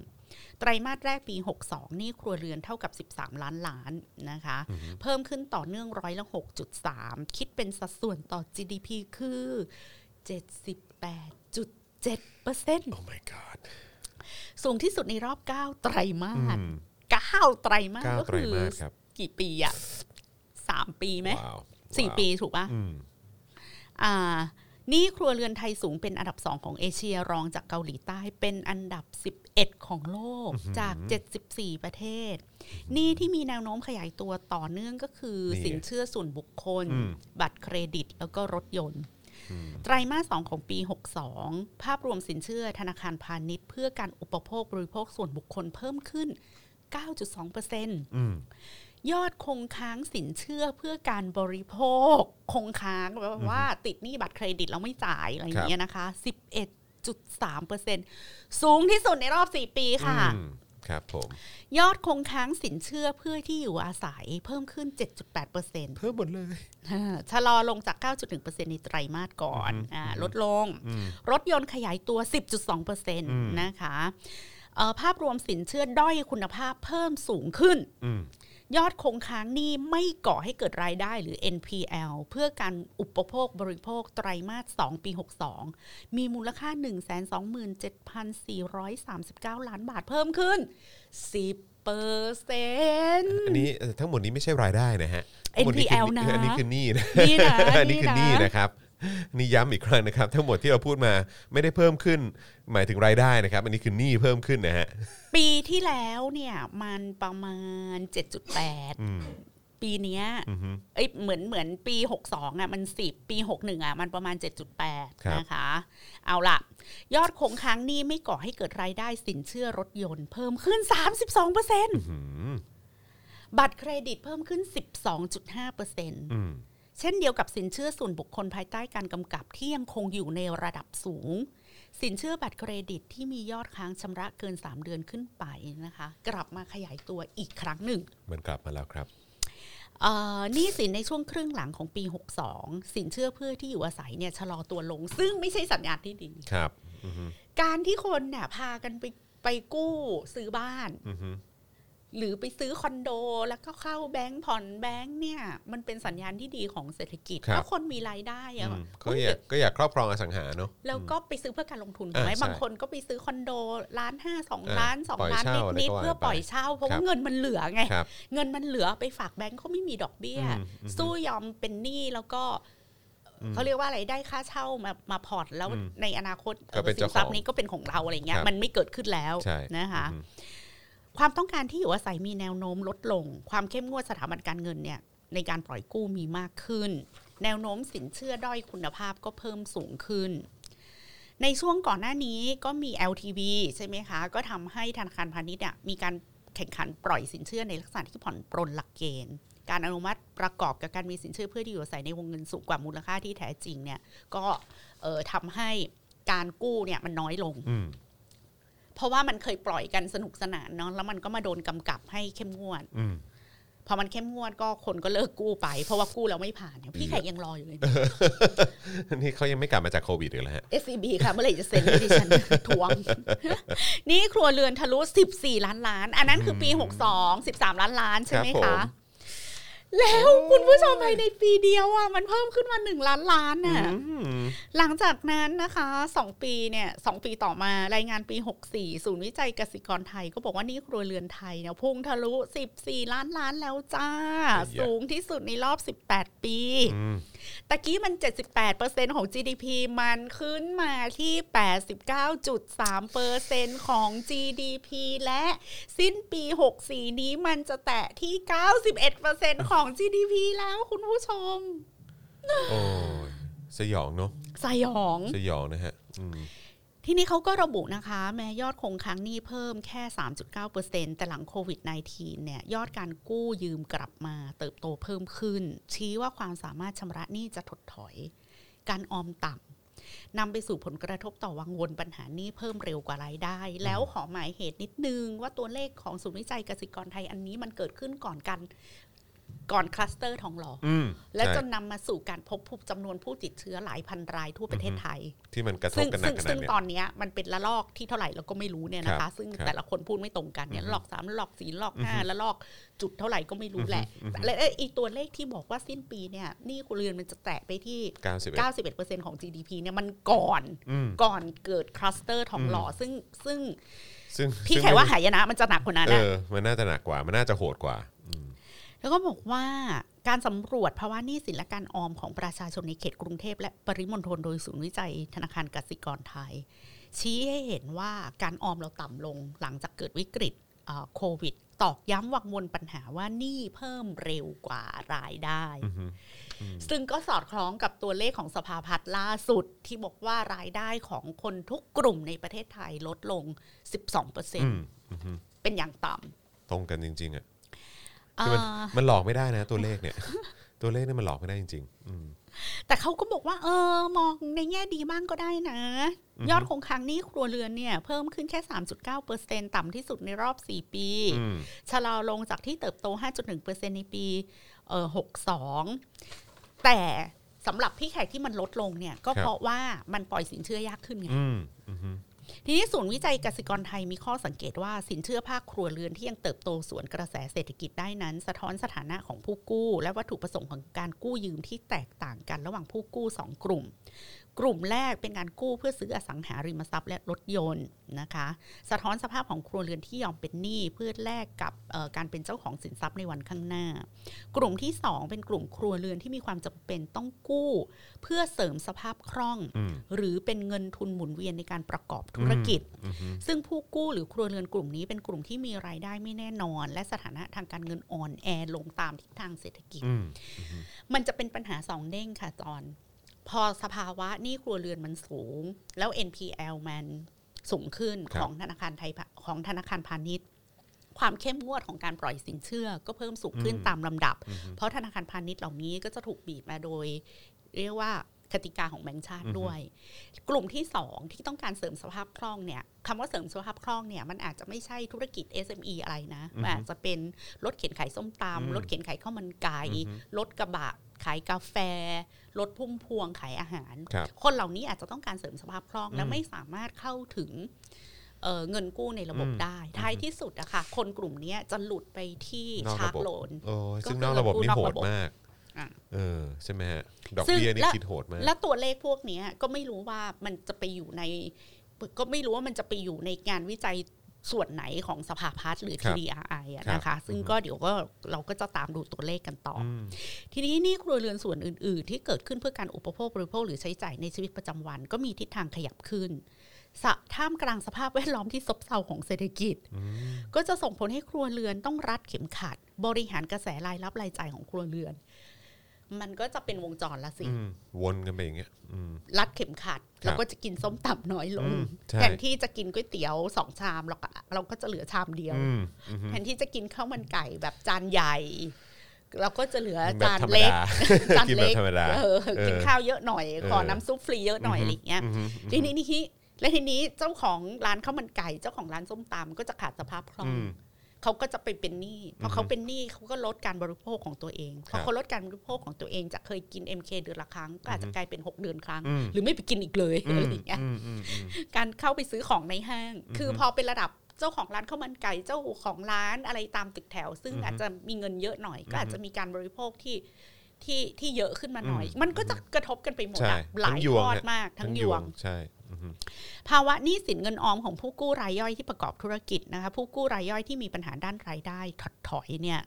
Speaker 3: ไตรมาสแรกปี 62หนี้ครัวเรือนเท่ากับ 13 ล้านล้านนะคะ เพิ่มขึ้นต่อเนื่องร้อยละ 6.3 คิดเป็นสัดส่วนต่อ GDP คือ 78.7เปอร์เซ็นต์
Speaker 2: โอ้ my god
Speaker 3: สูงที่สุดในรอบ 9 ไตรมา
Speaker 2: อื
Speaker 3: ส
Speaker 2: ม
Speaker 3: 9ไตรมาส
Speaker 2: เก้า
Speaker 3: ก็คือ
Speaker 2: ไตรมาสครับ
Speaker 3: กี่ปีอะ3ปีไหม
Speaker 2: ว้าว
Speaker 3: สี่
Speaker 2: ว้าว
Speaker 3: ปีถูกปะ
Speaker 2: อืม
Speaker 3: อ่าหนี่ครัวเรือนไทยสูงเป็นอันดับ 2 ของเอเชียรองจากเกาหลีใต้เป็นอันดับ 11 ของโลกจาก 74 ประเทศหนี่ที่มีแนวโน้มขยายตัวต่อเนื่องก็คือ
Speaker 2: นี่ไง
Speaker 3: สินเชื่อส่วนบุคคล
Speaker 2: อืม
Speaker 3: บัตรเครดิตแล้วก็รถยนต์ ไตรมาส 2 ของปี 62 ภาพรวมสินเชื่อธนาคารพาณิชย์เพื่อการอุปโภคบริโภคส่วนบุคคลเพิ่มขึ้น 9.2%
Speaker 2: อืม
Speaker 3: ยอดคงค้างสินเชื่อเพื่อการบริโภค คงค้างแปลว่าติดหนี้บัตรเครดิตแล้วไม่จ่ายอะไรอย่างเงี้ยนะคะ 11.3%สูงที่สุดในรอบ 4 ปีค่ะ
Speaker 2: อืมครับผม
Speaker 3: ยอดคงค้างสินเชื่อเพื่อที่อยู่อาศัยเพิ่มขึ้น 7.8%
Speaker 2: เพิ่มหมดเลย
Speaker 3: อ่า ชะลอลงจาก 9.1%ในไตรมาสก่อนอ่าลดลง
Speaker 2: อืม
Speaker 3: รถยนต์ขยายตัว 10.2%
Speaker 2: ม
Speaker 3: นะคะเอ่อภาพรวมสินเชื่อด้อยคุณภาพเพิ่มสูงขึ้น
Speaker 2: อืม
Speaker 3: ยอดคงค้างหนี้ไม่ก่อให้เกิดรายได้หรือ NPL เพื่อการอุปโภคบริโภคไตรมาส 2 ปี 62 มีมูลค่า 127,439 ล้านบาทเพิ่มขึ้น 10เปอร์เซ็นต์
Speaker 2: อันนี้เอ่อทั้งหมดนี้ไม่ใช่รายได้นะฮะ
Speaker 3: NPL นะ
Speaker 2: ทั้งหมดนี้คืออันนี้คือหนี้นะ
Speaker 3: นี่นะ
Speaker 2: อันนี้คือหนี้
Speaker 3: นี่นะ
Speaker 2: นะครับนี่ย้ำอีกครั้งนะครับ ทั้งหมดที่เราพูดมาไม่ได้เพิ่มขึ้น หมายถึงรายได้นะครับ อันนี้คือหนี้เพิ่มขึ้นนะฮะ
Speaker 3: ปีที่แล้วเนี่ยมันประมาณ 7.8
Speaker 2: อืม
Speaker 3: ปีเนี้ย
Speaker 2: อือฮึ
Speaker 3: เอ้ยเหมือนเหมือนปี 62อ่ะมัน 10 ปี 61อ่ะมันประมาณ
Speaker 2: ครับ
Speaker 3: 7.8 นะคะ เอาล่ะ ยอดคงค้างหนี้ไม่ก่อให้เกิดรายได้สินเชื่อรถยนต์ เพิ่มขึ้น 32%
Speaker 2: อืม
Speaker 3: บัตรเครดิตเพิ่มขึ้น 12.5%
Speaker 2: อืม
Speaker 3: เช่นเดียวกับสินเชื่อส่วนบุคคลภายใต้การกำกับที่ยังคงอยู่ในระดับสูง สินเชื่อบัตรเครดิตที่มียอดค้างชำระเกิน 3 เดือนขึ้นไปนะคะ กลับมาขยายตัวอีกครั้งหนึ่ง
Speaker 2: มันกลับมาแล้วครับ
Speaker 3: เอ่อหนี้สินในช่วงครึ่งหลังของปี 62 สินเชื่อเพื่อที่อยู่อาศัยเนี่ยชะลอตัวลง ซึ่งไม่ใช่สัญญาณที่ดี
Speaker 2: ครับอือฮึ
Speaker 3: การที่คนเนี่ยพากันไปไปกู้ซื้อบ้าน
Speaker 2: อือฮึ
Speaker 3: หรือไปซื้อคอนโด แล้วก็เข้าแบงก์ผ่อนแบงก์เนี่ย มันเป็นสัญญาณที่ดีของเศรษฐกิจเพราะคนมีรายได้อะ
Speaker 2: อืมก็อยากก็อยากครอบครองอสังหาเนาะ
Speaker 3: แล้วก็ไปซื้อเพื่อการลงทุน
Speaker 2: อ่า
Speaker 3: ถูกไหม
Speaker 2: ใช่
Speaker 3: บางคนก็ไปซื้อคอนโดล้านห้าสอง
Speaker 2: อ่า
Speaker 3: ล้านสอง
Speaker 2: ปล่อย
Speaker 3: ล้าน
Speaker 2: เช่าอะไร
Speaker 3: นิด
Speaker 2: ก็
Speaker 3: ๆ
Speaker 2: ว่า
Speaker 3: เพื่อ
Speaker 2: ไป
Speaker 3: ปล่อยเช่าเพราะ
Speaker 2: ครับ
Speaker 3: ว่าเงินมันเหลือไง
Speaker 2: ครับ
Speaker 3: เงินมันเหลือไปฝากแบงก์เขาไม่มีดอกเบี้ย
Speaker 2: อืมอืม
Speaker 3: สู้ยอมเป็นหนี้แล้วก็
Speaker 2: อืม
Speaker 3: เขาเรียกว่าอะไรได้ค่าเช่ามามาผ่อนแล้ว
Speaker 2: อืม
Speaker 3: ในอนาคตอ่อ
Speaker 2: ก็เป็น
Speaker 3: สิ
Speaker 2: เจ้าของ
Speaker 3: ทรัพย์นี้ก็เป็นของเราอะไรเงี้
Speaker 2: ค
Speaker 3: ย
Speaker 2: รับ
Speaker 3: มันไม่เกิดขึ้นแล้ว
Speaker 2: ใช่
Speaker 3: นะคะ
Speaker 2: อือฮึ
Speaker 3: ความต้องการที่อยู่อาศัยมีแนวโน้มลดลง ความเข้มงวดสถาบันการเงินเนี่ยในการปล่อยกู้มีมากขึ้น แนวโน้มสินเชื่อด้อยคุณภาพก็เพิ่มสูงขึ้น ในช่วงก่อนหน้านี้ก็มี LTV ใช่ไหมคะ ก็ทำให้ธนาคารพาณิชย์เนี่ยมีการแข่งขันปล่อยสินเชื่อในลักษณะที่ผ่อนปรนหลักเกณฑ์ การอนุมัติประกอบกับการมีสินเชื่อเพื่อที่อยู่อาศัยในวงเงินสูงกว่ามูลค่าที่แท้จริงเนี่ยก็เอ่อทำให้การกู้เนี่ยมันน้อยลง
Speaker 2: อืม
Speaker 3: เพราะว่ามันเคยปล่อยกันสนุกสนานเนาะแล้วมันก็มาโดนกำกับให้เข้มงวด
Speaker 2: อืม
Speaker 3: พอมันเข้มงวดก็คนก็เลิกกู้ไป เพราะว่ากู้แล้วไม่ผ่านเนี่ยพี่ไข่ยังรออยู่เลย
Speaker 2: นี่เขายังไม่กลับมาจากโควิดอีกแล้วฮะ
Speaker 3: SCB ค่ะ เมื่อไหร่จะเซ็นให้ดิฉัน ทวง นี่ครัวเรือนทะลุ 14 ล้านล้าน อันนั้นคือปี 62 13 ล้านล้านใช่ไหม
Speaker 2: ครับผม
Speaker 3: คะ แล้วคุณผู้ชมภายในปีเดียวอ่ะมันเพิ่มขึ้นมา 1 ล้านล้านน่ะ
Speaker 2: อืม
Speaker 3: หลังจากนั้นนะคะ 2 ปีเนี่ยสองปีต่อมารายงานปี 64 ศูนย์วิจัยกสิกรไทย ก็บอกว่าหนี่ครัวเรือนไทยเนี่ยพุ่งทะลุ 14 ล้านล้านแล้วจ้า
Speaker 2: เหี้ย
Speaker 3: สูงที่สุดในรอบ 18 ปี
Speaker 2: อืม
Speaker 3: ตะกี้มัน 78%ของ GDP มันขึ้นมาที่ 89.3%ของ GDP และสิ้นปี 64 นี้มันจะแตะที่ 91%ของ GDP แล้วคุณผู้ชม
Speaker 2: โอ้ยสยองเนาะ
Speaker 3: สยอง
Speaker 2: สยองนะฮะอืม
Speaker 3: ที่นี่เขาก็ระบุนะคะ แม้ยอดคงค้างหนี้เพิ่มแค่ 3.9%แต่หลังโควิด -19 เนี่ยยอดการกู้ยืมกลับมาเติบโตเพิ่มขึ้น ชี้ว่าความสามารถชำระหนี้จะถดถอย การออมต่ำนำไปสู่ผลกระทบต่อวังวนปัญหาหนี้เพิ่มเร็วกว่ารายได้ แล้วขอหมายเหตุนิดนึง ว่าตัวเลขของศูนย์วิจัยกสิกรไทยอันนี้มันเกิดขึ้นก่อนกันก่อนคลัสเตอร์ทองหล่อ
Speaker 2: อืม
Speaker 3: และจ
Speaker 2: ใช่
Speaker 3: นนำมาสู่การพบผู้จำนวนผู้ติดเชื้อหลายพันรายทั่วประเทศไทย
Speaker 2: ที่มันกระทบ
Speaker 3: ซึ่ง
Speaker 2: กันหนั
Speaker 3: ซึ่
Speaker 2: กข
Speaker 3: ง
Speaker 2: นาด
Speaker 3: ซึ่ง
Speaker 2: เนี้ย
Speaker 3: ตอนเนี้ยมันเป็นละลอกที่เท่าไหร่เราก็ไม่รู้เนี่ยนะ
Speaker 2: ครั
Speaker 3: คะ
Speaker 2: บ
Speaker 3: ซึ่ง
Speaker 2: ครับ
Speaker 3: แต่ละคนพูดไม่ตรงกันเนี่ย
Speaker 2: อือฮึ
Speaker 3: หลอกสามหลอกสี่หลอกห้า
Speaker 2: อือฮึ
Speaker 3: ละลอกจุดเท่าไหร่ก็ไม่รู้แหละ
Speaker 2: อือฮึ
Speaker 3: แต่และและอีกตัวเลขที่บอกว่าสิ้นปีเนี่ยหนี่ครัวเรือนมันจะแตะไปที่
Speaker 2: เก้าสิบเอ็ด
Speaker 3: 91%ของ GDP เนี่ยมันก่อน
Speaker 2: อืม
Speaker 3: ก่อนเกิดคลัสเตอร์ทองหล่ออซึ่งซึ่ง
Speaker 2: ซึ่ง
Speaker 3: พี่
Speaker 2: ซึ่ง
Speaker 3: ไขว่า
Speaker 2: ไม่
Speaker 3: หายนะมันจะหนักกว่านั้น
Speaker 2: เอ
Speaker 3: อะ
Speaker 2: อ มันน่าจะหนักกว่า มันน่าจะโหดกว่า
Speaker 3: แล้วก็บอกว่าการสำรวจภาวะหนี้สินและการออมของประชาชนในเขตกรุงเทพและปริมณฑลโดยศูนย์วิจัยธนาคารกสิกรไทย ชี้ให้เห็นว่าการออมเราต่ำลงหลังจากเกิดวิกฤตเอ่อโควิด ตอกย้ำวังวนปัญหาว่าหนี้เพิ่มเร็วกว่ารายได้
Speaker 2: อือฮึ
Speaker 3: ซึ่งก็สอดคล้องกับตัวเลขของสภาพัฒน์ล่าสุดที่บอกว่ารายได้ของคนทุกกลุ่มในประเทศไทยลดลง 12%เ
Speaker 2: อืมอือฮึ
Speaker 3: ป็นอย่างต่
Speaker 2: ตรงกันจริง ๆอ่ะ
Speaker 3: ำ
Speaker 2: คือมัน
Speaker 3: อ่า
Speaker 2: มันหลอกไม่ได้นะตัวเลขเนี่ย ตัวเลขเนี่ยมันหลอกไม่ได้จริงๆอืม
Speaker 3: แต่เขาก็บอกว่าเออมองในแง่ดีบ้างก็ได้นะ
Speaker 2: อือฮึ
Speaker 3: ยอดคงค้างหนี้ครัวเรือนเนี่ย เพิ่มขึ้นแค่ 3.9เปอร์เซ็นต่ำที่สุดในรอบ 4 ปี
Speaker 2: อืม
Speaker 3: ชะลอลงจากที่เติบโต 5.1เปอร์เซ็นในปีเอ่อ62 แต่สำหรับพี่แขกที่มันลดลงเนี่ย ก็เพราะว่ามันปล่อยสินเชื่อยากขึ้นไง
Speaker 2: อืมอือฮึ
Speaker 3: ทีนี้ศูนย์วิจัยกสิกรไทยมีข้อสังเกตว่าสินเชื่อภาคครัวเรือนที่ยังเติบโตสวนกระแสเศรษฐกิจได้นั้น สะท้อนสถานะของผู้กู้ และวัตถุประสงค์ของการกู้ยืมที่แตกต่างกันระหว่างผู้กู้ 2 กลุ่ม กลุ่มแรกเป็นการกู้เพื่อซื้ออสังหาริมทรัพย์และรถยนต์นะคะ สะท้อนสภาพของครัวเรือนที่ยอมเป็นหนี้เพื่อแลกกับเอ่อการเป็นเจ้าของสินทรัพย์ในวันข้างหน้า กลุ่มที่สองเป็นกลุ่มครัวเรือนที่มีความจำเป็นต้องกู้ เพื่อเสริมสภาพคล่อง
Speaker 2: อืม
Speaker 3: หรือเป็นเงินทุนหมุนเวียนในการประกอบธุรกิจ
Speaker 2: อือฮึ
Speaker 3: ซึ่งผู้กู้หรือครัวเรือนกลุ่มนี้เป็นกลุ่มที่มีรายได้ไม่แน่นอน และสถานะทางการเงินอ่อนแอลงตามทิศทางเศรษฐกิจ
Speaker 2: อืม
Speaker 3: มันจะเป็นปัญหาสองเด้งค่ะจอน พอสภาวะหนี้ครัวเรือนมันสูง แล้ว NPL มันสูงขึ้นของธนาคารไทยพาของธนาคารพาณิชย์ ความเข้มงวดของการปล่อยสินเชื่อก็เพิ่มสูงขึ้นตามลำดับ เพราะธนาคารพาณิชย์เหล่านี้ก็จะถูกบีบมาโดย เรียกว่ากติกาของแบงก์ชาติด้วย กลุ่มที่สองที่ต้องการเสริมสภาพคล่องเนี่ยคำว่าเสริมสภาพคล่องเนี่ยมันอาจจะไม่ใช่ธุรกิจ SME อะไรนะมันอาจจะเป็นรถเข็นขายส้มตำรถเข็นขายข้าวมันไก่รถกระบะขายกาแฟรถพุ่มพวงขายอาหาร
Speaker 2: ครับ
Speaker 3: คนเหล่านี้อาจจะต้องการเสริมสภาพคล่องและ
Speaker 2: อืม
Speaker 3: ไม่สามารถเข้าถึงเอ่อเงินกู้ในระบบ
Speaker 2: อืม
Speaker 3: ได้ ท้ายที่สุดอะค่ะ คนกลุ่มเนี้ยจะหลุดไปที่
Speaker 2: นอก
Speaker 3: ชา
Speaker 2: ระ
Speaker 3: ร์ก
Speaker 2: บบ
Speaker 3: โลน
Speaker 2: โอ้ย
Speaker 3: ก็
Speaker 2: ซึ่ง
Speaker 3: คือน
Speaker 2: อกระบบนี่
Speaker 3: เรา
Speaker 2: โห
Speaker 3: กู้นอก
Speaker 2: ด
Speaker 3: ระบบ
Speaker 2: มาก
Speaker 3: อ่ะ
Speaker 2: เออใช่ไหมฮะดอก
Speaker 3: ซึ่ง
Speaker 2: เบี้ยนี่
Speaker 3: และ
Speaker 2: คิดโหดมาก
Speaker 3: และตัวเลขพวกเนี้ยก็ไม่รู้ว่ามันจะไปอยู่ใน ก็ไม่รู้ว่ามันจะไปอยู่ในงานวิจัยส่วนไหนของสภาพัฒน์หรือ
Speaker 2: ครับ
Speaker 3: TDRI อะ
Speaker 2: ครับ
Speaker 3: นะคะ ซึ่ง
Speaker 2: อือฮึ
Speaker 3: ก็เดี๋ยวก็เราก็จะตามดูตัวเลขกันต่ออ
Speaker 2: อืม
Speaker 3: ทีนี้หนี่ครัวเรือนส่วนอื่น ๆ ที่เกิดขึ้นเพื่อการอุปโภคบริโภคหรือใช้จ่ายในชีวิตประจำวัน ก็มีทิศทางขยับขึ้นสะท่ามกลางสภาพแวดล้อมที่ซบเซาของเศรษฐกิจ ก็จะส่งผลให้ครัวเรือนต้องรัดเข็มขัด บริหารกระแสรายรับรายจ่ายของครัวเรือน มันก็จะเป็นวงจรละสิ
Speaker 2: อืมวนกันไปอย่างเงี้ยอืม
Speaker 3: รัดเข็มขัด
Speaker 2: ครับ
Speaker 3: เราก็จะกินส้มตับน้อยลง
Speaker 2: อืมใช่
Speaker 3: แทนที่จะกินก๋วยเตี๋ยวสองชามเราก็เราก็จะเหลือชามเดียว
Speaker 2: อืมอืม
Speaker 3: แทนที่จะกินข้าวมันไก่แบบจานใหญ่ เราก็จะเหลือ
Speaker 2: แบบ
Speaker 3: จาน
Speaker 2: ธรรม
Speaker 3: เล็ก
Speaker 2: ดา
Speaker 3: จาน
Speaker 2: กินแบบ
Speaker 3: เล็ก
Speaker 2: ธรรมดา
Speaker 3: เออ
Speaker 2: เออ
Speaker 3: กินข้าวเยอะหน่อย
Speaker 2: เออ
Speaker 3: ขอน้ำซุปฟรีเยอะหน่อยอะไรอย่างเงี้ย
Speaker 2: อือฮึ
Speaker 3: ทีนี้นี่และทีนี้เจ้าของร้านข้าวมันไก่เจ้าของร้านส้มตำก็จะขาดสภาพคล่อง
Speaker 2: อืม
Speaker 3: เขาก็จะไปเป็นหนี้พอ
Speaker 2: ม
Speaker 3: เขาเป็นหนี้เขาก็ลดการบริโภคของตัวเองพ
Speaker 2: ครั
Speaker 3: อบ เขาลดการบริโภคของตัวเองจากเคยกิน MK เดือนละครั้งก็อาจจะกลายเป็น 6 เดือนครั้ง
Speaker 2: อืม
Speaker 3: หรือไม่ไปกินอีกเลย
Speaker 2: อื
Speaker 3: อะไร
Speaker 2: ม
Speaker 3: อย่างเงี้ย
Speaker 2: อืมอืมอืม
Speaker 3: การเข้าไปซื้อของในห้าง
Speaker 2: อือฮึ
Speaker 3: คือพอเป็นระดับเจ้าของร้านข้าวมันไก่เจ้าของร้านอะไรตามตึกแถว ซึ่ง
Speaker 2: อือฮึ
Speaker 3: อาจจะมีเงินเยอะหน่อย
Speaker 2: อือฮึ
Speaker 3: ก็อาจจะมีการบริโภคที่ที่ที่เยอะขึ้นมาหน่อย
Speaker 2: อืม
Speaker 3: มันก็จะกระทบกันไปหมดอะ
Speaker 2: ใช่
Speaker 3: หลา
Speaker 2: ทั้
Speaker 3: ย
Speaker 2: งยว
Speaker 3: ท
Speaker 2: ง
Speaker 3: อด
Speaker 2: เนี่ย
Speaker 3: มากทั้งยวง
Speaker 2: ใช่อือฮึ
Speaker 3: ภาวะหนี้สินเงินออมของผู้กู้รายย่อยที่ประกอบธุรกิจนะคะผู้กู้รายย่อยที่มีปัญหาด้านรายได้ถดถอยเนี่ย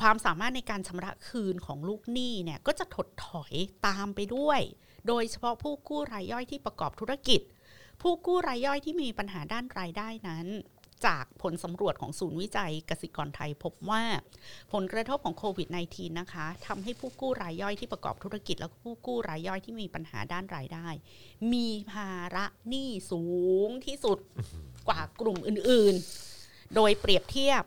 Speaker 3: ความสามารถในการชำระคืนของลูกหนี้เนี่ยก็จะถดถอยตามไปด้วย โดยเฉพาะผู้กู้รายย่อยที่ประกอบธุรกิจ ผู้กู้รายย่อยที่มีปัญหาด้านรายได้นั้น จากผลสำรวจของศูนย์วิจัยกสิกรไทยพบว่า ผลกระทบของโควิด -19 นะคะทำให้ผู้กู้รายย่อยที่ประกอบธุรกิจ และผู้กู้รายย่อยที่มีปัญหาด้านรายได้ มีภาระหนี้สูงที่สุดกว่ากลุ่มอื่นๆ โดยเปรียบเทียบ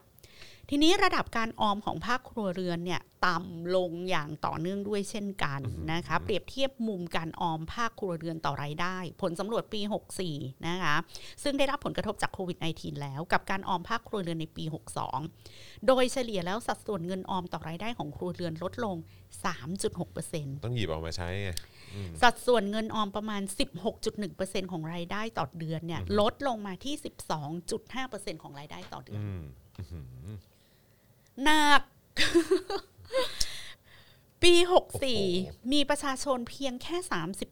Speaker 3: ทีนี้ระดับการออมของภาคครัวเรือนเนี่ยต่ำลงอย่างต่อเนื่องด้วยเช่นกันนะคะ เปรียบเทียบมุมการออมภาคครัวเรือนต่อรายได้ ผลสำรวจปี 64 นะคะ ซึ่งได้รับผลกระทบจากโควิด -19 แล้วกับการออมภาคครัวเรือนในปี 62 โดยเฉลี่ยแล้วสัดส่วนเงินออมต่อรายได้ของครัวเรือนลดลง 3.6%
Speaker 2: ต้องหยิบออกมาใช้ไงอืม
Speaker 3: สัดส่วนเงินออมประมาณ 16.1%ของรายได้ต่อเดือนเนี่ย
Speaker 2: อือฮึ
Speaker 3: ลดลงมาที่ 12.5%ของรายได้ต่อเดือน
Speaker 2: อืมอื้อหือ
Speaker 3: หนัก ปี
Speaker 2: โอ้โห
Speaker 3: 64 มีประชาชนเพียงแค่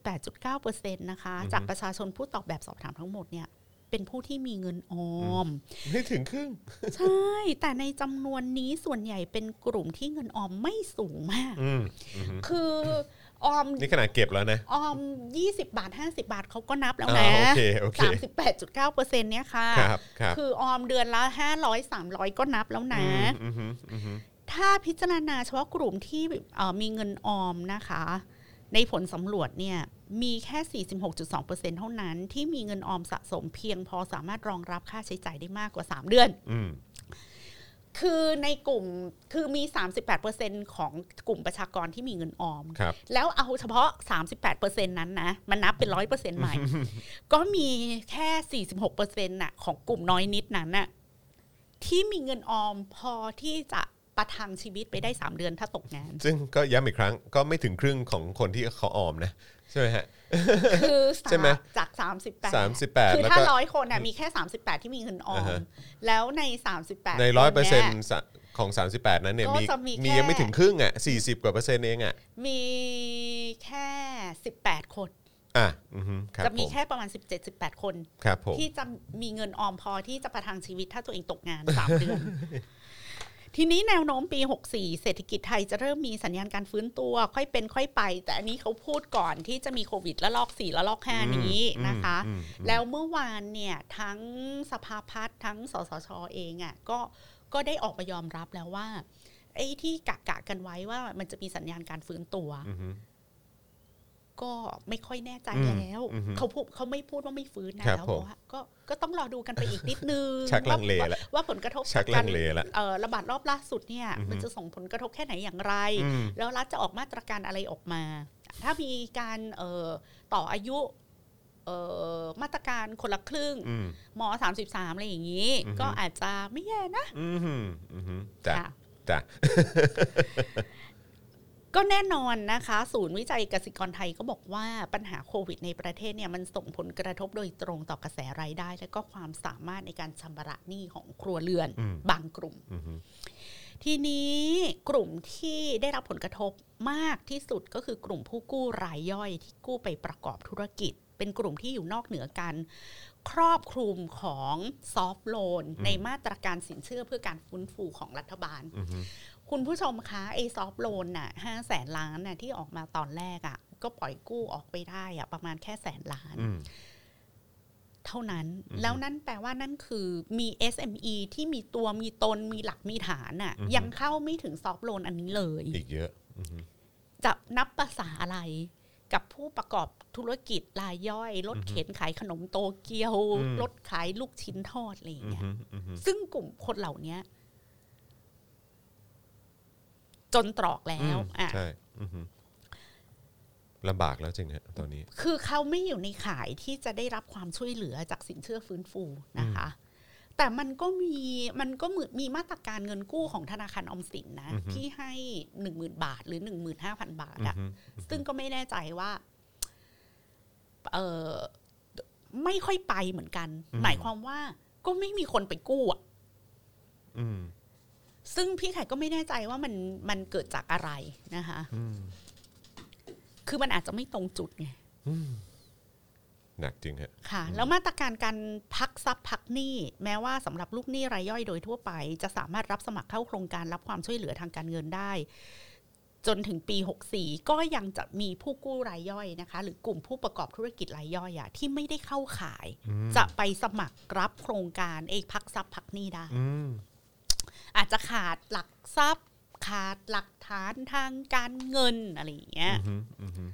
Speaker 3: 38.9%นะคะ
Speaker 2: อือฮึ
Speaker 3: จากประชาชนผู้ตอบแบบสอบถามทั้งหมดเนี่ยเป็นผู้ที่มีเงินออม
Speaker 2: ไม่ถึงครึ่ง
Speaker 3: ใช่ แต่ในจำนวนนี้ส่วนใหญ่เป็นกลุ่มที่เงินออมไม่สูงมาก
Speaker 2: อืมอื้อหือ
Speaker 3: คือออม
Speaker 2: นี่ขนาดเก็บแล้วนะ
Speaker 3: ออม 20 บาท 50 บาทเขาก็นับแล้ว
Speaker 2: อ่า
Speaker 3: นะ
Speaker 2: โอเคโอเค
Speaker 3: สามสิบแปดจุดเก้าเปอร์เซ็นต์เนี่ยค่ะ
Speaker 2: ครับครับ
Speaker 3: คือออมเดือนละห้าร้อยสามร้อยก็นับแล้วนะ
Speaker 2: อืมอืมอืมอืม
Speaker 3: ถ้าพิจารณาเฉพาะกลุ่มที่เอ่อมีเงินออมนะคะ ในผลสำรวจเนี่ยมีแค่ 46.2%เท่านั้น ที่มีเงินออมสะสมเพียงพอสามารถรองรับค่าใช้จ่ายได้มากกว่า 3 เดือน
Speaker 2: อืม
Speaker 3: คือในกลุ่มคือมี 38%ของกลุ่มประชากรที่มีเงินออม
Speaker 2: ครับ
Speaker 3: แล้วเอาเฉพาะ 38%นั้นนะ มันนับเป็น 100%ใหม่ ก็มีแค่ 46%น่ะของกลุ่มน้อยนิดนั้นน่ะที่มีเงินออมพอที่จะประทังชีวิตไปได้ 3 เดือนถ้าตกงาน
Speaker 2: ซึ่งก็ย้ำอีกครั้งก็ไม่ถึงครึ่งของคนที่เขาออมนะ ใช่ไหมฮะ
Speaker 3: คือ
Speaker 2: ใช่ไหม
Speaker 3: จาก 38
Speaker 2: สามสิบแปด
Speaker 3: คือ
Speaker 2: แล้ว
Speaker 3: ถ้า
Speaker 2: ก็
Speaker 3: ร้อยคนน่ะมีแค่ 38 ที่มีเงินออ
Speaker 2: อ่าม ฮะ
Speaker 3: แล้วใน 38
Speaker 2: ในร้อย
Speaker 3: ค
Speaker 2: เปอร์เซ็น
Speaker 3: ย
Speaker 2: ต์ของ 38 นั้นเนี่ย
Speaker 3: ก็
Speaker 2: มี
Speaker 3: จะมี
Speaker 2: มี
Speaker 3: แค่
Speaker 2: ยังไม่ถึงครึ่งอ่ะ 40 กว่าเปอร์เซ็นต์เองอ่ะ
Speaker 3: มีแค่ 18 คน
Speaker 2: อ่ะอือฮึครับ
Speaker 3: จะ
Speaker 2: ผ
Speaker 3: มี
Speaker 2: ม
Speaker 3: แค่ประมาณ 17-18 คน
Speaker 2: ครับผม
Speaker 3: ที่จะมีเงินออมพอที่จะประทังชีวิตถ้าตัวเองตกงาน สามเดือน ทีนี้แนวโน้มปี 64 เศรษฐกิจไทยจะเริ่มมีสัญญาณการฟื้นตัว ค่อยเป็นค่อยไป แต่อันนี้เขาพูดก่อนที่จะมีโควิดและลอก 4 และลอก 5 นี้นะคะ
Speaker 2: อืมอืมอืม
Speaker 3: แล้วเมื่อวานเนี่ยทั้งสภาพัฒน์ทั้งสสชเองอะ่ะก็ก็ได้ออกมายอมรับแล้วว่า ไอ้ที่กะกะกันไว้ว่ามันจะมีสัญญาณการฟื้นตัว
Speaker 2: อือฮึ
Speaker 3: ก็ไม่ค่อยแน่ใจ
Speaker 2: อืม
Speaker 3: แล้ว
Speaker 2: อือฮึ
Speaker 3: เขาพูดเขาไม่พูดว่าไม่ฟื้นนะครับ แล้ว
Speaker 2: ผม
Speaker 3: บอกว่าก็ก็ต้องรอดูกันไปอีกนิดนึง
Speaker 2: ชักลังเล
Speaker 3: ว่า
Speaker 2: ละ
Speaker 3: ว่าผลกระทบ
Speaker 2: ชักลังเลละ
Speaker 3: จาการเอ่อระบาดรอบล่าสุดเนี่ย
Speaker 2: อือฮึ
Speaker 3: มันจะส่งผลกระทบแค่ไหนอย่างไร
Speaker 2: อืม
Speaker 3: แล้วรัฐจะออกมาตรการอะไรออกมา ถ้ามีการเอ่อต่ออายุเอ่อมาตรการคนละครึ่ง
Speaker 2: อืม
Speaker 3: ม33อะไรอย่างนี้
Speaker 2: อือฮึ
Speaker 3: ก็อาจจะไม่แย่นะ
Speaker 2: อืมอืมอืมจ้ะ
Speaker 3: ค่ะ
Speaker 2: จ้ะ
Speaker 3: ก็แน่นอนนะคะ ศูนย์วิจัยกสิกรไทยก็บอกว่าปัญหาโควิดในประเทศเนี่ยมันส่งผลกระทบโดยตรงต่อกระแสรายได้ และก็ความสามารถในการชำระหนี้ของครัวเรือน
Speaker 2: อืม
Speaker 3: บางกลุ่ม
Speaker 2: อืม
Speaker 3: ทีนี้กลุ่มที่ได้รับผลกระทบมากที่สุดก็คือกลุ่มผู้กู้รายย่อยที่กู้ไปประกอบธุรกิจ เป็นกลุ่มที่อยู่นอกเหนือการครอบคลุมของซอฟโลนในมาตรการสินเชื่อเพื่อการฟื้นฟูของรัฐบาล
Speaker 2: อืม
Speaker 3: คุณผู้ชมคะไอซอฟโลนน่ะห้าแสนล้านน่ะที่ออกมาตอนแรกอะ่ะ ก็ปล่อยกู้ออกไปได้อะ่ะประมาณแค่แสนล้าน เท่านั้น
Speaker 2: อือฮึ
Speaker 3: แล้วนั่นแปลว่านั่นคือมี SME ที่มีตัวมีตนมีหลักมีฐานน่ะ
Speaker 2: อือฮึ
Speaker 3: ยังเข้าไม่ถึงซอฟโลนอันนี้เลย
Speaker 2: อีกเยอะอืม
Speaker 3: จะนับภาษาอะไรกับผู้ประกอบธุรกิจรายย่อย รถ
Speaker 2: อือฮึ
Speaker 3: เข็นขายขนมโตเกียว
Speaker 2: อืม
Speaker 3: รถขายลูกชิ้นทอดอะไรอย่าง
Speaker 2: อื
Speaker 3: เงี้ย
Speaker 2: มอืม
Speaker 3: ซึ่งกลุ่มคนเหล่าเนี้ย จนตรอกแล้วอ่ะ
Speaker 2: ใช่อือฮึลำบากแล้วจริงฮะตอนนี้
Speaker 3: คือเขาไม่อยู่ในข่ายที่จะได้รับความช่วยเหลือจากสินเชื่อฟื้นฟูนะคะ แต่มันก็มีมันก็เหมือนมีมาตรการเงินกู้ของธนาคารออมสินนะ
Speaker 2: อือฮึ
Speaker 3: ที่ให้หนึ่งหมื่นบาทหรือหนึ่งหมื่นห้าพันบาท
Speaker 2: อือ
Speaker 3: อะ
Speaker 2: ฮึ
Speaker 3: ซึ่งก็ไม่แน่ใจว่า เออไม่ค่อยไปเหมือนกัน หมายความว่า ก็ไม่มีคนไปกู้อะ
Speaker 2: อืม
Speaker 3: ซึ่งพี่ไข่ก็ไม่แน่ใจว่ามันมันเกิดจากอะไรนะคะ
Speaker 2: อืม
Speaker 3: คือมันอาจจะไม่ตรงจุดไง
Speaker 2: อืมหนักจริงฮะ
Speaker 3: ค่ะ แล้วมาตรการการพักทรัพย์พักหนี้ แม้ว่าสำหรับลูกหนี้รายย่อยโดยทั่วไป จะสามารถรับสมัครเข้าโครงการรับความช่วยเหลือทางการเงินได้ จนถึงปี 64 ก็ยังจะมีผู้กู้รายย่อยนะคะ หรือกลุ่มผู้ประกอบธุรกิจรายย่อยอะที่ไม่ได้เข้าขาย
Speaker 2: อืม
Speaker 3: จะไปสมัครรับโครงการเอกพักทรัพย์พักหนี้ได้
Speaker 2: อืม
Speaker 3: อาจจะขาดหลักทรัพย์ ขาดหลักฐานทางการเงินอะไรอย่างเงี้ย
Speaker 2: อืมอืม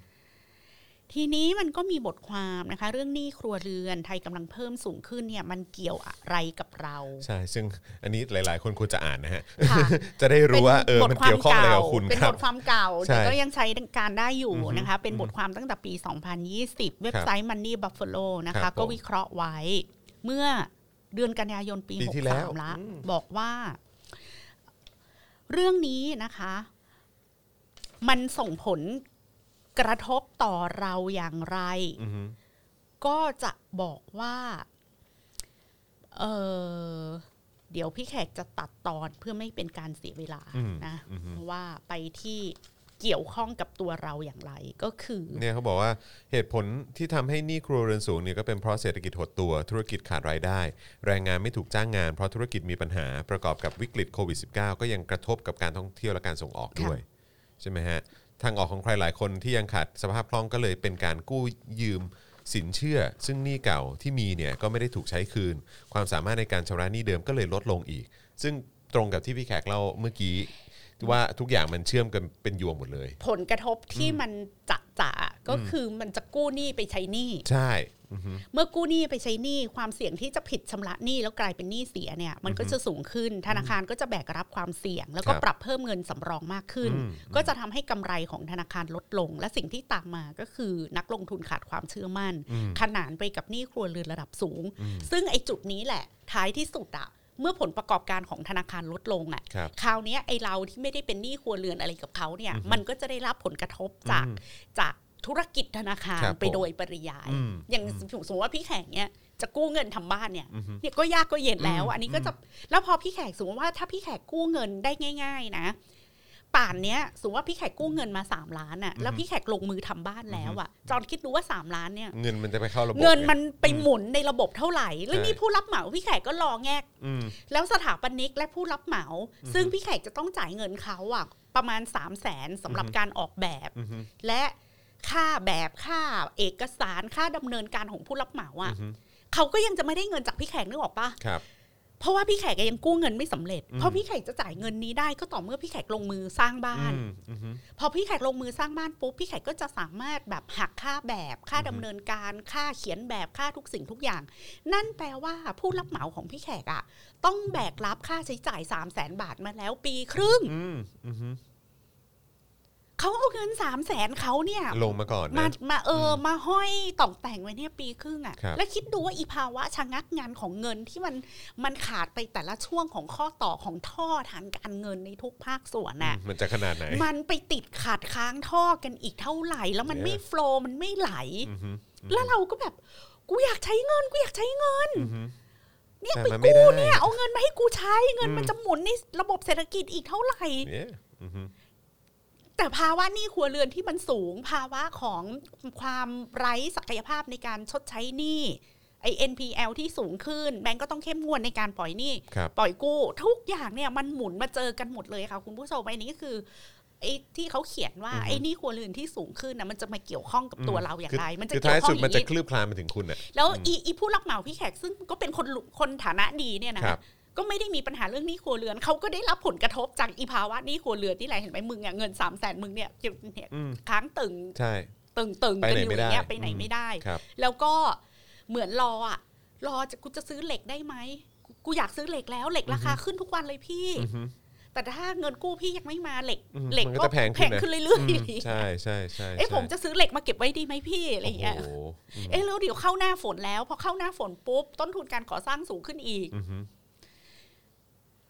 Speaker 3: ทีนี้มันก็มีบทความนะคะ เรื่องหนี้ครัวเรือนไทยกำลังเพิ่มสูงขึ้นเนี่ย มันเกี่ยวอะไรกับเรา
Speaker 2: ใช่ ซึ่งอันนี้หลาย ๆ คนควรจะอ่านนะฮะ
Speaker 3: ค่ะ
Speaker 2: จะได้รู้ว่า เออ
Speaker 3: ป็
Speaker 2: มันเกี่ยวข้องอะไรกับ
Speaker 3: เา
Speaker 2: คุณ
Speaker 3: เป็น
Speaker 2: ครับ บ
Speaker 3: ทความเก่า
Speaker 2: ใช่
Speaker 3: แต่ก็ยังใช้การได้อยู่นะคะ เป็น
Speaker 2: อือฮึ
Speaker 3: บทความตั้งแต่ปี 2020 เว็บไซต์ Money Buffalo นะ
Speaker 2: ครั
Speaker 3: คะ
Speaker 2: บผม
Speaker 3: ก็วิเคราะห์ไว้ เมื่อเดือนกันยายนปี
Speaker 2: ปีที่แล้ว
Speaker 3: 63 ละ
Speaker 2: อืม
Speaker 3: บอกว่า เรื่องนี้นะคะ มันส่งผลกระทบต่อเราอย่างไร
Speaker 2: อือฮึ
Speaker 3: ก็จะบอกว่า เออเดี๋ยวพี่แขกจะตัดตอนเพื่อไม่เป็นการเสียเวลานะเพราะว่าไปที่เกี่ยวข้องกับตัวเราอย่างไรก็คือ
Speaker 2: เนี่ยเขาบอกว่าเหตุผลที่ทำให้หนี้ครัวเรือนสูงเนี่ยก็เป็นเพราะเศรษฐกิจหดตัว ธุรกิจขาดรายได้ แรงงานไม่ถูกจ้างงาน เพราะธุรกิจมีปัญหาประกอบกับวิกฤตโควิด -19 ก็ยังกระทบกับการท่องเที่ยวและการส่งออกด้วย ใช่ไหมฮะ ทางออกของใครหลายคนที่ยังขาดสภาพคล่องก็เลยเป็นการกู้ยืมสินเชื่อ ซึ่งหนี้เก่าที่มีเนี่ยก็ไม่ได้ถูกใช้คืน ความสามารถในการชำระหนี้เดิมก็เลยลดลงอีก ซึ่งตรงกับที่พี่แขกเล่าเมื่อกี้ว่าทุกอย่างมันเชื่อมกันเป็นยวงหมดเลย
Speaker 3: ผลกระทบที่มันจะจะๆก็คือมันจะกู้หนี้ไปใช้หนี้
Speaker 2: ใช่อือฮึ
Speaker 3: เมื่อกู้หนี้ไปใช้หนี้ความเสี่ยงที่จะผิดชำระหนี้แล้วกลายเป็นหนี้เสียเนี่ย มันก็จะสูงขึ้น ธนาคารก็จะแบกรับความเสี่ยง แล้วก็ปรับเพิ่มเงินสำรองมากขึ้น ก็จะทำให้กำไรของธนาคารลดลง และสิ่งที่ตามมาก็คือนักลงทุนขาดความเชื่อมั่น ขนานไปกับหนี้ครัวเรือนระดับสูง ซึ่งไอ้จุดนี้แหละ ท้ายที่สุดอะเมื่อผลประกอบการของธนาคารลดลงอะ
Speaker 2: ครับ
Speaker 3: คราวเนี้ยไอเราที่ไม่ได้เป็นหนี้ครัวเรือนอะไรกับเขาเนี่ย มันก็จะได้รับผลกระทบจากจากธุรกิจธนาคาร
Speaker 2: ครับ
Speaker 3: ไปโดยปริยาย
Speaker 2: อืม
Speaker 3: อย่างสมมติว่าพี่แขกเนี่ยจะกู้เงินทำบ้านเนี่ยเนี่ยก็ยากก็เย็นแล้ว อันนี้ก็จะแล้วพอพี่แขกสมมติว่าถ้าพี่แขกกู้เงินได้ง่าย ๆ นะ ป่านเนี้ยสมมติว่าพี่แขกกู้เงินมาสามล้านอ่ะแล้วพี่แขกลงมือทำบ้านแล้วอ่ะจอนคิดดูว่าสามล้านเนี่ย
Speaker 2: เงินมันจะไปเข้าระบบ
Speaker 3: เงิน
Speaker 2: ไ
Speaker 3: มันไปหมุนในระบบเท่าไหร่ แล้ว
Speaker 2: ใช่
Speaker 3: นี่ผู้รับเหมาพี่แขกก็รอแงก
Speaker 2: อืม
Speaker 3: แล้วสถาปนิกและผู้รับเหมา ซึ่งพี่แขกจะต้องจ่ายเงินเขาอะประมาณ 3 0 0แสนสำหรับ
Speaker 2: อือฮึ
Speaker 3: การออกแบบ
Speaker 2: อือฮึ
Speaker 3: และค่าแบบค่าเอกสารค่าดำเนินการของผู้รับเหมาอะ
Speaker 2: อือฮึ
Speaker 3: เขาก็ยังจะไม่ได้เงินจากพี่แขกนึกออกปะ
Speaker 2: ครับ
Speaker 3: เพราะว่าพี่แขกยังกู้เงินไม่สำเร็จ
Speaker 2: อืม
Speaker 3: เพราะพี่แขกจะจ่ายเงินนี้ได้ก็ต่อเมื่อพี่แขกลงมือสร้างบ้าน
Speaker 2: อืมอือฮึ
Speaker 3: พอพี่แขกลงมือสร้างบ้านปุ๊บพี่แขกก็จะสามารถแบบหักค่าแบบค่าดำเนินการค่าเขียนแบบค่าทุกสิ่งทุกอย่าง นั่นแปลว่าผู้รับเหมาของพี่แขกอะต้องแบกรับค่าใช้จ่าย3 0 0แสนบาทมาแล้วปีครึ่ง
Speaker 2: อืมอือฮึ
Speaker 3: เขาเอาเงิน3 0 0แสนเขาเนี่ย
Speaker 2: ลงมาก่อน
Speaker 3: มา
Speaker 2: นะ
Speaker 3: มาเอออมาห้อยต่องแต่งไว้เนี่ยปีครึ่งอะ
Speaker 2: ครับ
Speaker 3: แล้วคิดดูว่าอีภาวะชะงักงานของเงินที่มันมันขาดไปแต่ละช่วงของข้อต่อของท่อทางการเงินในทุกภาคส่วนน่ะ
Speaker 2: มันจะขนาดไหน
Speaker 3: มันไปติดขาดค้างท่อกันอีกเท่าไหร่ แล้วมัน
Speaker 2: เนี่ย
Speaker 3: ไม่โฟลว์มันไม่ไหล
Speaker 2: อือฮึ
Speaker 3: แล้วเราก็แบบ กูอยากใช้เงิน กูอยากใช้เงิน
Speaker 2: อือฮึ
Speaker 3: เนี่ย
Speaker 2: แต่
Speaker 3: ไป
Speaker 2: มันไม่
Speaker 3: กู้
Speaker 2: ได้
Speaker 3: เนี่ย เอาเงินมาให้กูใช้เงิน
Speaker 2: อืม
Speaker 3: มันจะหมุนในระบบเศรษฐกิจอีกเท่าไหร่
Speaker 2: เนี่ยอือฮึ
Speaker 3: แต่ภาวะหนี้ครัวเรือนที่มันสูง ภาวะของความไร้ศักยภาพในการชดใช้หนี้ไอ NPL ที่สูงขึ้นแบงก์ก็ต้องเข้มงวดในการปล่อยหนี้
Speaker 2: ครับ
Speaker 3: ปล่อยกู้ ทุกอย่างเนี่ยมันหมุนมาเจอกันหมดเลยค่ะ คุณผู้ชมไอ้นี้ก็คือไอ้ที่เขาเขียนว่า
Speaker 2: อือฮึ
Speaker 3: ไอ้หนี่ครัวเรือนที่สูงขึ้นนะมันจะมาเกี่ยวข้องกับตัวเราอย่างไร มันจะ
Speaker 2: คือ
Speaker 3: เกี่
Speaker 2: ท้าย ยว
Speaker 3: ข้อ
Speaker 2: สุ
Speaker 3: ง
Speaker 2: ด
Speaker 3: อ
Speaker 2: มัน
Speaker 3: ย่าง
Speaker 2: จะ
Speaker 3: นี้
Speaker 2: คลืบคลานมาถึงคุณอ่ะ
Speaker 3: แล้วอีอีผู้รับเหมาพี่แขกซึ่งก็เป็นคนคนฐานะดีเนี่ยนะครับ ก็ไม่ได้มีปัญหาเรื่องหนี้ครัวเรือนเขาก็ได้รับผลกระทบจากอีภาวะหนี้ครัวเรือนนี่แหละเห็นไหมมึงอะเงินสามแสนมึงเนี่ยเก็บเนี่ย
Speaker 2: อืม
Speaker 3: ค้างตึง
Speaker 2: ใช่
Speaker 3: ตึงตึง
Speaker 2: ไป
Speaker 3: กัน
Speaker 2: ไหน
Speaker 3: อยู่
Speaker 2: ไม่
Speaker 3: อ
Speaker 2: ได้
Speaker 3: ย่างเงี้ยไปไหนไม่ได้
Speaker 2: ครับ
Speaker 3: แล้วก็เหมือนรออะรอจะกูจะซื้อเหล็กได้ไหมกูกูอยากซื้อเหล็กแล้วเหล็กราคาขึ้นทุกวันเลยพี่
Speaker 2: อือฮึ
Speaker 3: แต่ถ้าเงินกู้พี่ยังไม่มาเหล็ก
Speaker 2: อืม
Speaker 3: เหล็ก
Speaker 2: มันก็จะแพงขึ้นนะ
Speaker 3: เรื่อย
Speaker 2: อืม
Speaker 3: ๆ
Speaker 2: ใช่ใช่ใช่
Speaker 3: เอ๊ะ
Speaker 2: ใช่
Speaker 3: ผมจะซื้อเหล็กมาเก็บไว้ดีไหมพี่อะไรอย่างเงี้ย
Speaker 2: โโหม
Speaker 3: เอ๊ะแล้วเดี๋ยวเข้าหน้าฝนแล้ว พอเข้าหน้าฝนปุ๊บ ต้นทุนการก่อสร้างสูงขึ้นอีก
Speaker 2: อือฮึ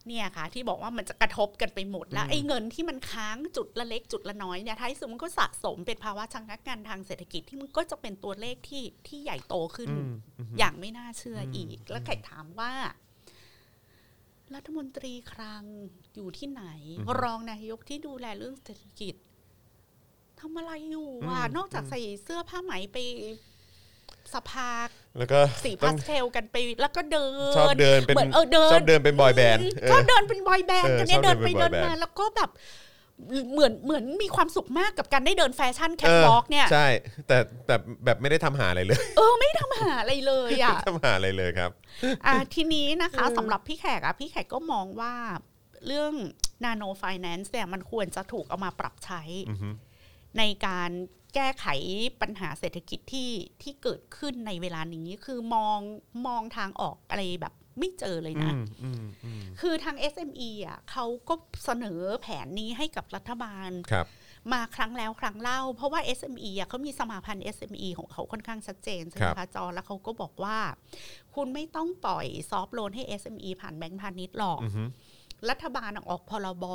Speaker 3: เนี่ยค่ะ ที่บอกว่ามันจะกระทบกันไปหมดแล้ว
Speaker 2: อืม
Speaker 3: ไอ้เงินที่มันค้างจุดละเล็กจุดละน้อยเนี่ยท้ายสุดมันก็สะสมเป็นภาวะชะงักงันทางเศรษฐกิจที่มันก็จะเป็นตัวเลขที่ที่ใหญ่โตขึ้น
Speaker 2: อืมอือฮึ
Speaker 3: อย่างไม่น่าเชื่ออ
Speaker 2: ม
Speaker 3: อีก แล้วใครถามว่า รัฐมนตรีคลังอยู่ที่ไหน รองนายกที่ดูแลเรื่องเศรษฐกิจทำอะไรอยู่อ่ะนอกจากใส่เสื้อผ้าไหมไปสภา
Speaker 2: แล้วก็
Speaker 3: สี
Speaker 2: ต้
Speaker 3: พา
Speaker 2: อง
Speaker 3: สเทลกันไปแล้วก็เดิน
Speaker 2: ชอบเดินเป็น
Speaker 3: เหมือนเออเดิน
Speaker 2: ชอบเดินเป็นบอยแบนด์
Speaker 3: ชอบเดินเป็นบอยแบนด์
Speaker 2: เออ
Speaker 3: กันเนี่ย
Speaker 2: ชอ
Speaker 3: เดิ
Speaker 2: บ
Speaker 3: น
Speaker 2: เดิน
Speaker 3: ไป
Speaker 2: เป็น
Speaker 3: เดิน
Speaker 2: boy
Speaker 3: มา
Speaker 2: band
Speaker 3: แล้วก็แบบเหมือนเหมือนมีความสุขมากกับการได้เดินแฟชั่นแค
Speaker 2: เอ
Speaker 3: ท
Speaker 2: อ
Speaker 3: วอล์กเนี่ย
Speaker 2: ใช่ แต่แต่แบบไม่ได้ทำหาอะไรเลย
Speaker 3: เออไม่ทำหาอะไรเลย อ่ะ
Speaker 2: ทำหาอะไรเลยครับ
Speaker 3: อ่ะทีนี้นะคะสำหรับพี่แขกอ่ะพี่แขกก็มองว่าเรื่อง nano finance เนี่ยมันควรจะถูกเอามาปรับใช้
Speaker 2: อือฮึ
Speaker 3: ในการแก้ไขปัญหาเศรษฐกิจที่ที่เกิดขึ้นในเวลานี้คือมองมองทางออกอะไรแบบไม่เจอเลยนะ คือทาง SME อ่ะเขาก็เสนอแผนนี้ให้กับรัฐบาล
Speaker 2: ครับ
Speaker 3: มาครั้งแล้วครั้งเล่า เพราะว่า SME อ่ะเขามีสมาพันธ์ SME ของเขาค่อนข้างชัดเจนใช่ไหม
Speaker 2: ครั
Speaker 3: คะ
Speaker 2: บ
Speaker 3: จอแล้วเขาก็บอกว่า คุณไม่ต้องปล่อยซอฟต์โลนให้ SME ผ่านแบงก์พาณิชย์หรอก
Speaker 2: อือฮึ
Speaker 3: รัฐบาลออกพรบ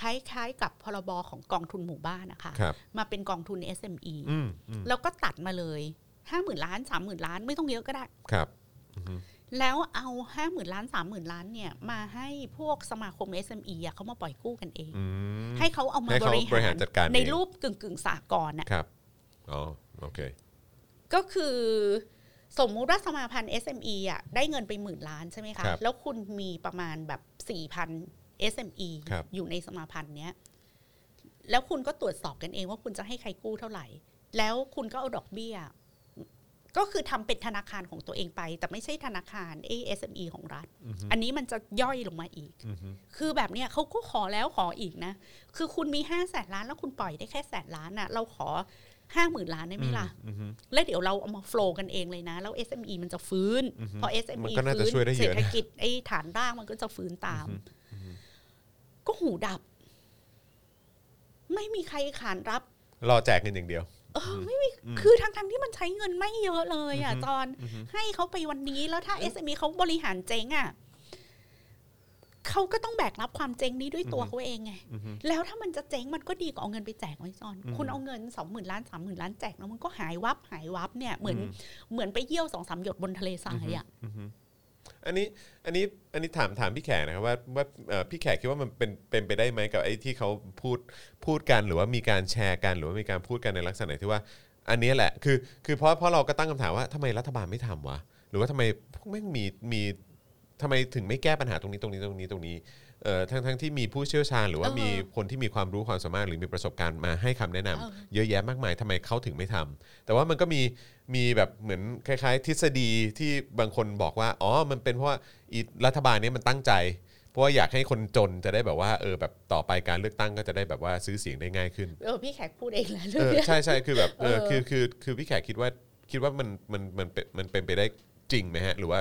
Speaker 3: คล้าย ๆ กับพรบของกองทุนหมู่บ้านนะคะ
Speaker 2: ครับ
Speaker 3: มาเป็นกองทุน SME
Speaker 2: อืมอืม
Speaker 3: แล้วก็ตัดมาเลยห้าหมื่นล้านสามหมื่นล้านไม่ต้องเยอะก็ได้
Speaker 2: ครับอือฮึ
Speaker 3: แล้วเอาห้าหมื่นล้านสามหมื่นล้านเนี่ยมาให้พวกสมาคม SME อ่ะเขามาปล่อยกู้กันเอง
Speaker 2: อืม
Speaker 3: ให้เขาเอามา
Speaker 2: ให้
Speaker 3: บ
Speaker 2: เขา
Speaker 3: ริ
Speaker 2: บริหา
Speaker 3: หาร ร
Speaker 2: จัดการเอง
Speaker 3: ในรูปกึ่งกึ่งๆสากลน่ะ
Speaker 2: ครับ อ๋อ โอเค
Speaker 3: ก็คือสมมุติว่าสมาพันธ์ SME อ่ะได้เงินไปหมื่นล้านใช่ไหมคะ
Speaker 2: ครับ
Speaker 3: แล้วคุณมีประมาณแบบสี่พัน SME
Speaker 2: ครับ
Speaker 3: อยู่ในสมาพันธ์เนี้ยแล้วคุณก็ตรวจสอบกันเองว่าคุณจะให้ใครกู้เท่าไหร่ แล้วคุณก็เอาดอกเบี้ย ก็คือทำเป็นธนาคารของตัวเองไป แต่ไม่ใช่ธนาคารเอ SME ของรัฐ
Speaker 2: อือฮึ
Speaker 3: อันนี้มันจะย่อยลงมาอีก
Speaker 2: อือฮึ
Speaker 3: คือแบบเนี้ยเขาก็ขอแล้วขออีกนะ คือคุณมีห้าแสนล้านแล้วคุณปล่อยได้แค่แสนล้านน่ะ เราขอห้าหมื่นล้านได้ไหมล่ะ
Speaker 2: อือฮึ
Speaker 3: แล้วเดี๋ยวเราเอามาโฟล์กันเองเลยนะ แล้ว SME มันจะฟื้น
Speaker 2: อือฮึ
Speaker 3: พอ
Speaker 2: มัน
Speaker 3: SME
Speaker 2: ก็น่าจะ
Speaker 3: ฟื้
Speaker 2: ช่วยได้เย
Speaker 3: เศร
Speaker 2: อะ
Speaker 3: ษ
Speaker 2: นะ
Speaker 3: ฐกิจไอ้ฐานรากมันก็จะฟื้นตาม
Speaker 2: อือฮึ
Speaker 3: ก็หูดับ ไม่มีใครขานรับ
Speaker 2: รอแจกเงินอย่างเดียว
Speaker 3: เออไม่มี
Speaker 2: อืม
Speaker 3: คือทั้งทั้งๆที่มันใช้เงินไม่เยอะเลยอ่ะ
Speaker 2: อือฮึ
Speaker 3: จอน
Speaker 2: อือฮึ
Speaker 3: ให้เขาไปวันนี้แล้วถ้า SME เขาบริหารเจ๊งอ่ะเขาก็ต้องแบกรับความเจ๊งนี้ด้วยตัวเขาเองไง
Speaker 2: อือฮึ
Speaker 3: แล้วถ้ามันจะเจ๊งมันก็ดีกว่าเอาเงินไปแจกไว้จอน
Speaker 2: อืม
Speaker 3: คุณเอาเงินสองหมื่นล้านสามหมื่นล้านแจกแล้วมันก็หายวับหายวับเนี่ยเหมือน
Speaker 2: อื
Speaker 3: เหมือนไปเยี่ยวสองสามหยดบนทะเลทรายอ่ะ
Speaker 2: อือฮึอันนี้ อันนี้ อันนี้ถาม ถามพี่แขกนะครับว่า ว่าเอ่อพี่แขกคิดว่ามันเป็น เป็นไปได้ไหมกับไอ้ที่เขาพูด พูดกัน หรือว่ามีการแชร์กัน หรือว่ามีการพูดกันในลักษณะไหนที่ว่า อันเนี้ยแหละ คือ คือเพราะ เพราะเราก็ตั้งคำถามว่าทำไมรัฐบาลไม่ทำวะ หรือว่าทำไมพวกแม่งมี มีทำไมถึงไม่แก้ปัญหาตรงนี้ ตรงนี้ ตรงนี้ ตรงนี้ เอ่อ ทั้งทั้งที่มีผู้เชี่ยวชาญ หรือว่ามีคนที่มีความรู้ความสามารถ หรือมีประสบการณ์มาให้คำแนะนำ เยอะแยะมากมายทำไมเขาถึงไม่ทำแต่ว่ามันก็มีมีแบบเหมือนคล้าย ๆ ทฤษฎีที่บางคนบอกว่าอ๋อมันเป็นเพราะว่าอีรัฐบาลเนี้มันตั้งใจ เพราะว่าอยากให้คนจนจะได้แบบว่าเออแบบต่อไปการเลือกตั้งก็จะได้แบบว่าซื้อเสียงได้ง่ายขึ้น
Speaker 3: เออพี่แขกพูดเองแหละเรื่
Speaker 2: เอ
Speaker 3: อง
Speaker 2: อ
Speaker 3: เนี้ย
Speaker 2: ใช่ใช่คือแบบเออ
Speaker 3: เออ
Speaker 2: คือคือคือพี่แขกคิดว่าคิดว่ามันมันมันเป็นมันเป็นไปได้จริงไหมฮะ หรือว่า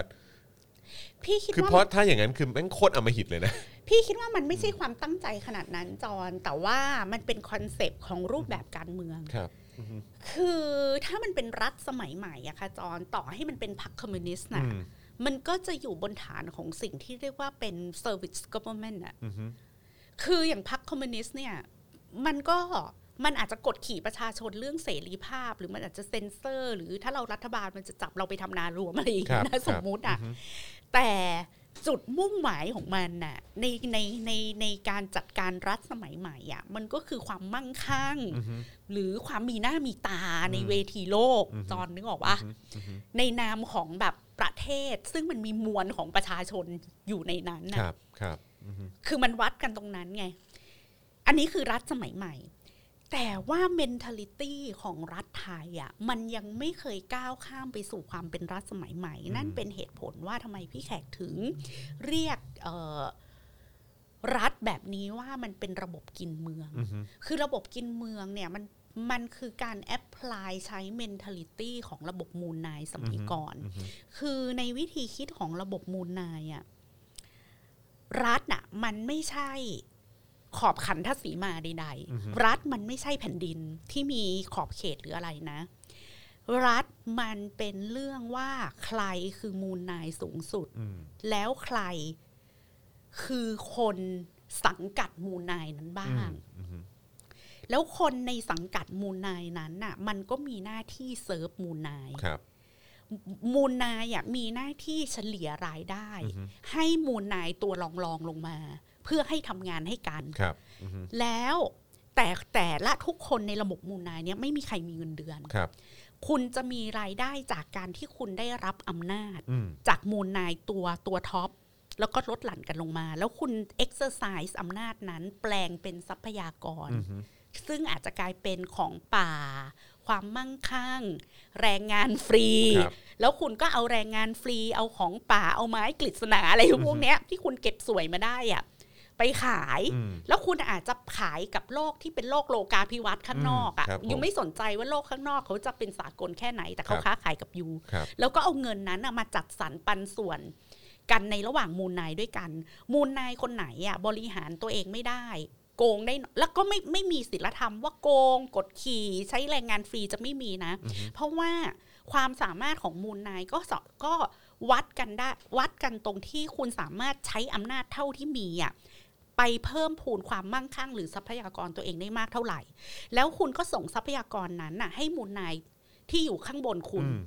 Speaker 3: พี่คิด
Speaker 2: คือ
Speaker 3: ว่า
Speaker 2: เพราะถ้าอย่างนั้นคือแม่งโคตรอำมหิตเลยนะ
Speaker 3: พี่คิดว่ามันไม่ใช่ความตั้งใจขนาดนั้นจอน แต่ว่ามันเป็นคอนเซปต์ของรูปแบบการเมือง
Speaker 2: ครับ
Speaker 3: คือถ้ามันเป็นรัฐสมัยใหม่อะค่ะจอนต่อให้มันเป็นพรรคคอมมิวนิสต์นะ
Speaker 2: อืม
Speaker 3: มันก็จะอยู่บนฐานของสิ่งที่เรียกว่าเป็น service government อะ
Speaker 2: อือฮึ
Speaker 3: คืออย่างพรรคคอมมิวนิสต์เนี่ยมันก็มันอาจจะกดขี่ประชาชนเรื่องเสรีภาพ หรือมันอาจจะเซ็นเซอร์ หรือถ้าเรารัฐบาลมันจะจับเราไปทำนารวมอะไรอย่าง
Speaker 2: ค
Speaker 3: เงี้
Speaker 2: รับ
Speaker 3: ยนะสมมุติอ่ะ
Speaker 2: ครับ
Speaker 3: แต่จุดมุ่งหมายของมันน่ะในในในในการจัดการรัฐสมัยใหม่อ่ะมันก็คือความมั่งคั่ง
Speaker 2: อือฮึ
Speaker 3: หรือความมีหน้ามีตาใน
Speaker 2: อืม
Speaker 3: เวทีโลก
Speaker 2: อือฮึ
Speaker 3: จอนนึกออกว่า
Speaker 2: อือฮึ
Speaker 3: ในนามของแบบประเทศ ซึ่งมันมีมวลของประชาชนอยู่ในนั้น
Speaker 2: ค
Speaker 3: น่ะ
Speaker 2: รับครับอือฮึ
Speaker 3: คือมันวัดกันตรงนั้นไง อันนี้คือรัฐสมัยใหม่ แต่ว่า mentality ของรัฐไทยอ่ะ มันยังไม่เคยก้าวข้ามไปสู่ความเป็นรัฐสมัยใหม่ นั่นเป็นเหตุผลว่าทำไมพี่แขกถึงเรียกเอ่อรัฐแบบนี้ว่ามันเป็นระบบกินเมือง
Speaker 2: อือฮึ
Speaker 3: คือระบบกินเมืองเนี่ยมันมันคือการแอพพลายใช้ mentality ของระบบมูลนายสมัยก่อน
Speaker 2: อือฮึ
Speaker 3: คือในวิธีคิดของระบบมูลนายอะ รัฐน่ะมันไม่ใช่ ขอบขันทศีมาใดๆรัฐมันไม่ใช่แผ่นดินที่มีขอบเขตหรืออะไรนะ รัฐมันเป็นเรื่องว่าใครคือมูลนายสูงสุด
Speaker 2: อืม
Speaker 3: แล้วใครคือคนสังกัดมูลนายนั้นบ้าง
Speaker 2: อืม
Speaker 3: แล้วคนในสังกัดมูลนายนั้นน่ะ มันก็มีหน้าที่เซิร์ฟมูลนาย
Speaker 2: ครับ
Speaker 3: มูลนายอ่ะมีหน้าที่เฉลี่ยรายได้
Speaker 2: อือฮึ
Speaker 3: ให้มูลนายตัวรองรองๆลงมา เพื่อให้ทำงานให้กัน
Speaker 2: ครับอืม
Speaker 3: แล้วแต่แต่ละทุกคนในระบบมูลนายเนี่ยไม่มีใครมีเงินเดือน
Speaker 2: ครับ
Speaker 3: คุณจะมีรายได้จากการที่คุณได้รับอำนาจ
Speaker 2: อืม
Speaker 3: จากมูลนายตัวตัวท็อป แล้วก็ลดหลั่นกันลงมา แล้วคุณเอ็กซ์ไซส์อำนาจนั้นแปลงเป็นทรัพยากร
Speaker 2: อืม
Speaker 3: ซึ่งอาจจะกลายเป็นของป่า ความมั่งคั่ง แรงงานฟรี
Speaker 2: ครับ
Speaker 3: แล้วคุณก็เอาแรงงานฟรีเอาของป่าเอาไม้กฤษณาอะไรพวกเนี้ยที่คุณเก็บสวยมาได้อะไปขาย
Speaker 2: อืม
Speaker 3: แล้วคุณอาจจะขายกับโลกที่เป็นโลกโลกาภิวัตน์ข้างนอก
Speaker 2: อืมครั
Speaker 3: อะ่ะ
Speaker 2: บผม
Speaker 3: ยูไม่สนใจว่าโลกข้างนอกเขาจะเป็นสากลแค่ไหนแต่เขา
Speaker 2: ครับ
Speaker 3: ค้าขายกับยู
Speaker 2: ครับ
Speaker 3: แล้วก็เอาเงินนั้นน่ะมาจัดสรรปันส่วนกันในระหว่างมูลนายด้วยกัน มูลนายคนไหนอ่ะบริหารตัวเองไม่ได้ โกงได้แล้วก็ไม่ไม่มีศีลธรรมว่าโกง กดขี่ใช้แรงงานฟรีจะไม่มีนะ
Speaker 2: อือฮึ
Speaker 3: เพราะว่าความสามารถของมูลนายก็สก็วัดกันได้วัดกันตรงที่คุณสามารถใช้อำนาจเท่าที่มีอ่ะไปเพิ่มพูนความมั่งคั่ง หรือทรัพยากรตัวเองได้มากเท่าไหร่ แล้วคุณก็ส่งทรัพยากรนั้นน่ะ ให้มูลนายที่อยู่ข้างบนคุณ
Speaker 2: อืม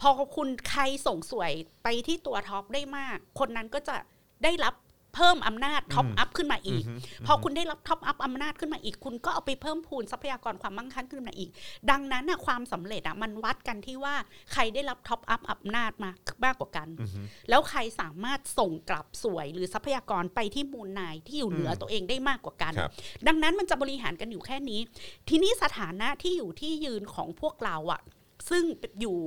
Speaker 3: พอคุณใครส่งสวยไปที่ตัวท็อปได้มาก คนนั้นก็จะได้รับเพิ่มอำนาจท็อปอัพขึ้นมาอีก
Speaker 2: ฮึ
Speaker 3: พอคุณได้รับท็อปอัพอำนาจขึ้นมาอีก คุณก็เอาไปเพิ่มพูนทรัพยากรความมั่งคั่งขึ้นมาอีก ดังนั้นนะความสำเร็จอะมันวัดกันที่ว่าใครได้รับท็อปอัพอำนาจมามากกว่ากัน
Speaker 2: อืม
Speaker 3: แล้วใครสามารถส่งกลับสวยหรือทรัพยากรไปที่มูลนายที่อยู่เหนือ
Speaker 2: อืม
Speaker 3: ตัวเองได้มากกว่ากัน
Speaker 2: ครับ
Speaker 3: ดังนั้นมันจะบริหารกันอยู่แค่นี้ ทีนี้สถานะที่อยู่ที่ยืนของพวกเราอะซึ่งอยู่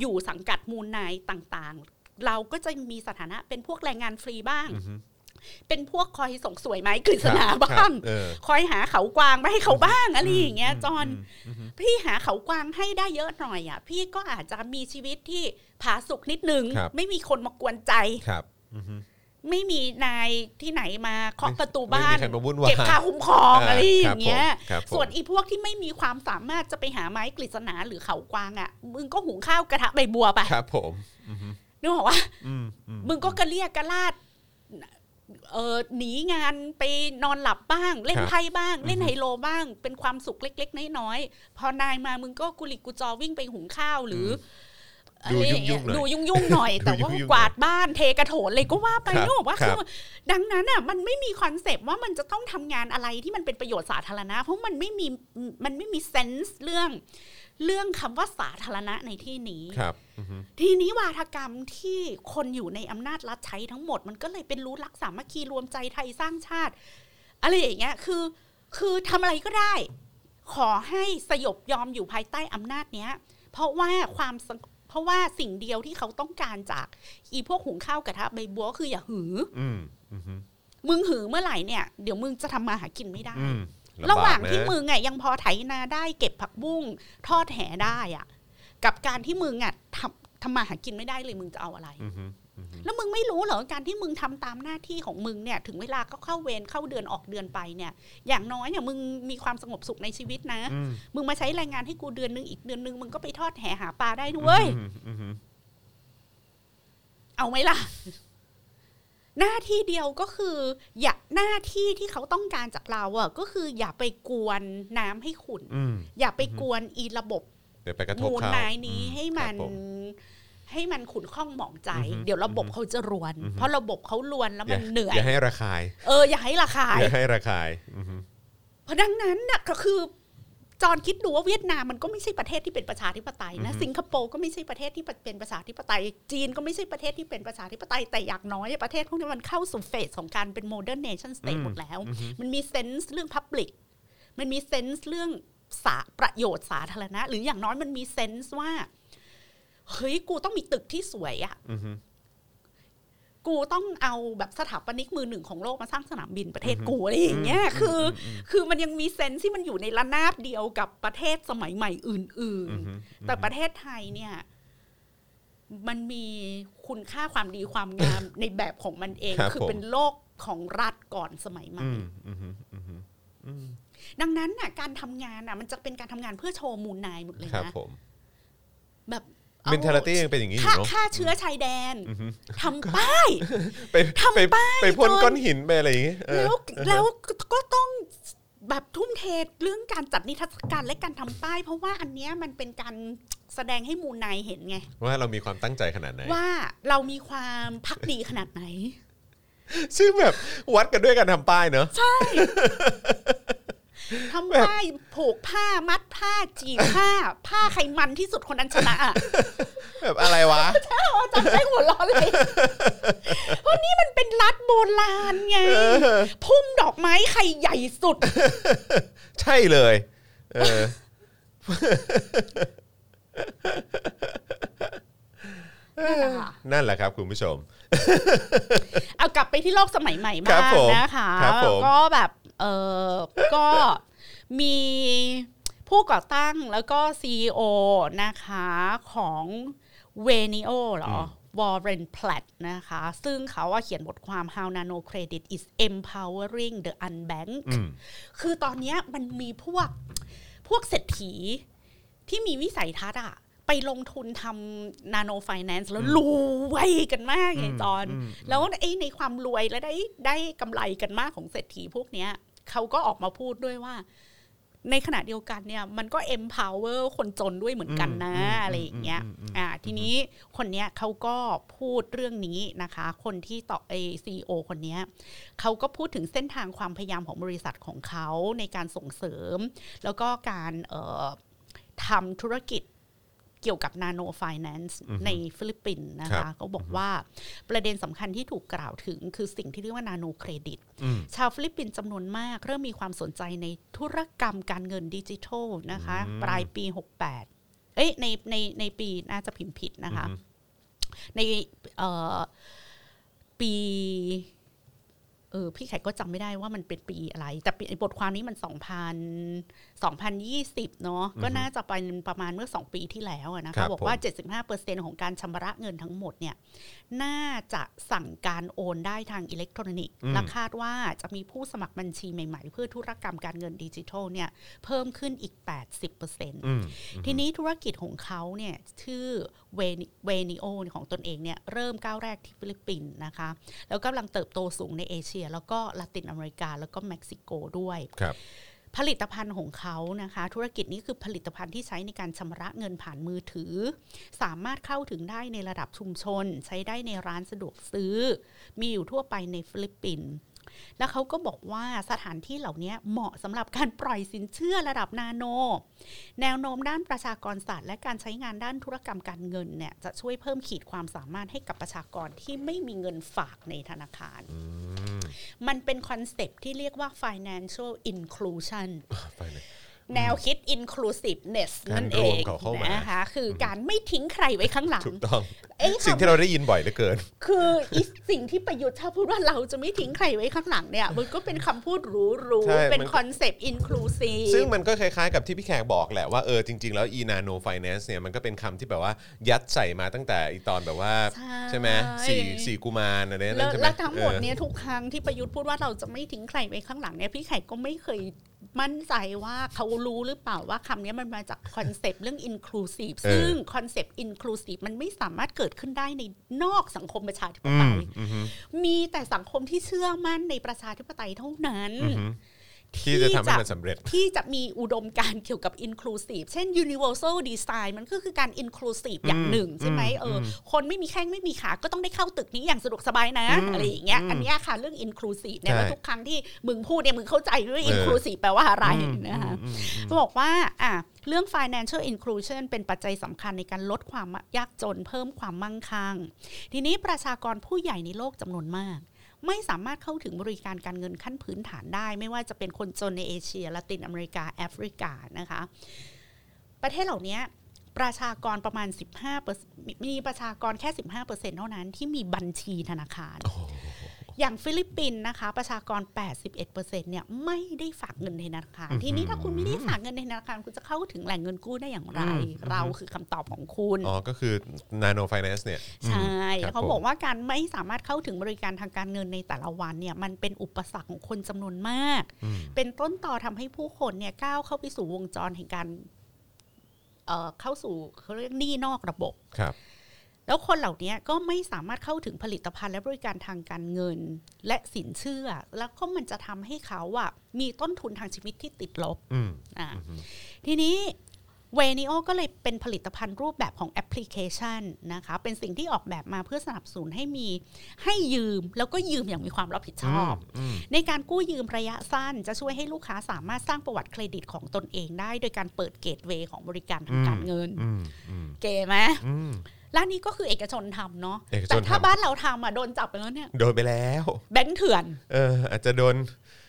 Speaker 3: อยู่สังกัดมูลนายต่างๆ เราก็จะมีสถานะเป็นพวกแรงงานฟรีบ้าง
Speaker 2: อืม
Speaker 3: เป็นพวกคอยส่งสวยไหมกฤษณา
Speaker 2: ครับ
Speaker 3: บ้าง
Speaker 2: เออ
Speaker 3: คอยหาเขากวางมาให้เขาบ้างอะไรอย่างเงี้ยจอน
Speaker 2: มอืม
Speaker 3: พี่หาเขากวางให้ได้เยอะหน่อยอ่ะ พี่ก็อาจจะมีชีวิตที่ผาสุกนิดนึง ไม่มีคนมากวนใจ
Speaker 2: ครับอืม
Speaker 3: ไม่มีนายที่ไหนมาเคาะประตูบ้า
Speaker 2: ไม่มีใคร
Speaker 3: น
Speaker 2: มาวุ่นวาย
Speaker 3: เก็บค่าคุ้มครองอะไรอย่างเงี้ย
Speaker 2: ครับผม
Speaker 3: ส่วนอีพวกที่ไม่มีความสามารถจะไปหาไม้กฤษณาหรือเขากวางอ่ะ มึงก็หุงข้าวกระทะใบบัวไป
Speaker 2: ครับผมอืม
Speaker 3: นึกออกว่า
Speaker 2: อืมอื
Speaker 3: มึงก็กระเรียกกระลาดเออหนีงานไปนอนหลับบ้าง เล่นไพ่บ้าง เล่นไฮโลบ้าง เป็นความสุขเล็ก ๆ น้อยๆพอนายมามึงก็กุลิกกุจอวิ่งไปหุงข้าวหรืออ
Speaker 2: ดู
Speaker 3: อะไร
Speaker 2: ยุ่ง
Speaker 3: อาง
Speaker 2: ยุ่งๆหน่อย
Speaker 3: เงี้ดูยุ่งยุ่งๆหน่อย แต่ว่า
Speaker 2: ดูยุ่งๆ
Speaker 3: กวาดบ้านเทกระโถนเลยก็ว่าไป
Speaker 2: ครับ
Speaker 3: นึกออกว่า
Speaker 2: ครั
Speaker 3: คื
Speaker 2: บ
Speaker 3: อดังนั้นอ่ะ มันไม่มีคอนเซปต์ว่ามันจะต้องทำงานอะไรที่มันเป็นประโยชน์สาธารณะ เพราะมันไม่มีมันไม่มีเซนส์เรื่อง เรื่องคำว่าสาธารณะในที่นี้
Speaker 2: ครับอืม
Speaker 3: ทีนี้วาทกรรมที่คนอยู่ในอำนาจรัฐใช้ทั้งหมด มันก็เลยเป็นรู้รักสามัคคีรวมใจไทยสร้างชาติอะไรอย่างเงี้ยคือคือทำอะไรก็ได้ ขอให้สยบยอมอยู่ภายใต้อำนาจเนี้ย เพราะว่าความสงเพราะว่าสิ่งเดียวที่เขาต้องการจาก อีพวกหุงข้าวกระทะใบบัวก็คืออย่าหือ
Speaker 2: อืมอืม
Speaker 3: มึงหือเมื่อไหร่เนี่ยเดี๋ยวมึงจะทำมาหากินไม่ได้
Speaker 2: อืม
Speaker 3: ระหว่าง
Speaker 2: ลำบกนะ
Speaker 3: ที่มึงอ่ะยังพอไถนาได้เก็บผักบุ้งทอดแหได้อ่ะ กับการที่มึงอ่ะทำทำมาหากินไม่ได้เลยมึงจะเอาอะไร
Speaker 2: อืมอืม
Speaker 3: แล้วมึงไม่รู้เหรอการที่มึงทำตามหน้าที่ของมึงเนี่ย ถึงเวลาก็เข้าเวรเข้าเดือนออกเดือนไปเนี่ย อย่างน้อยเนี่ยมึงมีความสงบสุขในชีวิตนะ
Speaker 2: อืม
Speaker 3: มึงมาใช้แรงงานให้กูเดือนนึงอีกเดือนนึงมึงก็ไปทอดแหหาปลาได้ด้วย
Speaker 2: อืมอืมอืม
Speaker 3: เอาไหมล่ะ หน้าที่เดียวก็คือ อย่าหน้าที่ที่เขาต้องการจากเราอ่ะก็คืออย่าไปกวนน้ำให้ขุ่น
Speaker 2: อืม
Speaker 3: อย่าไปกวนอีระบบ
Speaker 2: เดี๋ยวไปกระทบ
Speaker 3: มูล
Speaker 2: เขา
Speaker 3: นายนี้
Speaker 2: อื
Speaker 3: ให้มัน
Speaker 2: ครับผ
Speaker 3: ให้มันขุนข้องหมองใจ
Speaker 2: อือฮึ
Speaker 3: เดี๋ยวระบบเขาจะรวน
Speaker 2: อือฮึ
Speaker 3: เพราะระบบเขารวนแล้วมันเหนื่อย
Speaker 2: อย่าให้ระคาย
Speaker 3: เออ อย่าให้ระคาย
Speaker 2: อย่าให้ระคายอืม
Speaker 3: เพราะดังนั้นน่ะก็คือ จอนคิดดูว่าเวียดนามมันก็ไม่ใช่ประเทศที่เป็นประชาธิปไตยนะสิงคโปร์ก็ไม่ใช่ประเทศที่เป็นประชาธิปไตย จีนก็ไม่ใช่ประเทศที่เป็นประชาธิปไตยแต่อย่างน้อยประเทศพวกนี้มันเข้าสู่เฟสของการเป็นโมเดิร์นเนชั่นสเตทหมดแล้ว มันมีเซนส์เรื่องพับลิกมันมีเซนส์เรื่องสาประโยชน์สาธารณะ หรืออย่างน้อยมันมีเซนส์ว่าเฮ้ยกูต้องมีตึกที่สวยอะ
Speaker 2: อืมอืม
Speaker 3: กูต้องเอาแบบสถาปนิกมือหนึ่งของโลกมาสร้างสนามบินประเทศกูอะไรอย่างเงี้ย คือ คือมันยังมีเซนส์ที่มันอยู่ในระนาบเดียวกับประเทศสมัยใหม่อื่น
Speaker 2: อือฮึ
Speaker 3: ๆ แต่ประเทศไทยเนี่ย มันมีคุณค่าความดีความงาม ในแบบของมันเอง
Speaker 2: ครับ
Speaker 3: คือ
Speaker 2: ผม
Speaker 3: เป็นโลก ของรัฐก่อนสมัยใหม่
Speaker 2: อืมอืมอืมอืม
Speaker 3: ดังนั้นน่ะการทำงานน่ะมันจะเป็นการทำงานเพื่อโชว์มูลนายหมดเลย
Speaker 2: ครับ
Speaker 3: นะ
Speaker 2: ผม
Speaker 3: แบบอา
Speaker 2: mentality ยังเป็นอย่างนี้อ
Speaker 3: ค่า
Speaker 2: ยู่เนาะ
Speaker 3: ค่าเชื้อชายแดน
Speaker 2: อือฮึ
Speaker 3: ทำป้าย
Speaker 2: ไป
Speaker 3: ทำ
Speaker 2: ไป
Speaker 3: ป้าย
Speaker 2: ไปพ่น
Speaker 3: จน
Speaker 2: ก้อนหินไปอะไรอย่างเงี้ยเออ
Speaker 3: แล้วแล้วก็ต้องแบบทุ่มเทเรื่องการจัดนิทรรศการและการทำป้าย เพราะว่าอันเนี้ยมันเป็นการแสดงให้มูลนายเห็นไง
Speaker 2: ว่าเรามีความตั้งใจขนาดไหน
Speaker 3: ว่าเรามีความพักดีขนาดไหน
Speaker 2: ซึ่งแบบวัดกันด้วยการทำป้ายเนอะ
Speaker 3: ทำป้ายผูกผ้ามัดผ้าจีบผ้า ผ้าใครมันที่สุดคนนั้นชนะ อะ
Speaker 2: แบบอะไรวะ
Speaker 3: อาจารย์ได้หัวเร้อนเลยเพราะนี่มันเป็นรัฐโบราณไง พุ่มดอกไม้ใครใหญ่สุด
Speaker 2: ใช่เลยเออ
Speaker 3: นั่นแหละค่ะ
Speaker 2: นั่นแหละครับคุณผู้ชม
Speaker 3: เอากลับไปที่โลกสมัยใหม่
Speaker 2: ครั
Speaker 3: มา
Speaker 2: บ
Speaker 3: ก
Speaker 2: ผม
Speaker 3: นะคะ
Speaker 2: ครับผม
Speaker 3: ก็แบบเออก็มีผู้ก่อตั้งแล้วก็ CEO นะคะของเวเนโอหรอวอร์เรน p พลตนะคะ ซึ่งเขาว่าเขียนบทความ How Nano Credit is Empowering the Unbanked
Speaker 2: อืม
Speaker 3: คือตอนเนี้ยมันมีพวกพวกเศรษฐีที่มีวิสัยทัศน์อะไปลงทุนทำนาโนไฟแนนซ์แล้วรวยกันมากไงจอน
Speaker 2: อืม
Speaker 3: แล้วไอ้ในความรวยและได้ได้กำไรกันมากของเศรษฐีพวกเนี้ยเขาก็ออกมาพูดด้วยว่า ในขณะเดียวกันเนี่ยมันก็ empower คนจนด้วยเหมือนกันนะ อะไรอย่างเงี้ย อ่าทีนี้คนเนี้ยเขาก็พูดเรื่องนี้นะคะ คนที่ต่อไอซีโอคนเนี้ยเขาก็พูดถึงเส้นทางความพยายามของบริษัทของเขาในการส่งเสริม แล้วก็การเอ่อทำธุรกิจเกี่ยวกับนาโนฟินแลนซ์
Speaker 2: อือฮึ
Speaker 3: ในฟิลิปปินส์นะ
Speaker 2: ครั
Speaker 3: คะ
Speaker 2: บ
Speaker 3: เขาบอกว่าประเด็นสำคัญที่ถูกกล่าวถึงคือสิ่งที่เรียกว่านาโนเครดิต
Speaker 2: อืม
Speaker 3: ชาวฟิลิปปินส์จำนวนมาก เริ่มมีความสนใจในธุรกรรมการเงินดิจิทัลนะคะ
Speaker 2: อืม
Speaker 3: ปลายปี 68 เอ้ยในในในปีน่าจะพิมพ์ผิดนะคะ ในเอ่อปีเออพี่แขกก็จำไม่ได้ว่ามันเป็นปีอะไร แต่ปีบทความนี้มัน 2,000 2020 เนาะก็น่าจะเป็นประมาณเมื่อ 2 ปีที่แล้วอะนะ
Speaker 2: ครั
Speaker 3: คะ
Speaker 2: บ
Speaker 3: บอกว่า
Speaker 2: ผม
Speaker 3: 75%ของการชำระเงินทั้งหมดเนี่ย น่าจะสั่งการโอนได้ทางอิเล็กทรอนิกส์
Speaker 2: อืม
Speaker 3: และคาดว่าจะมีผู้สมัครบัญชีใหม่ๆ เพื่อธุรกรรมการเงินดิจิทัลเนี่ยเพิ่มขึ้นอีก 80%
Speaker 2: อืม
Speaker 3: ทีนี้ธุรกิจของเขาเนี่ยชื่อเวนิโอของตนเองเนี่ยเริ่มก้าวแรกที่ฟิลิปปินส์นะคะ แล้วกำลังเติบโตสูงในเอเชีย แล้วก็ละตินอเมริกา แล้วก็เม็กซิโกด้วย
Speaker 2: ครับ
Speaker 3: ผลิตภัณฑ์ของเขานะคะ ธุรกิจนี้คือผลิตภัณฑ์ที่ใช้ในการชำระเงินผ่านมือถือ สามารถเข้าถึงได้ในระดับชุมชน ใช้ได้ในร้านสะดวกซื้อ มีอยู่ทั่วไปในฟิลิปปินส์แล้วเขาก็บอกว่าสถานที่เหล่านี้เหมาะสำหรับการปล่อยสินเชื่อระดับนาโน แนวโน้มด้านประชากรศาสตร์และการใช้งานด้านธุรกรรมการเงินเนี่ยจะช่วยเพิ่มขีดความสามารถให้กับประชากรที่ไม่มีเงินฝากในธนาคาร มันเป็นคอนเซปต์ที่เรียกว่า financial inclusion
Speaker 2: ไปเลย
Speaker 3: แนวคิด inclusiveness
Speaker 2: การ
Speaker 3: นั่นเอ
Speaker 2: รว
Speaker 3: ง
Speaker 2: มเขาเข้ามาน
Speaker 3: นะคะ คือการไม่ทิ้งใครไว้ข้างหลัง
Speaker 2: ถูกต้อง
Speaker 3: เอ้ย
Speaker 2: สิ่ง
Speaker 3: คำ
Speaker 2: ที่เราได้ยินบ่อยเหลือเกิน
Speaker 3: คืออีสิ่งที่ประยุทธ์ชอบพูดว่าเราจะไม่ทิ้งใครไว้ข้างหลังเนี่ย มันก็เป็นคำพูดหรู
Speaker 2: ใช่
Speaker 3: ๆ เป็
Speaker 2: มัน น
Speaker 3: คอนเซปต์ inclusive
Speaker 2: ซึ่งมันก็คล้ายๆกับที่พี่แขกบอกแหละว่าเออจริงๆแล้ว e nano finance เนี่ยมันก็เป็นคำที่แบบว่ายัดใส่มาตั้งแต่อีตอนแบบว่า
Speaker 3: ใช่
Speaker 2: ไหมสี่สี่กุมารอะไรนั่
Speaker 3: แล้ว
Speaker 2: นใช่ไหม
Speaker 3: แล้วทั้งหมดเนี่ย
Speaker 2: ออ
Speaker 3: ทุกครั้งที่ประยุทธ์พูดว่าเราจะไม่ทิ้งใครไว้ข้างหลังเนี่ยพี่ไข่ก็ไม่เคยมั่นใจว่าเขารู้หรือเปล่าว่าคำเนี้ยมันมาจากคอนเซปต์เรื่อง inclusive
Speaker 2: เออ
Speaker 3: ซึ่งคอนเซปต์ inclusive มันไม่สามารถเกิดขึ้นได้ในนอกสังคมประชาธิปไตย
Speaker 2: อืมอืม
Speaker 3: มีแต่สังคมที่เชื่อมั่นในประชาธิปไตยเท่านั้น
Speaker 2: อืมที่จะทำให้มันสำเร็จ
Speaker 3: ที่จะมีอุดมการณ์เกี่ยวกับ inclusive เช่น universal design มันก็คือการ inclusive อย่างหนึ่งใช่ไหมเอออคนไม่มีแข้งไม่มีขา ก็ต้องได้เข้าตึกนี้อย่างสะดวกสบายนะ
Speaker 2: อืม
Speaker 3: อะไรอย่างเงี้ยอันเนี้ยค่ะเรื่อง inclusive เนี่ย
Speaker 2: ใช่
Speaker 3: แล้วทุกครั้งที่มึงพูดเนี่ยมึงเข้าใจเรื่อง
Speaker 2: เออ
Speaker 3: inclusive แปลว่าอะไรนะคะ
Speaker 2: อืม
Speaker 3: เขาบอกว่าอ่ะเรื่อง financial inclusion เป็นปัจจัยสำคัญในการลดความยากจนเพิ่มความมั่งคั่ง ทีนี้ประชากรผู้ใหญ่ในโลกจำนวนมาก ไม่สามารถเข้าถึงบริการการเงินขั้นพื้นฐานได้ ไม่ว่าจะเป็นคนจนในเอเชียละตินอเมริกา แอฟริกานะคะ ประเทศเหล่านี้ประชากรประมาณ 15%มีประชากรแค่ 15%เท่านั้นที่มีบัญชีธนาคาร อย่างฟิลิปปินส์นะคะ ประชากร 81%เนี่ยไม่ได้ฝากเงินในธนาคาร
Speaker 2: อื้อหือ
Speaker 3: ทีนี้ถ้าคุณไม่ได้ฝากเงินในธนาคารคุณจะเข้าถึงแหล่งเงินกู้ได้อย่างไร
Speaker 2: อืมอืม
Speaker 3: เราคือคำตอบของคุณ
Speaker 2: อ๋อก็คือ nano finance เนี่ย
Speaker 3: ใช่
Speaker 2: ครับ
Speaker 3: เขาบอกว่าการไม่สามารถเข้าถึงบริการทางการเงินในแต่ละวันเนี่ยมันเป็นอุปสรรคของคนจำนวนมาก
Speaker 2: อืม
Speaker 3: เป็นต้นต่อทำให้ผู้คนเนี่ยก้าวเข้าไปสู่วงจรแห่งการเอ่อเข้าสู่เขาเรียกหนี้นอกระบบ
Speaker 2: ครับ
Speaker 3: แล้วคนเหล่านี้ก็ไม่สามารถเข้าถึงผลิตภัณฑ์และบริการทางการเงินและสินเชื่อ แล้วก็มันจะทำให้เขาอะมีต้นทุนทางชีวิตที่ติดลบ
Speaker 2: อืม
Speaker 3: อ่ะ
Speaker 2: อืม
Speaker 3: ทีนี้เวนิโอก็เลยเป็นผลิตภัณฑ์รูปแบบของแอปพลิเคชันนะคะ เป็นสิ่งที่ออกแบบมาเพื่อสนับสนุนให้มีให้ยืม แล้วก็ยืมอย่างมีความรับผิดชอบ
Speaker 2: ม
Speaker 3: ในการกู้ยืมระยะสั้นจะช่วยให้ลูกค้าสามารถสร้างประวัติเครดิตของตนเองได้ โดยการเปิดเกตเวย์ของบริการทางการเงิน
Speaker 2: อืมอืม
Speaker 3: เก๋ไหม
Speaker 2: อืม
Speaker 3: ร้านนี้ก็คือเอกชนทำเนาะ
Speaker 2: เอกชนทำ
Speaker 3: แต่ถ้าบ้านเราทำอ่ะโดนจับไปแล้วเนี่ย
Speaker 2: โดนไปแล้ว
Speaker 3: แบงค์เถื่อน
Speaker 2: เออ อาจจะโดน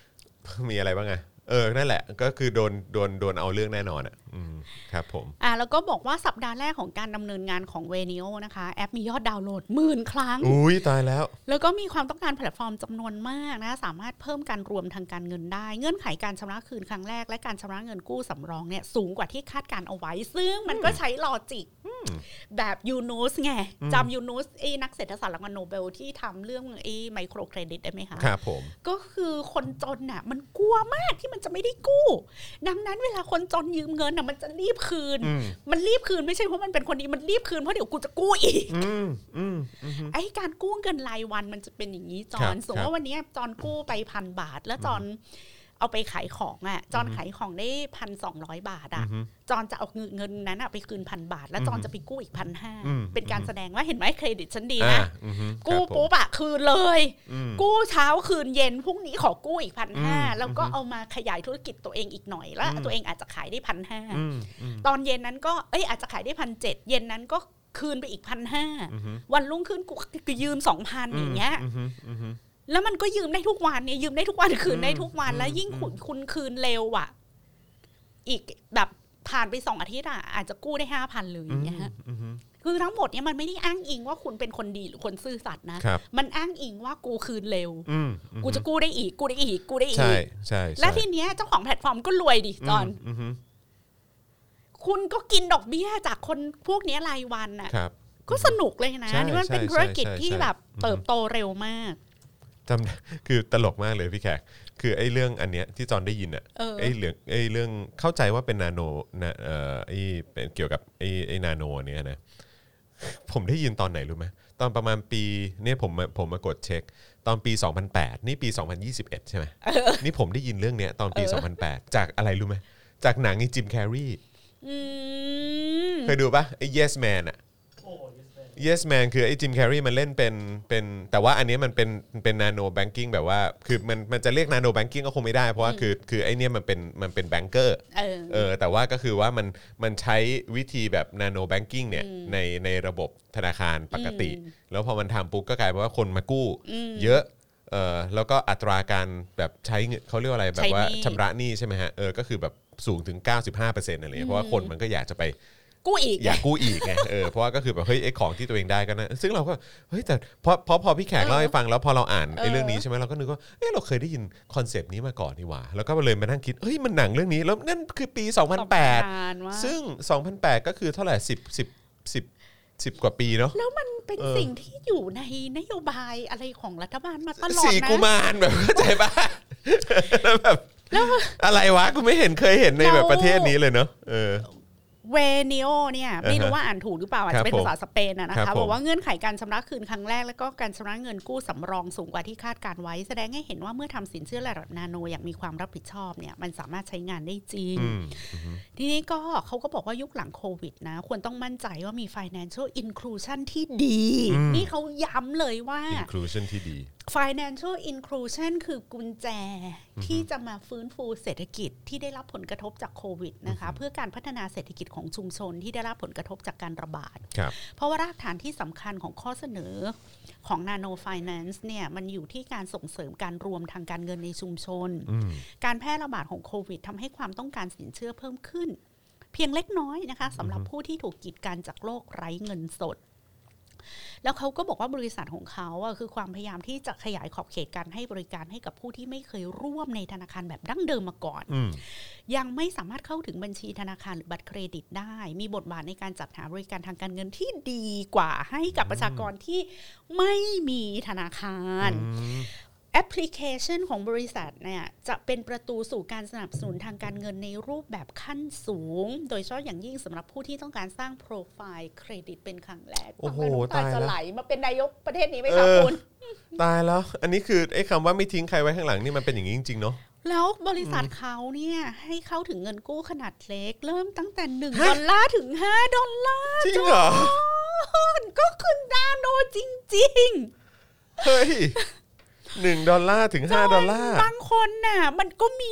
Speaker 2: มีอะไรบ้างอะเออ นั่นแหละ ก็คือโดนโดนโดนเอาเรื่องแน่นอนอะอืมครับผม
Speaker 3: อ่ะแล้วก็บอกว่าสัปดาห์แรกของการดำเนินงานของเวนิโอนะคะ แอปมียอดดาวน์โหลดหมื่นครั้ง
Speaker 2: อุ้ยตายแล้ว
Speaker 3: แล้วก็มีความต้องการแพลตฟอร์มจำนวนมากนะ สามารถเพิ่มการรวมทางการเงินได้ เงื่อนไขการชำระคืนครั้งแรกและการชำระเงินกู้สำรองเนี่ยสูงกว่าที่คาดการเอาไว้ ซึ่งมันก็ใช้ลอจิกแบบยูนูสไง
Speaker 2: อืม
Speaker 3: จำยูนูสไอ้นักเศรษฐศาสตร์รางวัลโนเบลที่ทำเรื่องไอ้ไมโครเครดิตได้ไหมคะ
Speaker 2: ครับผม
Speaker 3: ก็คือคนจนน่ะ มันกลัวมากที่มันจะไม่ได้กู้ ดังนั้นเวลาคนจนยืมเงินน่ะมันจะรีบคืน
Speaker 2: อืม
Speaker 3: มันรีบคืนไม่ใช่เพราะมันเป็นคนดีมันรีบคืนเพราะเดี๋ยวกูจะกู้อีก
Speaker 2: อืมอืมอืม
Speaker 3: ไอ้การกู้เงินรายวันมันจะเป็นอย่างนี้จอ
Speaker 2: ครั
Speaker 3: น
Speaker 2: บ
Speaker 3: สมมติว่าวันเนี้ยจอนกู้ไปพันบาท แล้วจอนเอาไปขายของอ่ะ จอนขายของได้พันสองร้อยบาทอ่ะ จอนจะเอาเงินเงินนั้นอ่ะไปคืนพันบาท แล้วจอนจะไปกู้อีกพันห้า
Speaker 2: อืม
Speaker 3: เป็นการแสดงว่าเห็นไหมเครดิตฉันดี
Speaker 2: อ่า
Speaker 3: นะ
Speaker 2: อืมครับ
Speaker 3: กู้
Speaker 2: ผม
Speaker 3: ปุ๊บอะคืนเลย
Speaker 2: อืม
Speaker 3: กู้เช้าคืนเย็นพรุ่งนี้ขอกู้อีกพัน
Speaker 2: อื
Speaker 3: ห้าม แล้วก็
Speaker 2: อือฮึ
Speaker 3: เอามาขยายธุรกิจตัวเองอีกหน่อยแล้ว
Speaker 2: อืม
Speaker 3: ตัวเองอาจจะขายได้พันห้า
Speaker 2: อืมอืม
Speaker 3: ตอนเย็นนั้นก็เอ้ยอาจจะขายได้พันเจ็ดเย็นนั้นก็คืนไปอีกพันห้า
Speaker 2: อืม
Speaker 3: วันรุ่งขึ้นกูก็ยืมสองพันอย่างเงี้ย
Speaker 2: อืมอืม
Speaker 3: แล้วมันก็ยืมได้ทุกวันเนี่ยยืมได้ทุกวันคืนได้ทุกวัน
Speaker 2: อืม
Speaker 3: แล้วยิ่งคุณ
Speaker 2: อืม
Speaker 3: คุณคืนเร็วอ่ะ อีกแบบผ่านไปสองอาทิตย์อ่ะอาจจะกู้ได้ห้าพันเลยอย่างเงี้ยฮะ
Speaker 2: อืม
Speaker 3: คือทั้งหมดเนี่ยมันไม่ได้อ้างอิงว่าคุณเป็นคนดีหรือคนซื่อสัตย์นะครับ มันอ้างอิงว่ากูคืนเร็ว
Speaker 2: อืมอืม
Speaker 3: กูจะกู้ได้อีก กูได้อีก กูได้อี
Speaker 2: ใช่
Speaker 3: ก
Speaker 2: ใช่
Speaker 3: และทีเนี้ยเจ้าของแพลตฟอร์มก็รวยดิจอน
Speaker 2: มม
Speaker 3: คุณก็กินดอกเบี้ยจากคนพวกเนี้ยรายวันน่ะ
Speaker 2: ครับ
Speaker 3: ก็สนุกเลยนะ
Speaker 2: ใช่
Speaker 3: นี่มัน
Speaker 2: ใช่
Speaker 3: เป็นธุรกิจ
Speaker 2: ใช่ใช่
Speaker 3: ที่
Speaker 2: ใช่
Speaker 3: แบบ
Speaker 2: อืม
Speaker 3: เติบโตเร็วมาก
Speaker 2: จำได้คือตลกมากเลยพี่แขก คือไอ้เรื่องอันเนี้ยที่จอนได้ยินอ่ะ
Speaker 3: เออ
Speaker 2: ไอ้เรื่องไอ้เรื่องเข้าใจว่าเป็นนาโนนะเอ่อไอ้เป็นเกี่ยวกับไอ้ไอ้นาโนเนี้ยนะ ผมได้ยินตอนไหนรู้ไหมตอนประมาณปีเนี่ยผมมาผมมากดเช็ค ตอนปี 2008 นี่ปี 2021 ใช่ไหมนี่ผมได้ยินเรื่องเนี้ยตอนปี 2008 จากอะไรรู้ไหมจากหนังไอ้จิมแคร์รี
Speaker 3: อืม
Speaker 2: เคยดูปะไอ้ Yes Man อะ Yes Man คือไอ้จิมแคร์รีมันเล่นเป็นเป็นแต่ว่าอันเนี้ยมันเป็นเป็นนาโนแบงกิ้งแบบว่า คือมันมันจะเรียกนาโนแบงกิ้งก็คงไม่ได้เพราะว่าคือคือไอ้เนี่ยมันเป็นมันเป็นแบงเกอร์
Speaker 3: เออ
Speaker 2: เออแต่ว่าก็คือว่ามันมันใช้วิธีแบบนาโนแบงกิ้งเนี่ยในในระบบธนาคารปกติ
Speaker 3: อืม
Speaker 2: แล้วพอมันทำปุ๊บก็กลายเป็นว่าคนมากู้
Speaker 3: อืม
Speaker 2: เยอะเออแล้วก็อัตราการแบบใช้เงินเขาเรียกว่าอะไรแบบว่า
Speaker 3: ใช้หนี้
Speaker 2: ชำระหนี้ใช่ไหมฮะเออก็คือแบบสูงถึง 95%อะไรเงี้ยเพราะว่าคนมันก็อยากจะไป
Speaker 3: กู้อีก
Speaker 2: อยากกู้อีกไงเออเพราะว่าก็คือแบบเฮ้ยไอ้ของที่ตัวเองได้ก็นะซึ่งเราก็เฮ้ยแต่พอพอพอพี่แขกเล่าให้ฟังแล้วพอเราอ่านไอ้เรื่องนี้ใช่ไหมเราก็นึกว่าเออเราเคยได้ยินคอนเซปต์นี้มาก่อนนี่หว่าแล้วก็เลยมานั่งคิดเฮ้ยมันหนังเรื่องนี้แล้วนั่นคือปี 2008 ซึ่ง 2008 ก็คือเท่าไหร่10 10 10 10 กว่าปีเนาะ
Speaker 3: แล้วมันเป็น
Speaker 2: เออ
Speaker 3: สิ่งที่อยู่ในนโยบายอะไรของรัฐบาลมาตลอด
Speaker 2: สี่
Speaker 3: นะ
Speaker 2: กุมารแบบเข้าใจ ป่ะแล้วแบบอะไรวะกูไม่เห็นเคยเห็นในแบบประเทศนี้เลยเนาะเออ
Speaker 3: เวนิโอเนี่ยไม่
Speaker 2: อ่า
Speaker 3: รู้
Speaker 2: ฮะ
Speaker 3: ว่าอ่านถูกหรือเปล่าอาจ
Speaker 2: ครับ
Speaker 3: จะเป็นภาษาสเปนอะนะ
Speaker 2: ครั
Speaker 3: คะ
Speaker 2: บผม
Speaker 3: บอกว่าเงื่อนไขการชำระคืนครั้งแรกแล้วก็การชำระเงินกู้สำรองสูงกว่าที่คาดการไว้ แสดงให้เห็นว่าเมื่อทำสินเชื่อระดับนาโนอย่างมีความรับผิดชอบเนี่ยมันสามารถใช้งานได้จริง
Speaker 2: อืม
Speaker 3: ทีนี้ก็เขาก็บอกว่ายุคหลังโควิดนะ ควรต้องมั่นใจว่ามี financial inclusion ที่ดี นี่เขาย้ำเลยว่า
Speaker 2: inclusion ที่ดี
Speaker 3: financial inclusion คือกุญแจที่จะมาฟื้นฟูเศรษฐกิจที่ได้รับผลกระทบจากโควิดนะคะเพื่อการพัฒนาเศรษฐกิจของชุมชนที่ได้รับผลกระทบจากการระบาด
Speaker 2: ครับ
Speaker 3: เพราะว่ารากฐานที่สำคัญของข้อเสนอของ Nano Finance เนี่ยมันอยู่ที่การส่งเสริมการรวมทางการเงินในชุมชน
Speaker 2: อืม
Speaker 3: การแพร่ระบาดของโควิดทำให้ความต้องการสินเชื่อเพิ่มขึ้น เพียงเล็กน้อยนะคะสำหรับผู้ที่ถูกกีดกันจากโรคไร้เงินสด แล้วเขาก็บอกว่าบริษัทของเขาอะคือความพยายามที่จะขยายขอบเขตการให้บริการให้กับผู้ที่ไม่เคยร่วมในธนาคารแบบดั้งเดิมมาก่อน
Speaker 2: อืม
Speaker 3: ยังไม่สามารถเข้าถึงบัญชีธนาคารหรือบัตรเครดิตได้ มีบทบาทในการจัดหาบริการทางการเงินที่ดีกว่าให้กับประชากรที่ไม่มีธนาคาร แอปพลิเคชันของบริษัทเนี่ยจะเป็นประตูสู่การสนับสนุนทางการเงินในรูปแบบขั้นสูง โดยเฉพาะอย่างยิ่งสำหรับผู้ที่ต้องการสร้างโปรไฟล์เครดิตเป็นครั้งแรก
Speaker 2: โอ้โห
Speaker 3: ฟังแล้วน้ำ
Speaker 2: ตายแล้ว
Speaker 3: จะไหลมาเป็นนายกประเทศนี้ไหมคะคุณ
Speaker 2: ตายแล้ว อันนี้คือไอ้คำว่าไม่ทิ้งใครไว้ข้างหลังนี่มันเป็นอย่างนี้จริงๆเนาะ
Speaker 3: แล้วบริษัทเขาเนี่ยให้เข้าถึงเงินกู้ขนาดเล็ก เริ่มตั้งแต่1ด
Speaker 2: ฮะ
Speaker 3: อลลาร์ถึง 5 ดอลลาร์
Speaker 2: จริงเหรอ
Speaker 3: ก็คือนาโนจริง
Speaker 2: เฮ้ยหนึ่งดอลลาร์ถึง
Speaker 3: ๆ
Speaker 2: ห้าดอลลาร์
Speaker 3: บางคนน่ะมันก็มี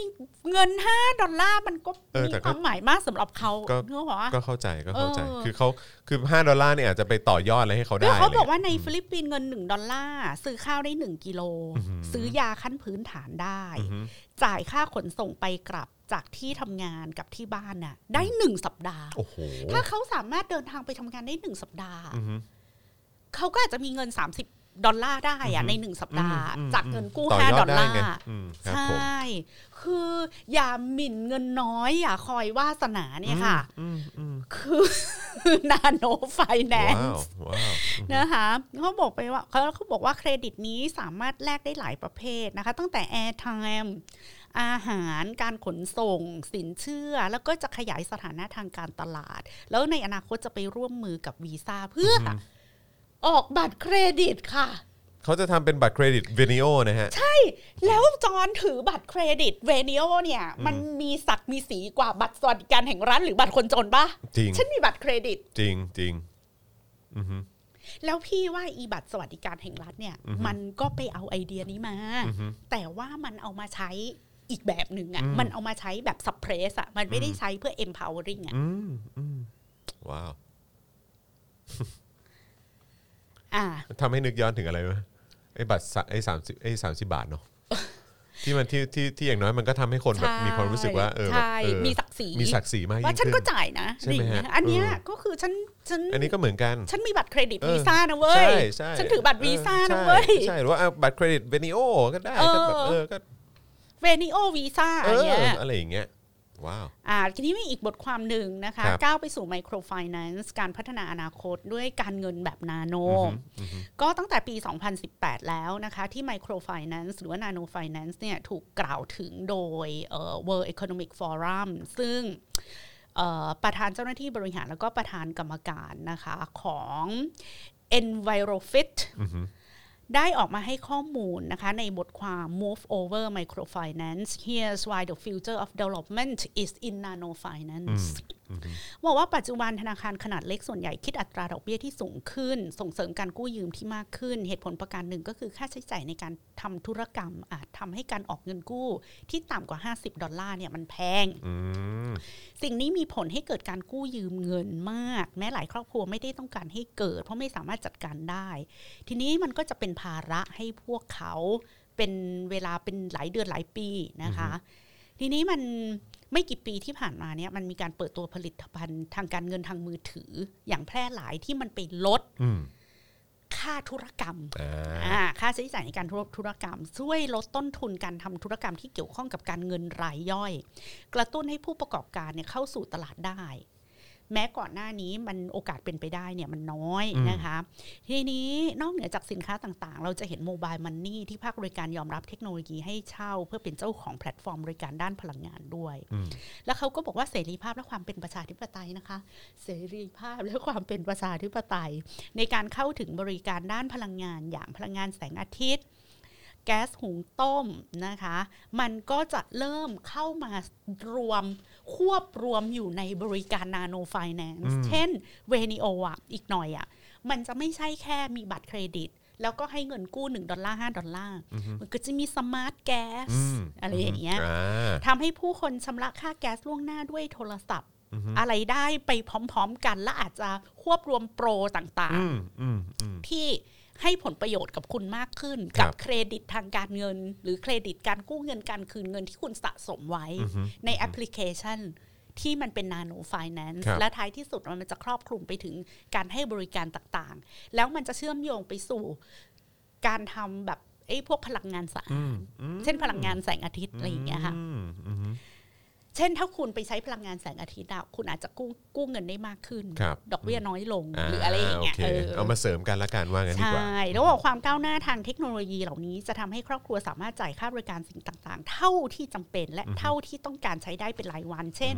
Speaker 3: เงิน 5 ดอลลาร์มันก็
Speaker 2: เออ
Speaker 3: มี
Speaker 2: แต่ก็
Speaker 3: ความหมายมากสำหรับเขา
Speaker 2: ก็
Speaker 3: เนื้อหรอ
Speaker 2: ก็เข้าใจก็เข้าใจ
Speaker 3: เออ
Speaker 2: คือเขาคือห้าดอลลาร์เนี่ยอาจจะไปต่อยอดอะไรให้เขา
Speaker 3: แล้ว
Speaker 2: ได้
Speaker 3: เขาบอก
Speaker 2: เลย
Speaker 3: ว่าในฟิลิปปินส์เงิน 1 ดอลลาร์ ซื้อข้าวได้ 1 กิโล
Speaker 2: อื้อหือ
Speaker 3: ซื้อยาขั้นพื้นฐานได้
Speaker 2: อือฮึ
Speaker 3: จ่ายค่าขนส่งไปกลับจากที่ทำงานกับที่บ้านน่ะได้ 1 สัปดาห์
Speaker 2: โอ้โห
Speaker 3: ถ้าเขาสามารถเดินทางไปทำงานได้ 1 สัปดาห์
Speaker 2: อือฮึ
Speaker 3: เขาก็อาจจะมีเงิน 30 ดอลลาร์ได้
Speaker 2: อือ
Speaker 3: อะ
Speaker 2: หือ
Speaker 3: ใน 1 สัปดาห์
Speaker 2: อืมอืม
Speaker 3: จากเงินกู้
Speaker 2: ต่ย
Speaker 3: 5 ดอลลา
Speaker 2: ไง
Speaker 3: ร์
Speaker 2: อืมค
Speaker 3: ใช
Speaker 2: รับผม่
Speaker 3: คืออย่าหมิ่นเงินน้อยอย่าคอยวาสนาเนี่ยค่ะ
Speaker 2: อืมอืม
Speaker 3: คือ นาโนไฟแนน
Speaker 2: ว้าว
Speaker 3: ซ์
Speaker 2: ว้าว
Speaker 3: นะคะเขาบอกไปว่าเขาเขาบอกว่าเครดิตนี้สามารถแลกได้หลายประเภทนะคะ ตั้งแต่ airtime อาหารการขนส่ง สินเชื่อ แล้วก็จะขยายสถานะทางการตลาด แล้วในอนาคตจะไปร่วมมือกับวีซ่าเพื่ออออกบัตรเครดิตค่ะ
Speaker 2: เขาจะทำเป็นบัตรเครดิตวินิโอนะฮะ
Speaker 3: ใช่ แล้วจอนถือบัตรเครดิตเวเนโอเนี่ย มันมีศักดิ์มีสีกว่าบัตรสวัสดิการแห่งรัฐหรือบัตรคนจนปะ
Speaker 2: จริง
Speaker 3: ฉันมีบัตรเครดิต
Speaker 2: จริงจริงอือฮึ
Speaker 3: แล้วพี่ว่าอีบัตรสวัสดิการแห่งรัฐเนี่ย
Speaker 2: อือฮึ
Speaker 3: มันก็ไปเอาไอเดียนี้มา
Speaker 2: อือฮึ
Speaker 3: แต่ว่ามันเอามาใช้อีกแบบหนึ่ง
Speaker 2: อื
Speaker 3: อะ่ะ
Speaker 2: ม
Speaker 3: มันเอามาใช้แบบ suppress อะ่ะมันไม่ได้ใช้เพื่อ empowering อะ่ะ
Speaker 2: อืมอืมว้าว
Speaker 3: อ่า
Speaker 2: ทำให้นึกย้อนถึงอะไรไหมไอ้บัตรสะไอ้สามสิบไอ้สามสิบาท เนาะที่มันที่ที่ที่อย่างน้อยมันก็ทำให้คนแบบ
Speaker 3: ใช่
Speaker 2: มีความรู้สึกว่าเออแบบ
Speaker 3: ใช่
Speaker 2: เออ
Speaker 3: มีศักดิ์ศรี
Speaker 2: มีศักดิ์ศรีมากยิ่ง
Speaker 3: ว่าฉัน
Speaker 2: ขึ้น
Speaker 3: ก็จ่ายนะ
Speaker 2: ใช่ไหม
Speaker 3: ดิ่งนะ
Speaker 2: ฮะ
Speaker 3: อันเนี้ย
Speaker 2: เออ
Speaker 3: ก็คือฉันฉัน
Speaker 2: อันนี้ก็เหมือนกัน
Speaker 3: ฉันมีบัตรเครดิต
Speaker 2: เออ
Speaker 3: วีซ่านะเว้ย
Speaker 2: ใช่ใช่
Speaker 3: ฉันถือบัตรวีซ่า
Speaker 2: ออ
Speaker 3: นะ
Speaker 2: ใช่
Speaker 3: เว้ย
Speaker 2: ใช่หรือว่าเอาบัตรเครดิตเวนิโอก็ได้ก็แบบ
Speaker 3: เออ
Speaker 2: เออก็
Speaker 3: เวนิโอวีซ่า
Speaker 2: เอ
Speaker 3: อัน
Speaker 2: อ
Speaker 3: เนี้
Speaker 2: ย อะไรอย่างเงี้ยว้าว
Speaker 3: อ่าทีนี้มีอีกบทความหนึ่งนะคะ
Speaker 2: ครับ
Speaker 3: ก้าวไปสู่ไมโครไฟแนนซ์การพัฒนาอนาคตด้วยการเงินแบบนาโน
Speaker 2: อือฮึ
Speaker 3: ก็ตั้งแต่ปี 2018 แล้วนะคะ ที่ Microfinance หรือว่า Nanofinance เนี่ยถูกกล่าวถึงโดยเอ่อ World Economic Forum ซึ่งเอ่อประธานเจ้าหน้าที่บริหารแล้วก็ประธานกรรมการนะคะของ Envirofit
Speaker 2: อือฮึ
Speaker 3: ได้ออกมาให้ข้อมูลนะคะในบทความ Move Over Microfinance Here's Why the Future of Development is in Nanofinance บอกว่าปัจจุบันธนาคารขนาดเล็กส่วนใหญ่คิดอัตราดอกเบี้ยที่สูงขึ้น ส่งเสริมการกู้ยืมที่มากขึ้น เหตุผลประการหนึ่งก็คือค่าใช้จ่ายในการทำธุรกรรม อาจทำให้การออกเงินกู้ที่ต่ำกว่า 50 ดอลลาร์เนี่ยมันแพง
Speaker 2: อืม
Speaker 3: สิ่งนี้มีผลให้เกิดการกู้ยืมเงินมาก แม้หลายครอบครัวไม่ได้ต้องการให้เกิด เพราะไม่สามารถจัดการได้ ทีนี้มันก็จะเป็นภาระให้พวกเขาเป็นเวลาเป็นหลายเดือนหลายปีนะคะ ทีนี้มันไม่กี่ปีที่ผ่านมาเนี่ยมันมีการเปิดตัวผลิตภัณฑ์ทางการเงินทางมือถือ อย่างแพร่หลายที่มันไปลด
Speaker 2: อืม
Speaker 3: ค่าธุรกรรม
Speaker 2: อ่า
Speaker 3: อ่าค่าใช้จ่ายในการธุรธุรกรรม ช่วยลดต้นทุนการทำธุรกรรมที่เกี่ยวข้องกับการเงินรายย่อย กระตุ้นให้ผู้ประกอบการเนี่ยเข้าสู่ตลาดได้ แม้ก่อนหน้านี้มันโอกาสเป็นไปได้เนี่ยมันน้อย
Speaker 2: อืม
Speaker 3: นะคะ ทีนี้นอกเหนือจากสินค้าต่างๆ เราจะเห็นโมบายมันนี่ที่ภาคบริการยอมรับเทคโนโลยีให้เช่า เพื่อเป็นเจ้าของแพลตฟอร์มบริการด้านพลังงานด้วย
Speaker 2: อืม
Speaker 3: แล้วเขาก็บอกว่าเสรีภาพและความเป็นประชาธิปไตยนะคะ เสรีภาพและความเป็นประชาธิปไตย ในการเข้าถึงบริการด้านพลังงานอย่างพลังงานแสงอาทิตย์ แก๊สหุงต้มนะคะ มันก็จะเริ่มเข้ามารวมควบรวมอยู่ในบริการนาโนไฟแนนซ์
Speaker 2: อืม
Speaker 3: เช่นเวนิโออ่ะอีกหน่อยอ่ะ มันจะไม่ใช่แค่มีบัตรเครดิต แล้วก็ให้เงินกู้ 1 ดอลลาร์ 5 ดอลลาร์ มันก็จะมีสมาร์ทแก๊ส
Speaker 2: ม
Speaker 3: อะไรอย่างเงี้ย
Speaker 2: อ่า
Speaker 3: ทำให้ผู้คนชำระค่าแก๊สล่วงหน้าด้วยโทรศัพท์
Speaker 2: อือฮึ
Speaker 3: อะไรได้ไปพร้อมๆกัน และอาจจะควบรวมโปรต่าง
Speaker 2: อืมอืมอืม
Speaker 3: ๆ ที่ให้ผลประโยชน์กับคุณมากขึ้น
Speaker 2: ครั
Speaker 3: กับ บเครดิตทางการเงิน หรือเครดิตการกู้เงินการคืนเงินที่คุณสะสมไว้ ในแอปพลิเคชัน ที่มันเป็นนาโนฟินแ n นซ์
Speaker 2: ครับ
Speaker 3: และท้ายที่สุดมันจะครอบคลุมไปถึงการให้บริการต่างๆ แล้วมันจะเชื่อมโยงไปสู่การทำแบบไอ้พวกพลังงานสะอาดเช่นพลังงานแสงอาทิตย์อะไรอย่างเงี้ยค่ะ
Speaker 2: อืมอืม
Speaker 3: เช่นถ้าคุณไปใช้พลังงานแสงอาทิตย์อะคุณอาจจะกู้กู้เงินได้มากขึ้น
Speaker 2: ครับ
Speaker 3: ดอกเบี้ยน้อยลง
Speaker 2: า
Speaker 3: หรืออะไรอย่างเงี้ย
Speaker 2: โค
Speaker 3: เออ
Speaker 2: เอามาเสริมกันละกันว่างั้นดีกว่า
Speaker 3: ใช่แล้วบอกความก้าวหน้าทางเทคโนโลยีเหล่านี้จะทำให้ครอบครัวสามารถจ่ายค่าบริการสิ่งต่างๆ เท่าที่จำเป็นและเท่าที่ต้องการใช้ได้เป็นรายวัน เช่น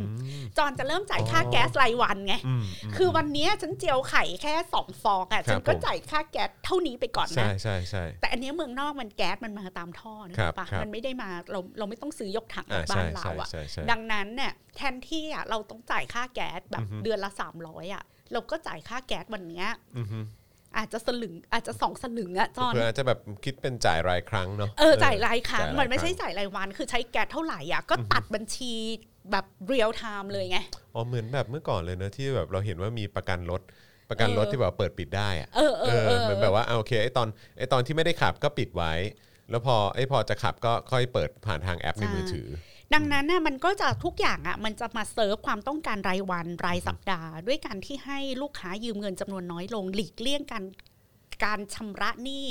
Speaker 3: จอนจะเริ่มจ่ายค่า
Speaker 2: อ๋อ
Speaker 3: แก๊สรายวันไง
Speaker 2: อืมม
Speaker 3: คือวันเนี้ยฉันเจียวไข่แค่สองฟองอะ
Speaker 2: ครับ
Speaker 3: ฉันก็
Speaker 2: ผม
Speaker 3: จ่ายค่าแก๊สเท่านี้ไปก่อน
Speaker 2: ใช่
Speaker 3: นะ
Speaker 2: ใช่ใช่
Speaker 3: แต่อันเนี้ยเมืองนอกมันแก๊สมันมาตามท่อนะครับ ปะ
Speaker 2: ครับ
Speaker 3: มันไม่ได้มาเราเราไม่ต้องซื้อยกถัง
Speaker 2: อ่า
Speaker 3: จากบ้า
Speaker 2: ใช่
Speaker 3: นเรา
Speaker 2: ใช่
Speaker 3: อะ
Speaker 2: ใช่ใช่
Speaker 3: ดังนั้นเนี่ยแทนที่อ่ะเราต้องจ่ายค่าแก๊สแบ
Speaker 2: อือ
Speaker 3: บ
Speaker 2: ฮึ
Speaker 3: เดือนละ 300อ่ะเราก็จ่ายค่าแก๊สวันเนี้ย
Speaker 2: อือฮึ
Speaker 3: อาจจะสลึงอาจจะสองสลึงอ่ะจอน
Speaker 2: เพื่ออาจจะแบบคิดเป็นจ่ายรายครั้งเนาะ
Speaker 3: เออจ่ายรายครั้ง
Speaker 2: จ่ายราย
Speaker 3: มันไม่ใช่
Speaker 2: ครั้ง
Speaker 3: จ่ายรายวัน คือใช้แก๊สเท่าไหร่อ่ะก็ตัดบัญชีแบบเรียลไทม์เลยไง
Speaker 2: อ๋อเหมือนแบบเมื่อก่อนเลยเนอะที่แบบเราเห็นว่ามีประกันรถประกันรถ
Speaker 3: เออ
Speaker 2: ที่แบบว่าเปิดปิดได้อะ
Speaker 3: เออเออเออ
Speaker 2: เหมือนแบบว่าเอาโอเคไอตอนไอตอนที่ไม่ได้ขับก็ปิดไว้ แล้วพอไอพอจะขับก็ค่อยเปิดผ่านทางแอปในมือถือ
Speaker 3: ดังนั้นน่ะมันก็จะทุกอย่างอ่ะมันจะมาเซิร์ฟความต้องการรายวันรายสัปดาห์ ด้วยการที่ให้ลูกค้ายืมเงินจำนวนน้อยลงหลีกเลี่ยงการการชำระหนี้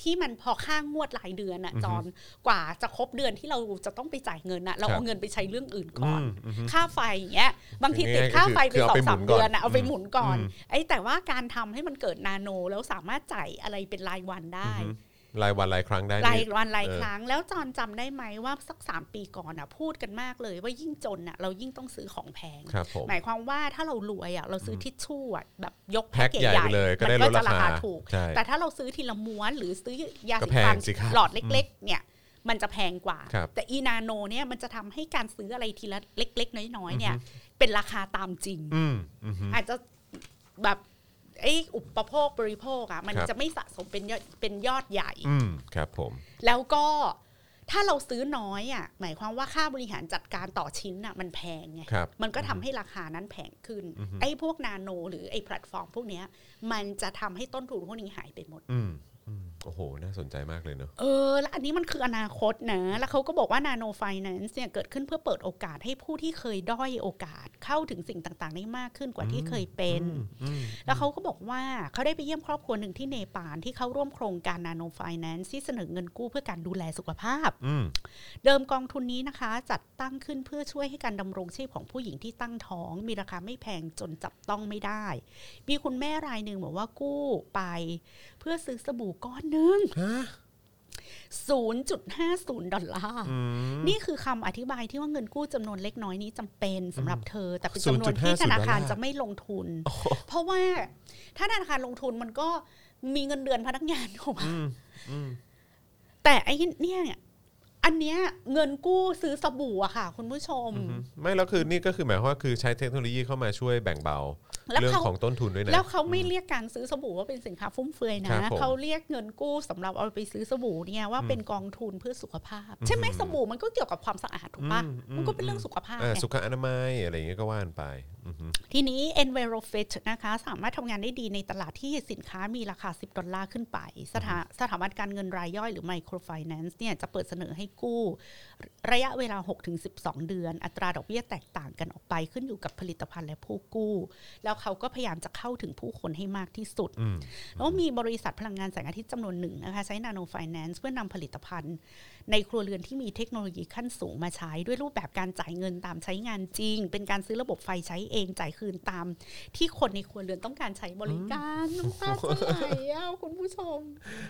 Speaker 3: ที่มันพอข้างงวดรายเดือนอ่ะ
Speaker 2: อือฮึ
Speaker 3: จอนกว่าจะครบเดือนที่เราจะต้องไปจ่ายเงินอ่ะเรา
Speaker 2: ครับ
Speaker 3: เอาเงินไปใช้เรื่องอื่นก่อน
Speaker 2: มอืม
Speaker 3: ค่าไฟอย่างเงี้ยบางทีติดค่าไฟไป
Speaker 2: คือ
Speaker 3: สอ
Speaker 2: เอาไป
Speaker 3: ง
Speaker 2: หมุ
Speaker 3: สาม
Speaker 2: นก่อน
Speaker 3: เดือนอะเอาไปหมุนก่อน
Speaker 2: อืม
Speaker 3: ไอ้แต่ว่าการทำให้มันเกิดนาโนแล้วสามารถจ่ายอะไรเป็นรายวันได้
Speaker 2: อืมรายวันรายครั้งได้
Speaker 3: ราย
Speaker 2: นี่
Speaker 3: วันราย
Speaker 2: เออ
Speaker 3: ครั้งแล้วจอนจำได้ไหมว่าสักสามปีก่อนอ่ะพูดกันมากเลยว่ายิ่งจนอ่ะเรายิ่งต้องซื้อของแพง
Speaker 2: ครับผม
Speaker 3: หมายความว่าถ้าเรารวยอ่ะเราซื้อทิชชู่อ่ะแบบยก
Speaker 2: แพ็
Speaker 3: แพ็
Speaker 2: ค
Speaker 3: ค
Speaker 2: ใหญ่
Speaker 3: ใหญ่
Speaker 2: ไปเลยก็ได้ล
Speaker 3: มันก็
Speaker 2: ด
Speaker 3: จะ
Speaker 2: รา
Speaker 3: รา
Speaker 2: คา
Speaker 3: คาถูก
Speaker 2: ใช่
Speaker 3: แต่ถ้าเราซื้อทีละม้วนหรือซื้อยา
Speaker 2: ก็
Speaker 3: สี
Speaker 2: แพ
Speaker 3: ฟั
Speaker 2: ง
Speaker 3: น
Speaker 2: สิครับ
Speaker 3: หลอดเล็กๆ เนี่ย มันจะแพงกว่า
Speaker 2: ครับ
Speaker 3: แต่อีนาโนเนี่ยมันจะทำให้การซื้ออะไรทีละเล็ก ๆ น้อยๆเนี่ย เป็นราคาตามจริง
Speaker 2: อืมอืม
Speaker 3: อาจจะแบบไอ้อุปโภคบริโภคอ่ะมัน
Speaker 2: ครับ
Speaker 3: จะไม่สะสมเป็นยอดเป็นยอดใหญ่
Speaker 2: อืมครับผม
Speaker 3: แล้วก็ถ้าเราซื้อน้อยอ่ะหมายความว่าค่าบริหารจัดการต่อชิ้นอ่ะมันแพงไง
Speaker 2: ครับ
Speaker 3: มันก็ทำให้ราคานั้นแพงขึ้น
Speaker 2: อือฮึ
Speaker 3: ไอ้พวกนาโน หรือไอ้แพลตฟอร์มพวกเนี้ย มันจะทำให้ต้นทุนพวกนี้หายไปหมด
Speaker 2: อืมอืมโอ้โห น่าสนใจมากเลยเนอะ
Speaker 3: เออ แล้วอันนี้มันคืออนาคตนะ แล้วเขาก็บอกว่านาโนไฟแนนซ์เนี่ยเกิดขึ้นเพื่อเปิดโอกาสให้ผู้ที่เคยด้อยโอกาสเข้าถึงสิ่งต่างๆ ได้มากขึ้นกว่าที่เคยเป็น แล้วเขาก็บอกว่าเขาได้ไปเยี่ยมครอบครัวหนึ่งที่เนปาลที่เข้าร่วมโครงการนาโนไฟแนนซ์ที่เสนอเงินกู้เพื่อการดูแลสุขภาพ
Speaker 2: อืม
Speaker 3: เดิมกองทุนนี้นะคะ จัดตั้งขึ้นเพื่อช่วยให้การดำรงชีพของผู้หญิงที่ตั้งท้อง มีราคาไม่แพงจนจับต้องไม่ได้ มีคุณแม่รายหนึ่งบอกว่ากู้ไป เพื่อซื้อสบู่ก้อนหนึ่ง
Speaker 2: ฮะ
Speaker 3: 0.50 ดอลลาร์
Speaker 2: อืม
Speaker 3: นี่คือคำอธิบายที่ว่าเงินกู้จำนวนเล็กน้อยนี้จำเป็นสำหรับเธอ แต่เป็น
Speaker 2: 0.50
Speaker 3: จำนวนที่ธนาคาร
Speaker 2: ดอลลาร์
Speaker 3: จะไม่ลงทุน เพราะว่าถ้าธนาคารลงทุนมันก็มีเงินเดือนพนักงานของมัน
Speaker 2: อืมอืม
Speaker 3: แต่ไอ้เนี่ยเนี่ยอันเนี้ยเงินกู้ซื้อสบู่อะค่ะ คุณผู้ชม
Speaker 2: อืมไม่แล้วคือนี่ก็คือหมายความว่าคือใช้เทคโนโลยีเข้ามาช่วยแบ่งเบา
Speaker 3: แล้ว
Speaker 2: เรื่อง
Speaker 3: เขา
Speaker 2: ของต้นทุนด้วยนะ
Speaker 3: แล้วเขาไม่เรียกการซื้อสบู่ว่าเป็นสินค้าฟุ่มเฟือย
Speaker 2: ครับ
Speaker 3: นะ
Speaker 2: ผม
Speaker 3: เขาเรียกเงินกู้สำหรับเอาไปซื้อสบู่เนี่ยว่า
Speaker 2: อืม
Speaker 3: เป็นกองทุนเพื่อสุขภาพ ใช่ไหม
Speaker 2: อืม
Speaker 3: สบู่มันก็เกี่ยวกับความสะอาดถูกปะ
Speaker 2: อืมอืม
Speaker 3: มันก็เป็นเรื่องสุขภาพ
Speaker 2: อ่า
Speaker 3: ไง
Speaker 2: สุขอนามัยอะไรอย่างเงี้ยก็ว่านไปอือฮึ
Speaker 3: ทีนี้ Enverofit นะคะสามารถทำงานได้ดีในตลาดที่สินค้ามีราคา 10 ดอลลาร์ขึ้นไป สถาสถาบันการเงินรายย่อยหรือ Microfinance เนี่ยจะเปิดเสนอให้กู้ ระยะเวลา 6-12 เดือน อัตราดอกเบี้ยแตกต่างกันออกไปขึ้นอยู่กับผลิตภัณฑ์และผู้กู้ แล้วเขาก็พยายามจะเข้าถึงผู้คนให้มากที่สุด
Speaker 2: อืม
Speaker 3: แล้วมีบริษัทพลังงานแสงอาทิตย์จำนวนหนึ่งนะคะใช้นาโนไฟแนนซ์เพื่อนำผลิตภัณฑ์ ในครัวเรือนที่มีเทคโนโลยีขั้นสูงมาใช้ ด้วยรูปแบบการจ่ายเงินตามใช้งานจริง เป็นการซื้อระบบไฟใช้เองจ่ายคืนตาม ที่คนในครัวเรือนต้องการใช้บริการน้ำตาจะไหลอ่ะคุณผู้ชม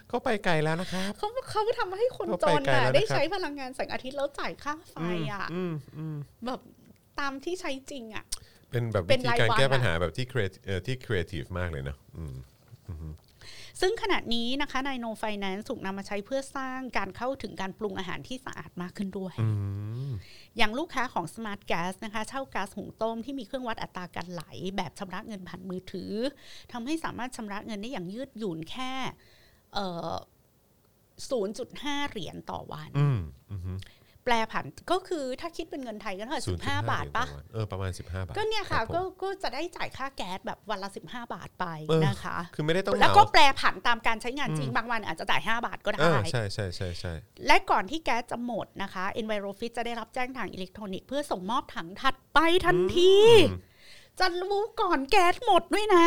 Speaker 2: เขาไปไกลแล้วนะครับ
Speaker 3: เขาเขาทำให้คน
Speaker 2: เข้า
Speaker 3: จ
Speaker 2: ไป
Speaker 3: น
Speaker 2: ไกล
Speaker 3: น่ะ
Speaker 2: แล้วนะครับ
Speaker 3: ได้ใช้พลังงานแสงอาทิตย์แล้วจ่ายค่าไฟอ่ะ
Speaker 2: อืมอืม
Speaker 3: แบบตามที่ใช้จริงอ่ะ
Speaker 2: เป็นแบบ
Speaker 3: เป็
Speaker 2: วิ
Speaker 3: น
Speaker 2: ธี
Speaker 3: ราย
Speaker 2: การ
Speaker 3: วัน
Speaker 2: แก้
Speaker 3: อะ
Speaker 2: ปัญหาแบบที่ครีเออที่ครีเอทีฟมากเลยเนอะอืม
Speaker 3: ซึ่งขณะนี้นะคะนายโนไฟแนนซ์ถูกนำมาใช้เพื่อสร้างการเข้าถึงการปรุงอาหารที่สะอาดมากขึ้นด้วย
Speaker 2: อืม
Speaker 3: อย่างลูกค้าของ Smart Gas นะคะเช่าก๊าซหุงต้มที่มีเครื่องวัดอัตราการไหล แบบชำระเงินผ่านมือถือทำให้สามารถชำระเงินได้อย่างยืดหยุ่นแค่เอ่อ0.5 เหรียญต่อวัน
Speaker 2: อืมอืม
Speaker 3: แปลผันก็คือถ้าคิดเป็นเงินไทยก็เท่าไหร่สิบห้า
Speaker 2: 0.5
Speaker 3: บาทปะ
Speaker 2: เหรียญต่อวันเออประมาณ 15 บาท
Speaker 3: ก็เนี่ยค่ะ
Speaker 2: รับผม
Speaker 3: ก็ก็จะได้จ่ายค่าแก๊สแบบวันละสิบห้าบาทไป
Speaker 2: เออ
Speaker 3: นะคะ
Speaker 2: คือไม่ได้ต้อง
Speaker 3: แล้วก็
Speaker 2: เหมา
Speaker 3: แปลผันตามการใช้งานจริง
Speaker 2: อืม
Speaker 3: บางวันอาจจะจ่าย 5 บาทก็ได้
Speaker 2: เออใช่ใช่ใช่ใช่
Speaker 3: และก่อนที่แก๊สจะหมดนะคะ Envirofit จะได้รับแจ้งทางอิเล็กทรอนิกส์เพื่อส่งมอบถังถัดไปทันที จะรู้ก่อนแก๊สหมดด้วยนะ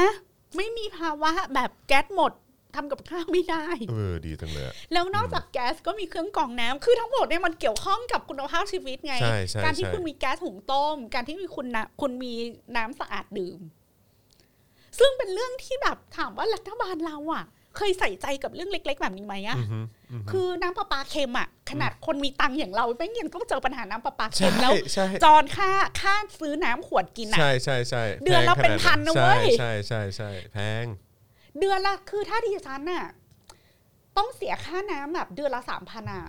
Speaker 3: ไม่มีภาวะแบบแก๊สหมดทำกับข้าวไม่ได้
Speaker 2: เออดีจังเลยอะ
Speaker 3: แล้วนอกจากแก๊สก็มีเครื่องกรองน้ำคือทั้งหมดเนี่ยมันเกี่ยวข้องกับคุณภาพชีวิตไง
Speaker 2: ใช่ใช่
Speaker 3: การที่
Speaker 2: ใช่
Speaker 3: คุณมีแก๊สหุงต้ม การที่มีคุณนะคุณมีน้ำสะอาดดื่ม ซึ่งเป็นเรื่องที่แบบถามว่ารัฐบาลเราอะเคยใส่ใจกับเรื่องเล็ก ๆ แบบนี้ไหมอะ
Speaker 2: อือฮึอือฮึ
Speaker 3: คือน้ำประปาเค็มอะขนาดคนมีตังค์อย่างเราแม่งยังต้องเจอปัญหาน้ำประปาเค็
Speaker 2: ใช่
Speaker 3: มแล้ว
Speaker 2: ใช่
Speaker 3: จอนค่าค่าซื้อน้ำขวดกินอะ
Speaker 2: ใช่ใช่ใช่
Speaker 3: เดือนละเป็นพันนะเว้ย
Speaker 2: ใช่ใช่ใช่แพง
Speaker 3: เดือนละคือถ้าดิฉันน่ะต้องเสียค่าน้ำแบบเดือนละสามพันอ่ะ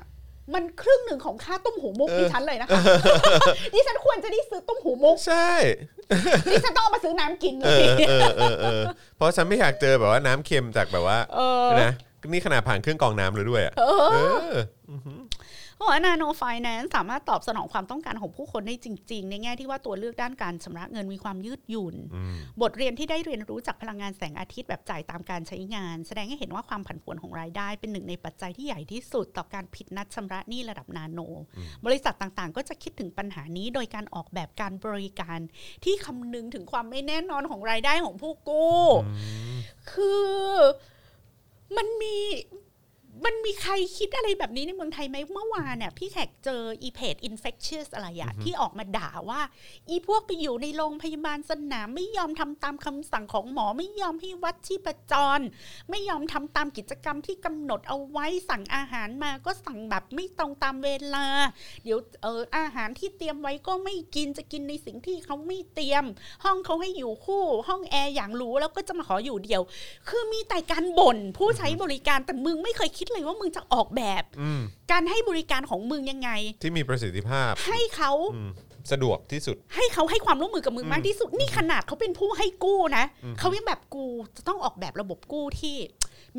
Speaker 3: มันครึ่งหนึ่งของค่าต้มหูมุก
Speaker 2: เออ
Speaker 3: ดิฉันเลยนะคะ ดิฉันควรจะได้ซื้อต้มหู มุก
Speaker 2: ใช่
Speaker 3: ดิฉันต้องเอามาซื้อน้ำกินเล
Speaker 2: เอย อเออเออเออเพราะฉันไม่อยากเจอแบบว่าน้ำเค็มจากแบบว่า
Speaker 3: เออ
Speaker 2: นะนี่ขนาดผ่านเครื่องกรองน้ำเลยด้วยอ่ะ
Speaker 3: เออ
Speaker 2: เออ
Speaker 3: เพราะว่านาโนไฟแนนซ์สามารถตอบสนองความต้องการของผู้คนได้จริง ๆ ในแง่ที่ว่าตัวเลือกด้านการชำระเงินมีความยืดหยุ่น
Speaker 2: อืม
Speaker 3: บทเรียนที่ได้เรียนรู้จากพลังงานแสงอาทิตย์แบบจ่ายตามการใช้งาน แสดงให้เห็นว่าความผันผวนของรายได้ เป็นหนึ่งในปัจจัยที่ใหญ่ที่สุดต่อการผิดนัดชำระหนี้ระดับนาโน
Speaker 2: อืม
Speaker 3: บริษัทต่างๆ ก็จะคิดถึงปัญหานี้โดยการออกแบบการบริการที่คำนึงถึงความไม่แน่นอนของรายได้ของผู้กู้ คือมันมีมันมีใครคิดอะไรแบบนี้ในเมืองไทยไหมเมื่อวานเนี่ยพี่แขกเจออีเพจ infectious อะไรอะที่ออกมาด่าว่า อีพวกไปอยู่ในโรงพยาบาลสนาม ไม่ยอมทำตามคำสั่งของหมอไม่ยอมให้วัดชีพจร ไม่ยอมทำตามกิจกรรมที่กำหนดเอาไว้สั่งอาหารมาก็สั่งแบบไม่ตรงตามเวลา เดี๋ยวเอออาหารที่เตรียมไว้ก็ไม่กินจะกินในสิ่งที่เขาไม่เตรียม ห้องเขาให้อยู่คู่ ห้องแอร์อย่างหรู้แล้วก็จะมาขออยู่เดียว คือมีแต่การบ่นผู้ใช้บริการแต่มึงไม่เคยคิดเลยว่ามึงจะออกแบบ
Speaker 2: อืม
Speaker 3: การให้บริการของมึงยังไง
Speaker 2: ที่มีประสิทธิภาพ
Speaker 3: ให้เขา
Speaker 2: อืมสะดวกที่สุด
Speaker 3: ให้เขาให้ความร่วมมือกับมึง
Speaker 2: อืม
Speaker 3: มากที่สุดนี่ขนาดเขาเป็นผู้ให้กู้นะ
Speaker 2: อืม
Speaker 3: เขายังแบบกูจะต้องออกแบบระบบกู้ที่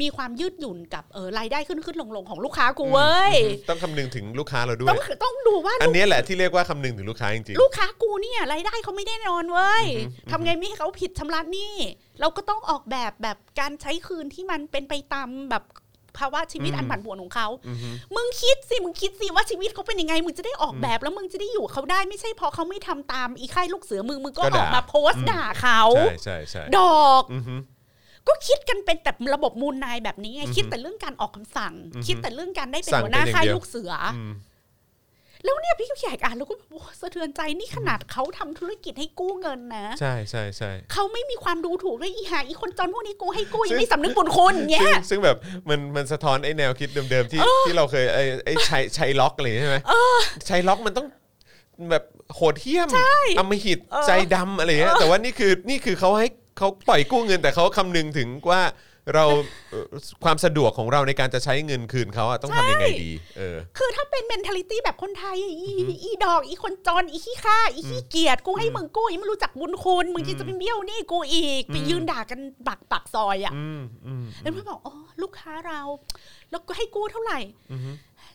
Speaker 3: มีความยืดหยุ่นกับเออรายได้ขึ้นขึ้นลงลงของลูกค้ากูเว้ย
Speaker 2: อืมต้องคำนึงถึงลูกค้าเราด้ว
Speaker 3: ต้อย งต้องดูว่า
Speaker 2: อัน
Speaker 3: ลูก
Speaker 2: เนี้ยแหละที่เรียกว่าคำนึงถึงลูกค้าจริง
Speaker 3: ลูกค้ากูเนี่ยรายได้เขาไม่แน่นอนเว้ย
Speaker 2: อือหือ
Speaker 3: ทำไงไม่ให้เขาผิดชำระหนี้เราก็ต้องออกแบบแบบการใช้คืนที่มันเป็นไปตามแบบภาวะชีวิตอันผันผวนของเขา
Speaker 2: ๆอือฮึ
Speaker 3: มึงคิดสิ มึงคิดสิว่าชีวิตเขาเป็นยังไง มึงจะได้ออกแบบแล้วมึงจะได้อยู่เขาได้ไม่ใช่พอเขาไม่ทำตามอีค่ายลูกเสือมึงมึงก็ออกมาโพสต์ด่าเขา
Speaker 2: ใช่ใช่ใช่
Speaker 3: ดอก
Speaker 2: อือฮึ
Speaker 3: ก็คิดกันเป็นแต่ระบบมูลนายแบบนี้ไง
Speaker 2: อือฮึ
Speaker 3: คิดแต่เรื่องการออกคำสั่ง
Speaker 2: อือฮึ
Speaker 3: คิดแต่เรื่องการได้เป็น
Speaker 2: สั่ง
Speaker 3: หัวหน้า
Speaker 2: เป็นอย่าง
Speaker 3: ค่าย
Speaker 2: เดียว
Speaker 3: ลูกเสืออ
Speaker 2: อืม
Speaker 3: แล้วเนี่ยพี่ใหญ่อ่านแล้วก็โอ้โหสะเทือนใจนี่ขนาดเขาทำธุรกิจให้กู้เงินนะ
Speaker 2: ใช่ใช่ใช่
Speaker 3: เขาไม่มีความดูถูกเลยอีหาอีคนจนพวกนี้กูให้กู้ยังไม่สำนึกบุญคุณเนี่
Speaker 2: ซึ่ง
Speaker 3: ย
Speaker 2: ซึ่งแบบมันมันสะท้อนไอ้แนวคิดเดิมๆ ที่ที่เราเคยไอ้ไอ้ชัยชัยล็อกอะไรใช่ไหมชัยล็อกมันต้องแบบโหดเหี้ยมอำมหิต
Speaker 3: เออ
Speaker 2: ใจดำอะไรเงี้ยแต่ว่านี่คือนี่คือเขาให้เขาปล่อยกู้เงิน แต่เขาคำนึงถึงว่าเราเอ่อความสะดวกของเราในการจะใช้เงินคืนเขาอะต้องทำยังไงดี เออ
Speaker 3: คือถ้าเป็น mentality แบบคนไทยอะอีอีดอก อีคนจนอีขี้ข้าอีขี้เกียจกูให้มึงกู้อีไม่รู้จักบุญคุณมึงจะไปเบี้ยวหนี่กูอีก ไปยืนด่ากันปักปักซอยอ่ะ
Speaker 2: อืมอืม
Speaker 3: แล้วพี่บอกอ๋อลูกค้าเรา แล้วก็ให้กู้เท่าไหร่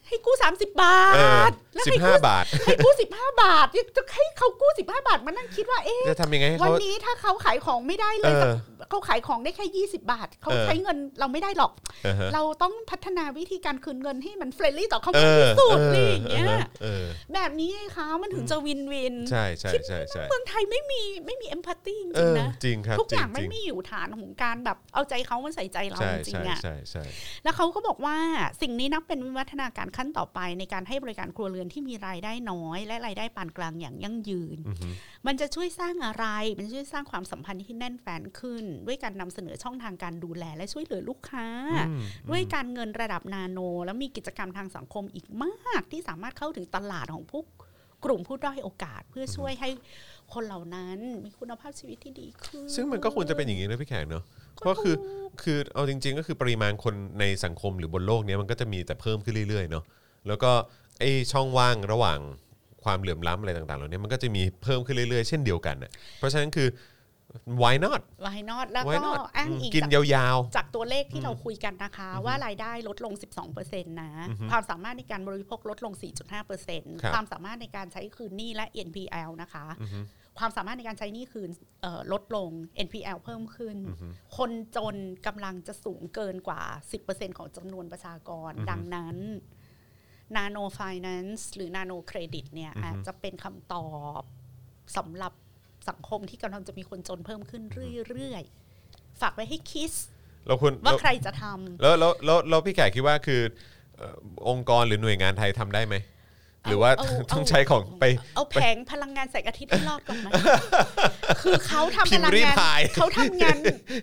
Speaker 3: ให้กู้ 30 บา
Speaker 2: เออ
Speaker 3: ท แล้ว
Speaker 2: สิบ
Speaker 3: ให้
Speaker 2: ห้า
Speaker 3: กู้
Speaker 2: บาท
Speaker 3: ให้กู้สิบห้าบาทเนี่ยจะให้เขากู้สิบห้าบาทมานั่งคิดว่าเอ๊ะ
Speaker 2: จะทำยังไงให้
Speaker 3: วัน
Speaker 2: เขา
Speaker 3: นี้ถ้าเขาขายของไม่ได้เลย
Speaker 2: เออ
Speaker 3: สักเขาขายของได้แค่ 20 บาท เขา
Speaker 2: เออ
Speaker 3: ใช้เงินเราไม่ได้หรอก
Speaker 2: เออฮะ
Speaker 3: เราต้องพัฒนาวิธีการคืนเงินให้มันเฟรนลี่ต่อเขา
Speaker 2: เอ
Speaker 3: มา
Speaker 2: อ
Speaker 3: กที่สุด
Speaker 2: เอ
Speaker 3: อะไร
Speaker 2: อ
Speaker 3: อย่างเงี้ย
Speaker 2: เออ
Speaker 3: แบบนี้ไงคะมันถึงจะวินวิน
Speaker 2: ใช่ใช่ใช่ใช่
Speaker 3: เมืองไทยไม่มีไม่มีเอมพัตตีจ
Speaker 2: เอ
Speaker 3: ริง
Speaker 2: อ
Speaker 3: ๆนะ
Speaker 2: จริงครับ
Speaker 3: ทุกอย่าง
Speaker 2: จ
Speaker 3: ไม่
Speaker 2: ริง
Speaker 3: มีอยู่ฐานของการแบบเอาใจเขามาใส่ใจ
Speaker 2: ๆ
Speaker 3: เรา
Speaker 2: ใช่
Speaker 3: จริ
Speaker 2: ใช่
Speaker 3: งๆอ่ะ
Speaker 2: ใช่ใช่
Speaker 3: แล้วเขาก็บอกว่าสิ่งนี้นับเป็นวิวัฒนาการขั้นต่อไป ในการให้บริการครัวเรือนที่มีรายได้น้อย และรายได้ปานกลางอย่างยั่งยืน
Speaker 2: อือฮึ
Speaker 3: มันจะช่วยสร้างอะไร มันจะช่วยสร้างความสัมพันธ์ที่แน่นแฟนขึ้น ด้วยการนำเสนอช่องทางการดูแลและช่วยเหลือลูกค้า
Speaker 2: อืม
Speaker 3: ด้วยการเงินระดับนาโน แล้วมีกิจกรรมทางสังคมอีกมากที่สามารถเข้าถึงตลาดของผู้กลุ่มผู้ด้อยโอกาส เพื่อช่วยให้คนเหล่านั้นมีคุณภาพชีวิตที่ดีขึ้น
Speaker 2: ซึ่งมันก็ควรจะเป็นอย่างนี้นะพี่แขกเนอะเพราะคือคือเอาจริง ๆ ก็คือปริมาณคนในสังคมหรือบนโลกเนี้ยมันก็จะมีแต่เพิ่มขึ้นเรื่อยๆเนอะแล้วก็ไอช่องว่างระหว่างความเหลื่อมล้ำอะไรต่างๆเหล่านี้มันก็จะมีเพิ่มขึ้นเรื่อยๆ เช่นเดียวกันน่ะเพราะฉะนั้นคือ why not
Speaker 3: วายนอตแล้ว
Speaker 2: why
Speaker 3: ก็
Speaker 2: not
Speaker 3: อ้าง
Speaker 2: อืม
Speaker 3: อิง
Speaker 2: กิน
Speaker 3: จาก
Speaker 2: ยาวๆ
Speaker 3: จากตัวเลข
Speaker 2: อื
Speaker 3: ที่
Speaker 2: ม
Speaker 3: เราคุยกันนะคะ ว่ารายได้ลดลง 12%นะ
Speaker 2: อือฮึ
Speaker 3: ความสามารถในการบริโภคลดลง
Speaker 2: ครับ
Speaker 3: 4.5%ความสามารถในการใช้คืนหนี้และ NPL นะคะ
Speaker 2: อือฮึ
Speaker 3: ความสามารถในการใช้หนี้คืนเอ่อลดลง NPL เพิ่มขึ้น
Speaker 2: อือฮึ
Speaker 3: คนจนกำลังจะสูงเกินกว่า 10%ของจำนวนประชากร
Speaker 2: อือฮึ
Speaker 3: ดังนั้น Nano Finance หรือ Nano Credit เนี่ย
Speaker 2: อือฮึ
Speaker 3: อาจจะเป็นคำตอบสำหรับสังคมที่กำลังจะมีคนจนเพิ่มขึ้นเรื่อยๆ ฝากไว้ให้คิด
Speaker 2: เราควร
Speaker 3: ว่า
Speaker 2: เรา
Speaker 3: ใครจะทำ
Speaker 2: แล้วแล้วแล้วแล้วพี่แขกคิดว่าคือเอ่อองค์กรหรือหน่วยงานไทยทำได้ไหม หรือว่า
Speaker 3: เเ
Speaker 2: ต้องใช้ของไป
Speaker 3: เอาแผงพลังงานแสงอาทิตย์ให้รอดก่อนไหม คือเขาทำ
Speaker 2: พิม
Speaker 3: พ
Speaker 2: พ์
Speaker 3: ลัง
Speaker 2: รี
Speaker 3: งา
Speaker 2: พาย
Speaker 3: นเขาทำงาน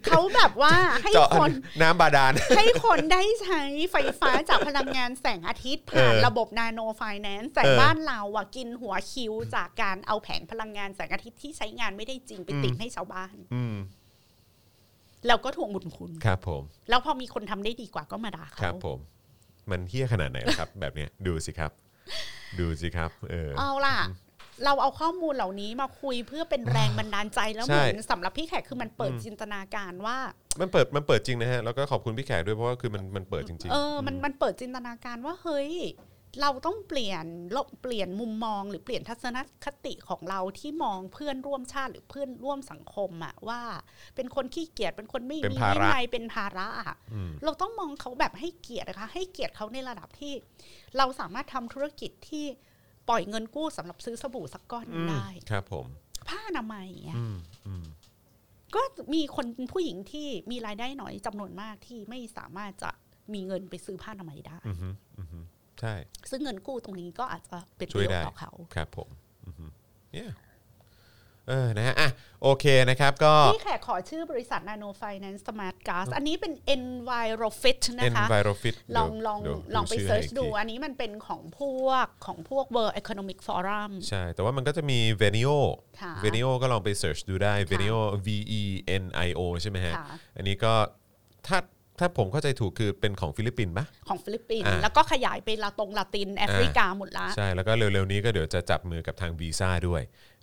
Speaker 3: เขาแบบว่าให้
Speaker 2: เจาะ
Speaker 3: คน
Speaker 2: น้ำบาดาล
Speaker 3: ให้คนได้ใช้ไฟฟ้าจากพลังงานแสงอาทิตย์ผ่าน
Speaker 2: เออ
Speaker 3: ระบบนาโนไฟแนนซ์แต่
Speaker 2: เออ
Speaker 3: บ้านเราอะกินหัวคิวจากการเอาแผงพลังงานแสงอาทิตย์ที่ใช้งานไม่ได้จริงไป
Speaker 2: อืม
Speaker 3: ติดให้ชาวบ้าน
Speaker 2: อืม
Speaker 3: แล้วก็ถ่วงบุญคุณ
Speaker 2: ครับผม
Speaker 3: แล้วพอมีคนทำได้ดีกว่าก็มาด่า
Speaker 2: ครั
Speaker 3: เขา
Speaker 2: บผม มันเฮี้ยขนาดไหนล่ะครับ แบบเนี้ยดูสิครับ ดูสิครับ เออ
Speaker 3: เอาล่ะ เราเอาข้อมูลเหล่านี้มาคุยเพื่อเป็นแรงบันดาลใจแล้ว
Speaker 2: ใช่
Speaker 3: เหมือนสำหรับพี่แขกคือมันเปิดจินตนาการว่า
Speaker 2: มันเปิดมันเปิดจริงนะฮะ แล้วก็ขอบคุณพี่แขกด้วยเพราะว่าคือมันมันเปิดจริง
Speaker 3: เออ มัน มันเปิดจินตนาการว่า เฮ้ย เราต้องเปลี่ยนโลกเปลี่ยนมุมมอง หรือเปลี่ยนทัศนคติของเราที่มองเพื่อนร่วมชาติหรือเพื่อนร่วมสังคมอะว่า เป็นคนขี้เกียจ เป็นคนไม่
Speaker 2: เป็
Speaker 3: มี
Speaker 2: นภา
Speaker 3: วิ
Speaker 2: ระ
Speaker 3: นัย เป็นภาระอะ
Speaker 2: อืม
Speaker 3: เราต้องมองเขาแบบให้เกียรตินะคะ ให้เกียรติเขาในระดับที่ เราสามารถทำธุรกิจที่ปล่อยเงินกู้สำหรับซื้อสบู่สักก้อนหนึ่งได้
Speaker 2: ครับผม
Speaker 3: ผ้าอนามัยอย่างเงี้ย
Speaker 2: อืมอืม
Speaker 3: ก็มีคนผู้หญิงที่มีรายได้น้อยจำนวนมากที่ไม่สามารถจะมีเงินไปซื้อผ้าอนามัยได้
Speaker 2: อืมฮึอืมฮึใช่
Speaker 3: ซึ่งเงินกู้ตรงนี้ก็อาจจะเป็นป
Speaker 2: ช่
Speaker 3: ระ
Speaker 2: วย
Speaker 3: โยช
Speaker 2: ได้
Speaker 3: น์ต่อเขา
Speaker 2: ครับผมอืมฮึเนี่ยเออนะฮะอ่ะโอเคนะครับก็
Speaker 3: พี่แขกขอชื่อบริษัท Nano Finance Smart Gas อันนี้เป็น Envirofit นะคะ
Speaker 2: Envirofit
Speaker 3: ลองลอง
Speaker 2: เดี๋ยว
Speaker 3: ลองไป
Speaker 2: ชื่
Speaker 3: เซิร์ช
Speaker 2: ให้กที
Speaker 3: ดู อันนี้มันเป็นของพวกของพวก World Economic Forum
Speaker 2: ใช่ แต่ว่ามันก็จะมี Venio
Speaker 3: ค่ะ
Speaker 2: Venio ก็ลองไปเสิร์ชดูได้ Venio V E N I O ใช่ไหมฮะ
Speaker 3: ค่ะ
Speaker 2: อันนี้ก็ถ้าถ้าผมเข้าใจถูกคือเป็นของฟิลิปปินส์ปะ
Speaker 3: ของฟิลิปปินส์
Speaker 2: อ่า
Speaker 3: แล้วก็ขยายไปลาตรงลาติน แอฟริกาหมดละ
Speaker 2: ใช่ แล้วก็เร็วๆนี้ก็เดี๋ยวจะจับมือกับทางวีซ่าด้วย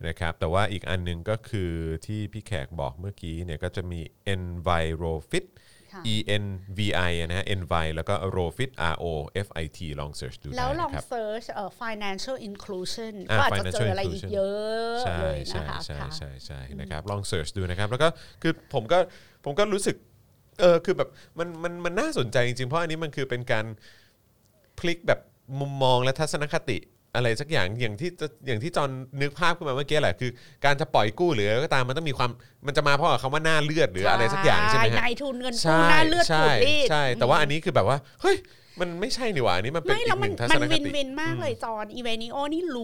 Speaker 2: นะครับ แต่ว่าอีกอันหนึงก็คือที่พี่แขกบอกเมื่อกี้เนี่ยก็จะมี Envirofit
Speaker 3: ค่ะ
Speaker 2: E N V I นะฮะ Envi แล้วก็ Rofit R O F I T ลองเสิร์ชดูได้
Speaker 3: แล้วลอง
Speaker 2: นะครับ
Speaker 3: เซิร์ชเอ่อ financial inclusion
Speaker 2: อ่า
Speaker 3: ก็อาจจะเจ
Speaker 2: financial
Speaker 3: ออะไรอีก
Speaker 2: inclusion
Speaker 3: เยอะ
Speaker 2: ใช่
Speaker 3: เลย
Speaker 2: ใช่
Speaker 3: นะคะ
Speaker 2: ใช่
Speaker 3: ค่ะ
Speaker 2: ใช่ใช่นะครับลองเสิร์ชดูนะครับ แล้วก็คือผมก็ผมก็รู้สึกเออคือแบบมันมันมันน่าสนใจจริงๆ เพราะอันนี้มันคือเป็นการพลิกแบบมุมมองและทัศนคติอะไรสักอย่างอย่างที่จะอย่างที่จอนนึกภาพขึ้นมาเมื่อกี้แหละคือ การจะปล่อยกู้หรืออะไรก็ตามมันต้องมีความมันจะมาเพราะกับคำว่าหน้าเลือดหรืออะไรสักอย่างใช่ไหมฮะ
Speaker 3: นายทุนเงินกู้หน้าเลือด
Speaker 2: ใช่
Speaker 3: ปูดรีด
Speaker 2: ใช่แต่ว่าอันนี้คือแบบว่าเฮ้ยมันไม่ใช่นี่หว่าอันนี้มันเป็น
Speaker 3: ไม่
Speaker 2: อี
Speaker 3: แล้ว
Speaker 2: กห
Speaker 3: มัน
Speaker 2: นึ่งทัศ
Speaker 3: มัน
Speaker 2: นค
Speaker 3: วิน
Speaker 2: ติ
Speaker 3: วินมากเลยจอนอีเวนิโอนี่ร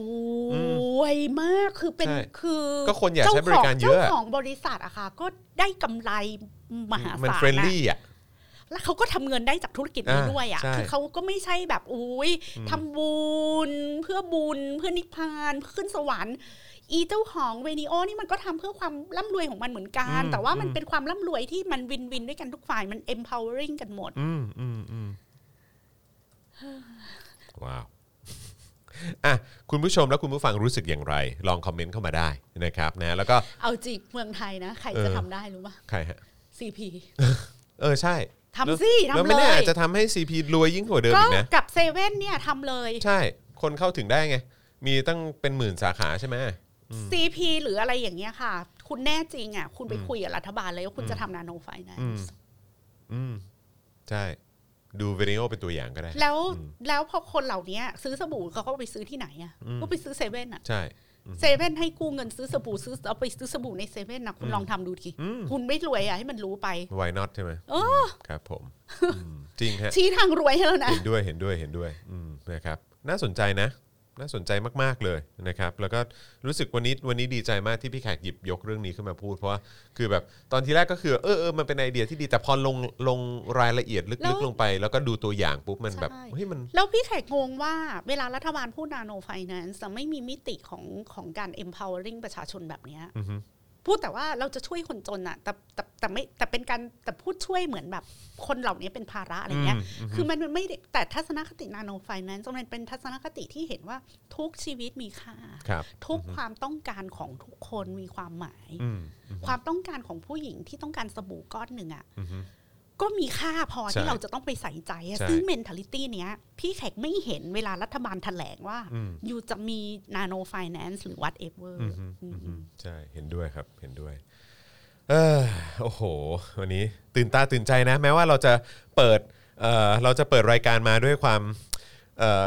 Speaker 3: วยมากคือเป็น
Speaker 2: ใช่
Speaker 3: คือ
Speaker 2: ก็คนอยากใช้บริการเยอะ
Speaker 3: เจ้าของบริษัทอะค่ะ ก็ได้กำไรมหา
Speaker 2: มัน
Speaker 3: ศา
Speaker 2: เฟ
Speaker 3: ล
Speaker 2: รน
Speaker 3: นะ
Speaker 2: ลี่อ่ะ
Speaker 3: แล้วเขาก็ทำเงินได้จากธุรกิจนี้
Speaker 2: อ่า
Speaker 3: ด้วยอะ
Speaker 2: ใช่
Speaker 3: คือเขาก็ไม่ใช่แบบอุ้ยทำบุญเพื่อบุญเพื่อนิพพานเพื่อขึ้นสวรรค์ อีเจ้าของเวนิโอนี่มันก็ทำเพื่อความร่ำรวยของมันเหมือนกัน แต่ว่ามันเป็นความร่ำรวยที่มันวินวินด้วยกันทุกฝ่ายมัน empowering กันหมด
Speaker 2: อืมอืมอืมว้าว อ่ะ คุณผู้ชมและคุณผู้ฟังรู้สึกอย่างไร ลองคอมเมนต์เข้ามาได้นะครับนะ แล้วก็
Speaker 3: เอาจริงเมืองไทยนะใคร
Speaker 2: เอ
Speaker 3: จะ
Speaker 2: อ
Speaker 3: ทำได้รู้ป่ะ
Speaker 2: ใครฮะ
Speaker 3: CP
Speaker 2: เออ ใช่
Speaker 3: ทำสิทำเลย
Speaker 2: แล้วไม่แน่อาจจะทำให้ CP รวยยิ่งกว่าเดิม
Speaker 3: ก็
Speaker 2: อีกนะ
Speaker 3: กับเซเว่นเนี่ยทำเลย
Speaker 2: ใช่ คนเข้าถึงได้ไง มีตั้งเป็นหมื่นสาขาใช่ไหม
Speaker 3: CP หรืออะไรอย่างเงี้ยค่ะ คุณแน่จริงอ่ะ คุณไปคุยกับรัฐบาลเลยว่าคุณจะทำนาโนไฟแนน
Speaker 2: อืม
Speaker 3: ซ์
Speaker 2: อืม ใช่ ดูวิดีโอเป็นตัวอย่างก็ได้
Speaker 3: แล้วแล้วพอคนเหล่านี้ซื้อสบู่เขาก็ไปซื้อที่ไหนอ่ะก็ไปซื้อเซเว่นอ่ะ
Speaker 2: ใช่
Speaker 3: เซเว่นให้กู้เงินซื้อสบู่ซื้อเอาไปซื้อสบู่ในเซเว่นนะคุณลองทำดูดิคุณไม่รวยอ่ะให้มันรู้ไป
Speaker 2: why not ใช่ไหม
Speaker 3: เอออ
Speaker 2: ครับ ผมอืมจริงฮะ
Speaker 3: ชี้ทางรวยให้แล้วนะ
Speaker 2: เห็นด้วยเห็นด้วยเห็นด้วยอืมนะครับน่าสนใจนะ น่าสนใจมาก ๆ เลยนะครับ แล้วก็รู้สึกวันนี้วันนี้ดีใจมากที่พี่แขกหยิบยกเรื่องนี้ขึ้นมาพูด เพราะว่าคือแบบตอนที่แรกก็คือเออเออมันเป็นไอเดียที่ดีแต่พอลงลงรายละเอียด
Speaker 3: แล้
Speaker 2: ลึก
Speaker 3: ว
Speaker 2: ๆลงไป แล้วก็ดูตัวอย่างปุ๊บมันแบบ
Speaker 3: ใช่
Speaker 2: เฮ้ยมัน
Speaker 3: แล้วพี่แขกงงว่าเวลารัฐบาลพูดนาโนไฟแนนซ์ไม่มีมิติของของการ empowering ประชาชนแบบเนี้ย
Speaker 2: อือฮึ
Speaker 3: พูดแต่ว่าเราจะช่วยคนจนอะแต่แต่แต่ไม่แต่เป็นการแต่พูดช่วยเหมือนแบบคนเหล่านี้เป็นภาระอะไรเงี้ย
Speaker 2: ม
Speaker 3: คือมันมันไม่ได้แต่ทัศนคตินาโนไฟนั้นมันเป็นทัศนคติที่เห็นว่าทุกชีวิตมีค่า
Speaker 2: ครับ
Speaker 3: ทุกความต้องการของทุกคนมีความหมาย
Speaker 2: อืม
Speaker 3: ความต้องการของผู้หญิงที่ต้องการสบู่ก้อนหนึ่งอะ
Speaker 2: อืม
Speaker 3: ก็มีค่าพอ
Speaker 2: ใช่
Speaker 3: ที่เราจะต้องไปใส่ใจอะ
Speaker 2: ใช่
Speaker 3: ซึ่งเมนเทลิตี้เนี้ย พี่แขกไม่เห็นเวลารัฐบาลแถลงว่า
Speaker 2: อืม
Speaker 3: อยู่จะมีนาโนไฟแนนซ์หรือ whatever
Speaker 2: อืมอืม
Speaker 3: อืม
Speaker 2: อืมใช่ เห็นด้วยครับ เห็นด้วย เออโอ้โห วันนี้ตื่นตาตื่นใจนะ แม้ว่าเราจะเปิดเออเราจะเปิดรายการมาด้วยความเออ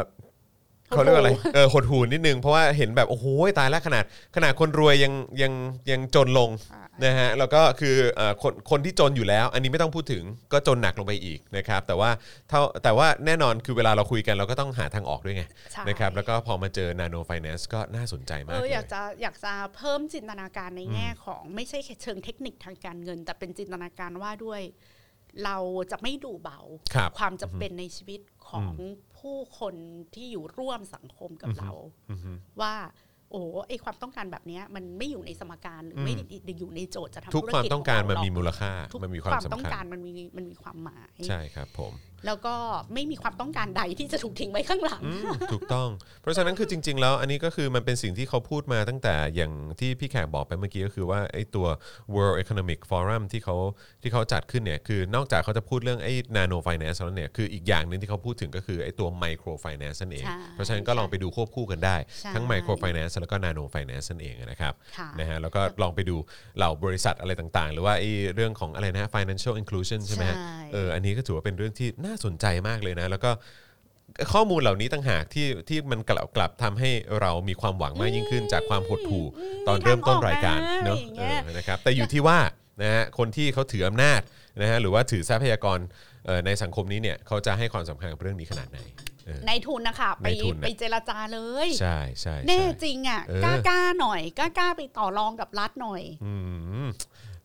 Speaker 2: เขาเรียกว่าอะไร เออหดหูนิดนึง เพราะว่าเห็นแบบ โอ้โห ตายแล้วขนาด ขนาดคนรวยยังยังยังจนลง
Speaker 3: อ่ะ
Speaker 2: นะฮะแล้วก็คือเอ่อคนคนที่จนอยู่แล้ว อันนี้ไม่ต้องพูดถึงก็จนหนักลงไปอีกนะครับแต่ว่าเท่าแต่ว่าแน่นอนคือเวลาเราคุยกันเราก็ต้องหาทางออกด้วยไง
Speaker 3: ใช่
Speaker 2: นะครับแล้วก็พอมาเจอนาโนไฟแนนซ์ก็น่าสนใจ
Speaker 3: เอ
Speaker 2: มาก
Speaker 3: อ
Speaker 2: เล
Speaker 3: อย ยากจะอยากจะเพิ่มจินตนาการในแง่ของไม่ใช่แค่เชิงเทคนิคทางการเงิน แต่เป็นจินตนาการว่าด้วย เราจะไม่ดูเบา
Speaker 2: ครับ
Speaker 3: ความจำเป็นในชีวิตของผู้คนที่อยู่ร่วมสังคมกับเรา
Speaker 2: อือฮึ
Speaker 3: ว่า โอ้ไอความต้องการแบบเนี้ยมันไม่อยู่ในสมการหรืออ
Speaker 2: ม
Speaker 3: ไม่ได้อยู่ในโจทย์จะทำ
Speaker 2: ทุกความ
Speaker 3: ธุจ
Speaker 2: ต้องการ
Speaker 3: ข
Speaker 2: มัน
Speaker 3: เ
Speaker 2: มีมูลค่า
Speaker 3: ทุก
Speaker 2: มันมีความสำ
Speaker 3: ต้อง
Speaker 2: คัญ
Speaker 3: การมันมีมันมีความหมาย
Speaker 2: ใช่ครับผม
Speaker 3: แล้วก็ไม่มีความต้องการใดที่จะถูกทิ้งไว้ข้างหลัง
Speaker 2: อืมถูกต้อง เพราะฉะนั้นคือจริง ๆ แล้วอันนี้ก็คือมันเป็นสิ่งที่เขาพูดมาตั้งแต่อย่างที่พี่แขกบอกไปเมื่อกี้ก็คือว่าไอ้ตัว World Economic Forum ที่เขาที่เขาจัดขึ้นเนี่ยคือนอกจากเขาจะพูดเรื่องไอ้ nano finance แล้วเนี่ยคืออีกอย่างหนึ่งที่เขาพูดถึงก็คือไอ้ตัว micro finance นั่นเอง
Speaker 3: ใช่
Speaker 2: เพราะฉะนั้นก็ลองไปดูควบคู่กันได้
Speaker 3: ใช่
Speaker 2: ทั้ง micro finance แล้วก็ nano finance นั่นเองนะครับ
Speaker 3: ค่ะ
Speaker 2: นะฮะแล้วก็ลองไปดูเหล่าบริษัทอะไรต่างๆ หรือว่าไอ้เรื่องของอะไรนะ financial inclusion ใช่ไหมฮะ
Speaker 3: ใช่
Speaker 2: เอออันนี้ก็ถือว่าเป็นเรื่องที่น่าสนใจมากเลยนะ แล้วก็ข้อมูลเหล่านี้ต่างหากที่ที่มันกลับกลับทำให้เรามีความหวังมากยิ่งขึ้นจากความหดหู่ตอนเริ่มต้นรายการเนอะ
Speaker 3: มีทางออกนะอย่าง
Speaker 2: เอ
Speaker 3: เงี้ย
Speaker 2: อนะครับแต่อยู่ที่ว่านะฮะคนที่เขาถืออำนาจนะฮะหรือว่าถือทรัพยากรเอ่อในสังคมนี้เนี่ยเขาจะให้ความสำคัญกับเรื่องนี้ขนาดไหนเออ
Speaker 3: ในทุนนะคะไป
Speaker 2: ในทุนน่ะ
Speaker 3: ไปเจรจาเลย
Speaker 2: ใช่ใช่
Speaker 3: แน่
Speaker 2: ใช่
Speaker 3: จริงอ่ะ
Speaker 2: เออ
Speaker 3: กล้ากล้าๆหน่อยกล้ากล้าๆไปต่อรองกับรัฐหน่อย
Speaker 2: อืม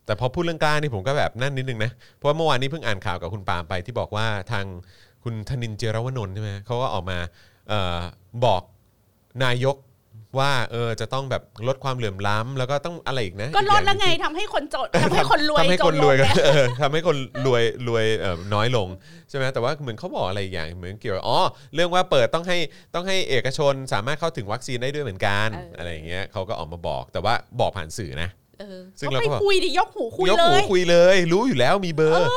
Speaker 2: แต่พอพูดเรื่องกล้านี่ผมก็แบบนั่นนิดนึงนะ เพราะว่าเมื่อวานนี้เพิ่งอ่านข่าวกับคุณปาล์มไปที่บอกว่าทางคุณธนินเจรวนนท์ใช่ไหมเขาก็ออกมาเออบอกนายกว่าเออจะต้องแบบลดความเหลื่อมล้ำแล้วก็ต้องอะไรอีกนะ
Speaker 3: ก็ลด
Speaker 2: อีอย่า
Speaker 3: แล้วไงทำให้คนจนทำให้คนรวย
Speaker 2: ทำให้คน
Speaker 3: จลง
Speaker 2: รวยกัน
Speaker 3: ไง
Speaker 2: เออ ทำให้คนรวยรวยเอ่อน้อยลงใช่ไหมแต่ว่าเหมือนเขาบอกอะไรอีกอย่างเหมือนเกี่ยวกับอ๋อเรื่องว่าเปิดต้องให้ต้องให้เอกชนสามารถเข้าถึงวัคซีนได้ด้วยเหมือนกัน
Speaker 3: เอออ
Speaker 2: อะไรอย่างเงี้ยเขาก็ออกมาบอกแต่ว่าบอกผ่านสื่อนะ
Speaker 3: เออ
Speaker 2: ซึ่ง
Speaker 3: ก็
Speaker 2: เรา
Speaker 3: ไป
Speaker 2: ก็แบบ
Speaker 3: คุยดิยกหูคุย
Speaker 2: ยก
Speaker 3: เล
Speaker 2: หู
Speaker 3: ย
Speaker 2: คุยเลย รู้อยู่แล้วมีเบอร์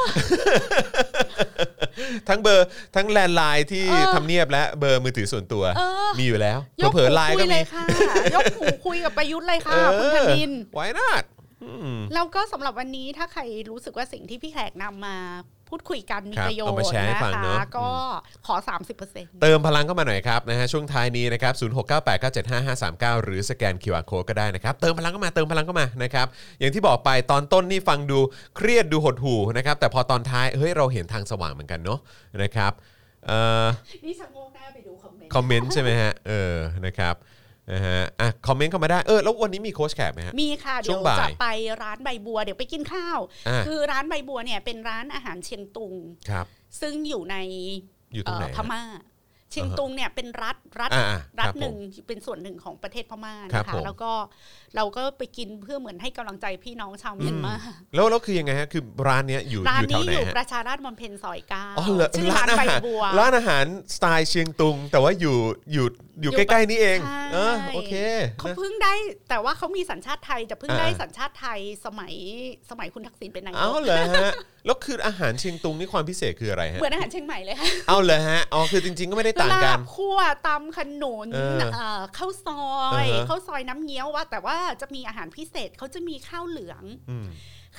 Speaker 2: ทั้งเบอร์ทั้งแลนด์ไลน์ที่
Speaker 3: เออ
Speaker 2: ทำเนียบและเบอร์มือถือส่วนตัว
Speaker 3: เออ
Speaker 2: มีอยู่แล้ว
Speaker 3: ยก
Speaker 2: เผล
Speaker 3: หู
Speaker 2: อๆไลน์
Speaker 3: คุ
Speaker 2: ก็
Speaker 3: ยเล
Speaker 2: มี
Speaker 3: ยค่ะ ยกหูคุยกับประยุทธ์เลยค่ะ คุณธนิน
Speaker 2: ไว้นาด
Speaker 3: แล้วก็สำหรับวันนี้ถ้าใครรู้สึกว่าสิ่งที่พี่แขกนำมาพูดคุยกันมี
Speaker 2: ครับ
Speaker 3: ประโยช
Speaker 2: เอามา
Speaker 3: น์
Speaker 2: แชร์ให้
Speaker 3: นะ
Speaker 2: ฟัง
Speaker 3: คะ
Speaker 2: เนาะ
Speaker 3: ก็ขอ 30%
Speaker 2: เติมพลังเข้ามาหน่อยครับนะฮะช่วงท้ายนี้นะครับ0698975539 หรือสแกน QR Code ก็ได้นะครับ เติมพลังเข้ามาเติมพลังเข้ามานะครับอย่างที่บอกไปตอนต้นนี่ฟังดูเครียดดูหดหู่นะครับแต่พอตอนท้ายเฮ้ยเราเห็นทางสว่างเหมือนกันเนาะนะครับเอ่อ
Speaker 3: นี่ชะโงกหน้าไปดูคอมเมนต์
Speaker 2: คอมเมนต์ใช่ไหมฮะ เออ นะครับ นะฮะ อ่ะ คอมเมนต์เข้ามาได้ เออ แล้ววันนี้มีโค้ชแขกไหมฮะ
Speaker 3: มีค่ะ เดี๋
Speaker 2: ช่
Speaker 3: ยว ว
Speaker 2: งบ่าย
Speaker 3: จะไปร้านใบบัว เดี๋ยวไปกินข้าว
Speaker 2: อ่า
Speaker 3: คือร้านใบบัวเนี่ยเป็นร้านอาหารเชียงตุง
Speaker 2: ครับ
Speaker 3: ซึ่งอยู่ใน
Speaker 2: อยู่ตร
Speaker 3: เอ่
Speaker 2: งไหน
Speaker 3: อพม่า เชียงตุงเนี่ยเป็นรัฐรัฐ
Speaker 2: อ่าอ่า
Speaker 3: รัฐ
Speaker 2: คบ
Speaker 3: หนึ่ง
Speaker 2: ผม
Speaker 3: เป็นส่วนหนึ่งของประเทศพม่า
Speaker 2: ครับ
Speaker 3: นะคะ
Speaker 2: ผม
Speaker 3: แล้วก็เราก็ไปกินเพื่อเหมือนให้กำลังใจพี่น้องชาวเมียนมา
Speaker 2: แล้วแล้วคือยังไงฮะ คือร้านเนี้ยอยู่
Speaker 3: ร้าน
Speaker 2: อยู่แถ
Speaker 3: นี้
Speaker 2: วไหน
Speaker 3: อยู่
Speaker 2: ฮะ
Speaker 3: ประชาราชบำเพ็ญซอยเก้า
Speaker 2: อ๋อเหรอ
Speaker 3: ชื่อ
Speaker 2: ร้า
Speaker 3: ร้าน น
Speaker 2: อา
Speaker 3: ใบ
Speaker 2: หาร
Speaker 3: บัว
Speaker 2: ร้านอาหารสไตล์เชียงตุง แต่ว่าอยู่อยู่อยู่
Speaker 3: อยู่
Speaker 2: ใกล้ๆนี้เอง
Speaker 3: ใช่
Speaker 2: เออ โอเค
Speaker 3: เขา
Speaker 2: นะ
Speaker 3: เพิ่งได้แต่ว่าเขามีสัญชาติไทยจะเพิ่ง
Speaker 2: อ่า
Speaker 3: ได้สัญชาติไทยสมัยสมัยคุณทักษิณเป็นนาย
Speaker 2: เอา
Speaker 3: ก
Speaker 2: เหรอฮะ แล้วคืออาหารเชียงตุงนี่ความพิเศษคืออะไรฮะ
Speaker 3: เหมือนอาหารเชียงใหม่เลยค่ะ
Speaker 2: เอาเหรอฮะ อ๋อ คือจริง ๆ ก็ไม่ได้ต่าง
Speaker 3: ลา
Speaker 2: กัน
Speaker 3: บคั่วตำขนุน
Speaker 2: เออ
Speaker 3: เอ่อข้าวซอย
Speaker 2: อ่าฮะ
Speaker 3: ข้าวซอยน้ำเงี้ยวว่า แต่ว่าจะมีอาหารพิเศษเขาจะมีข้าวเหลือง
Speaker 2: อืม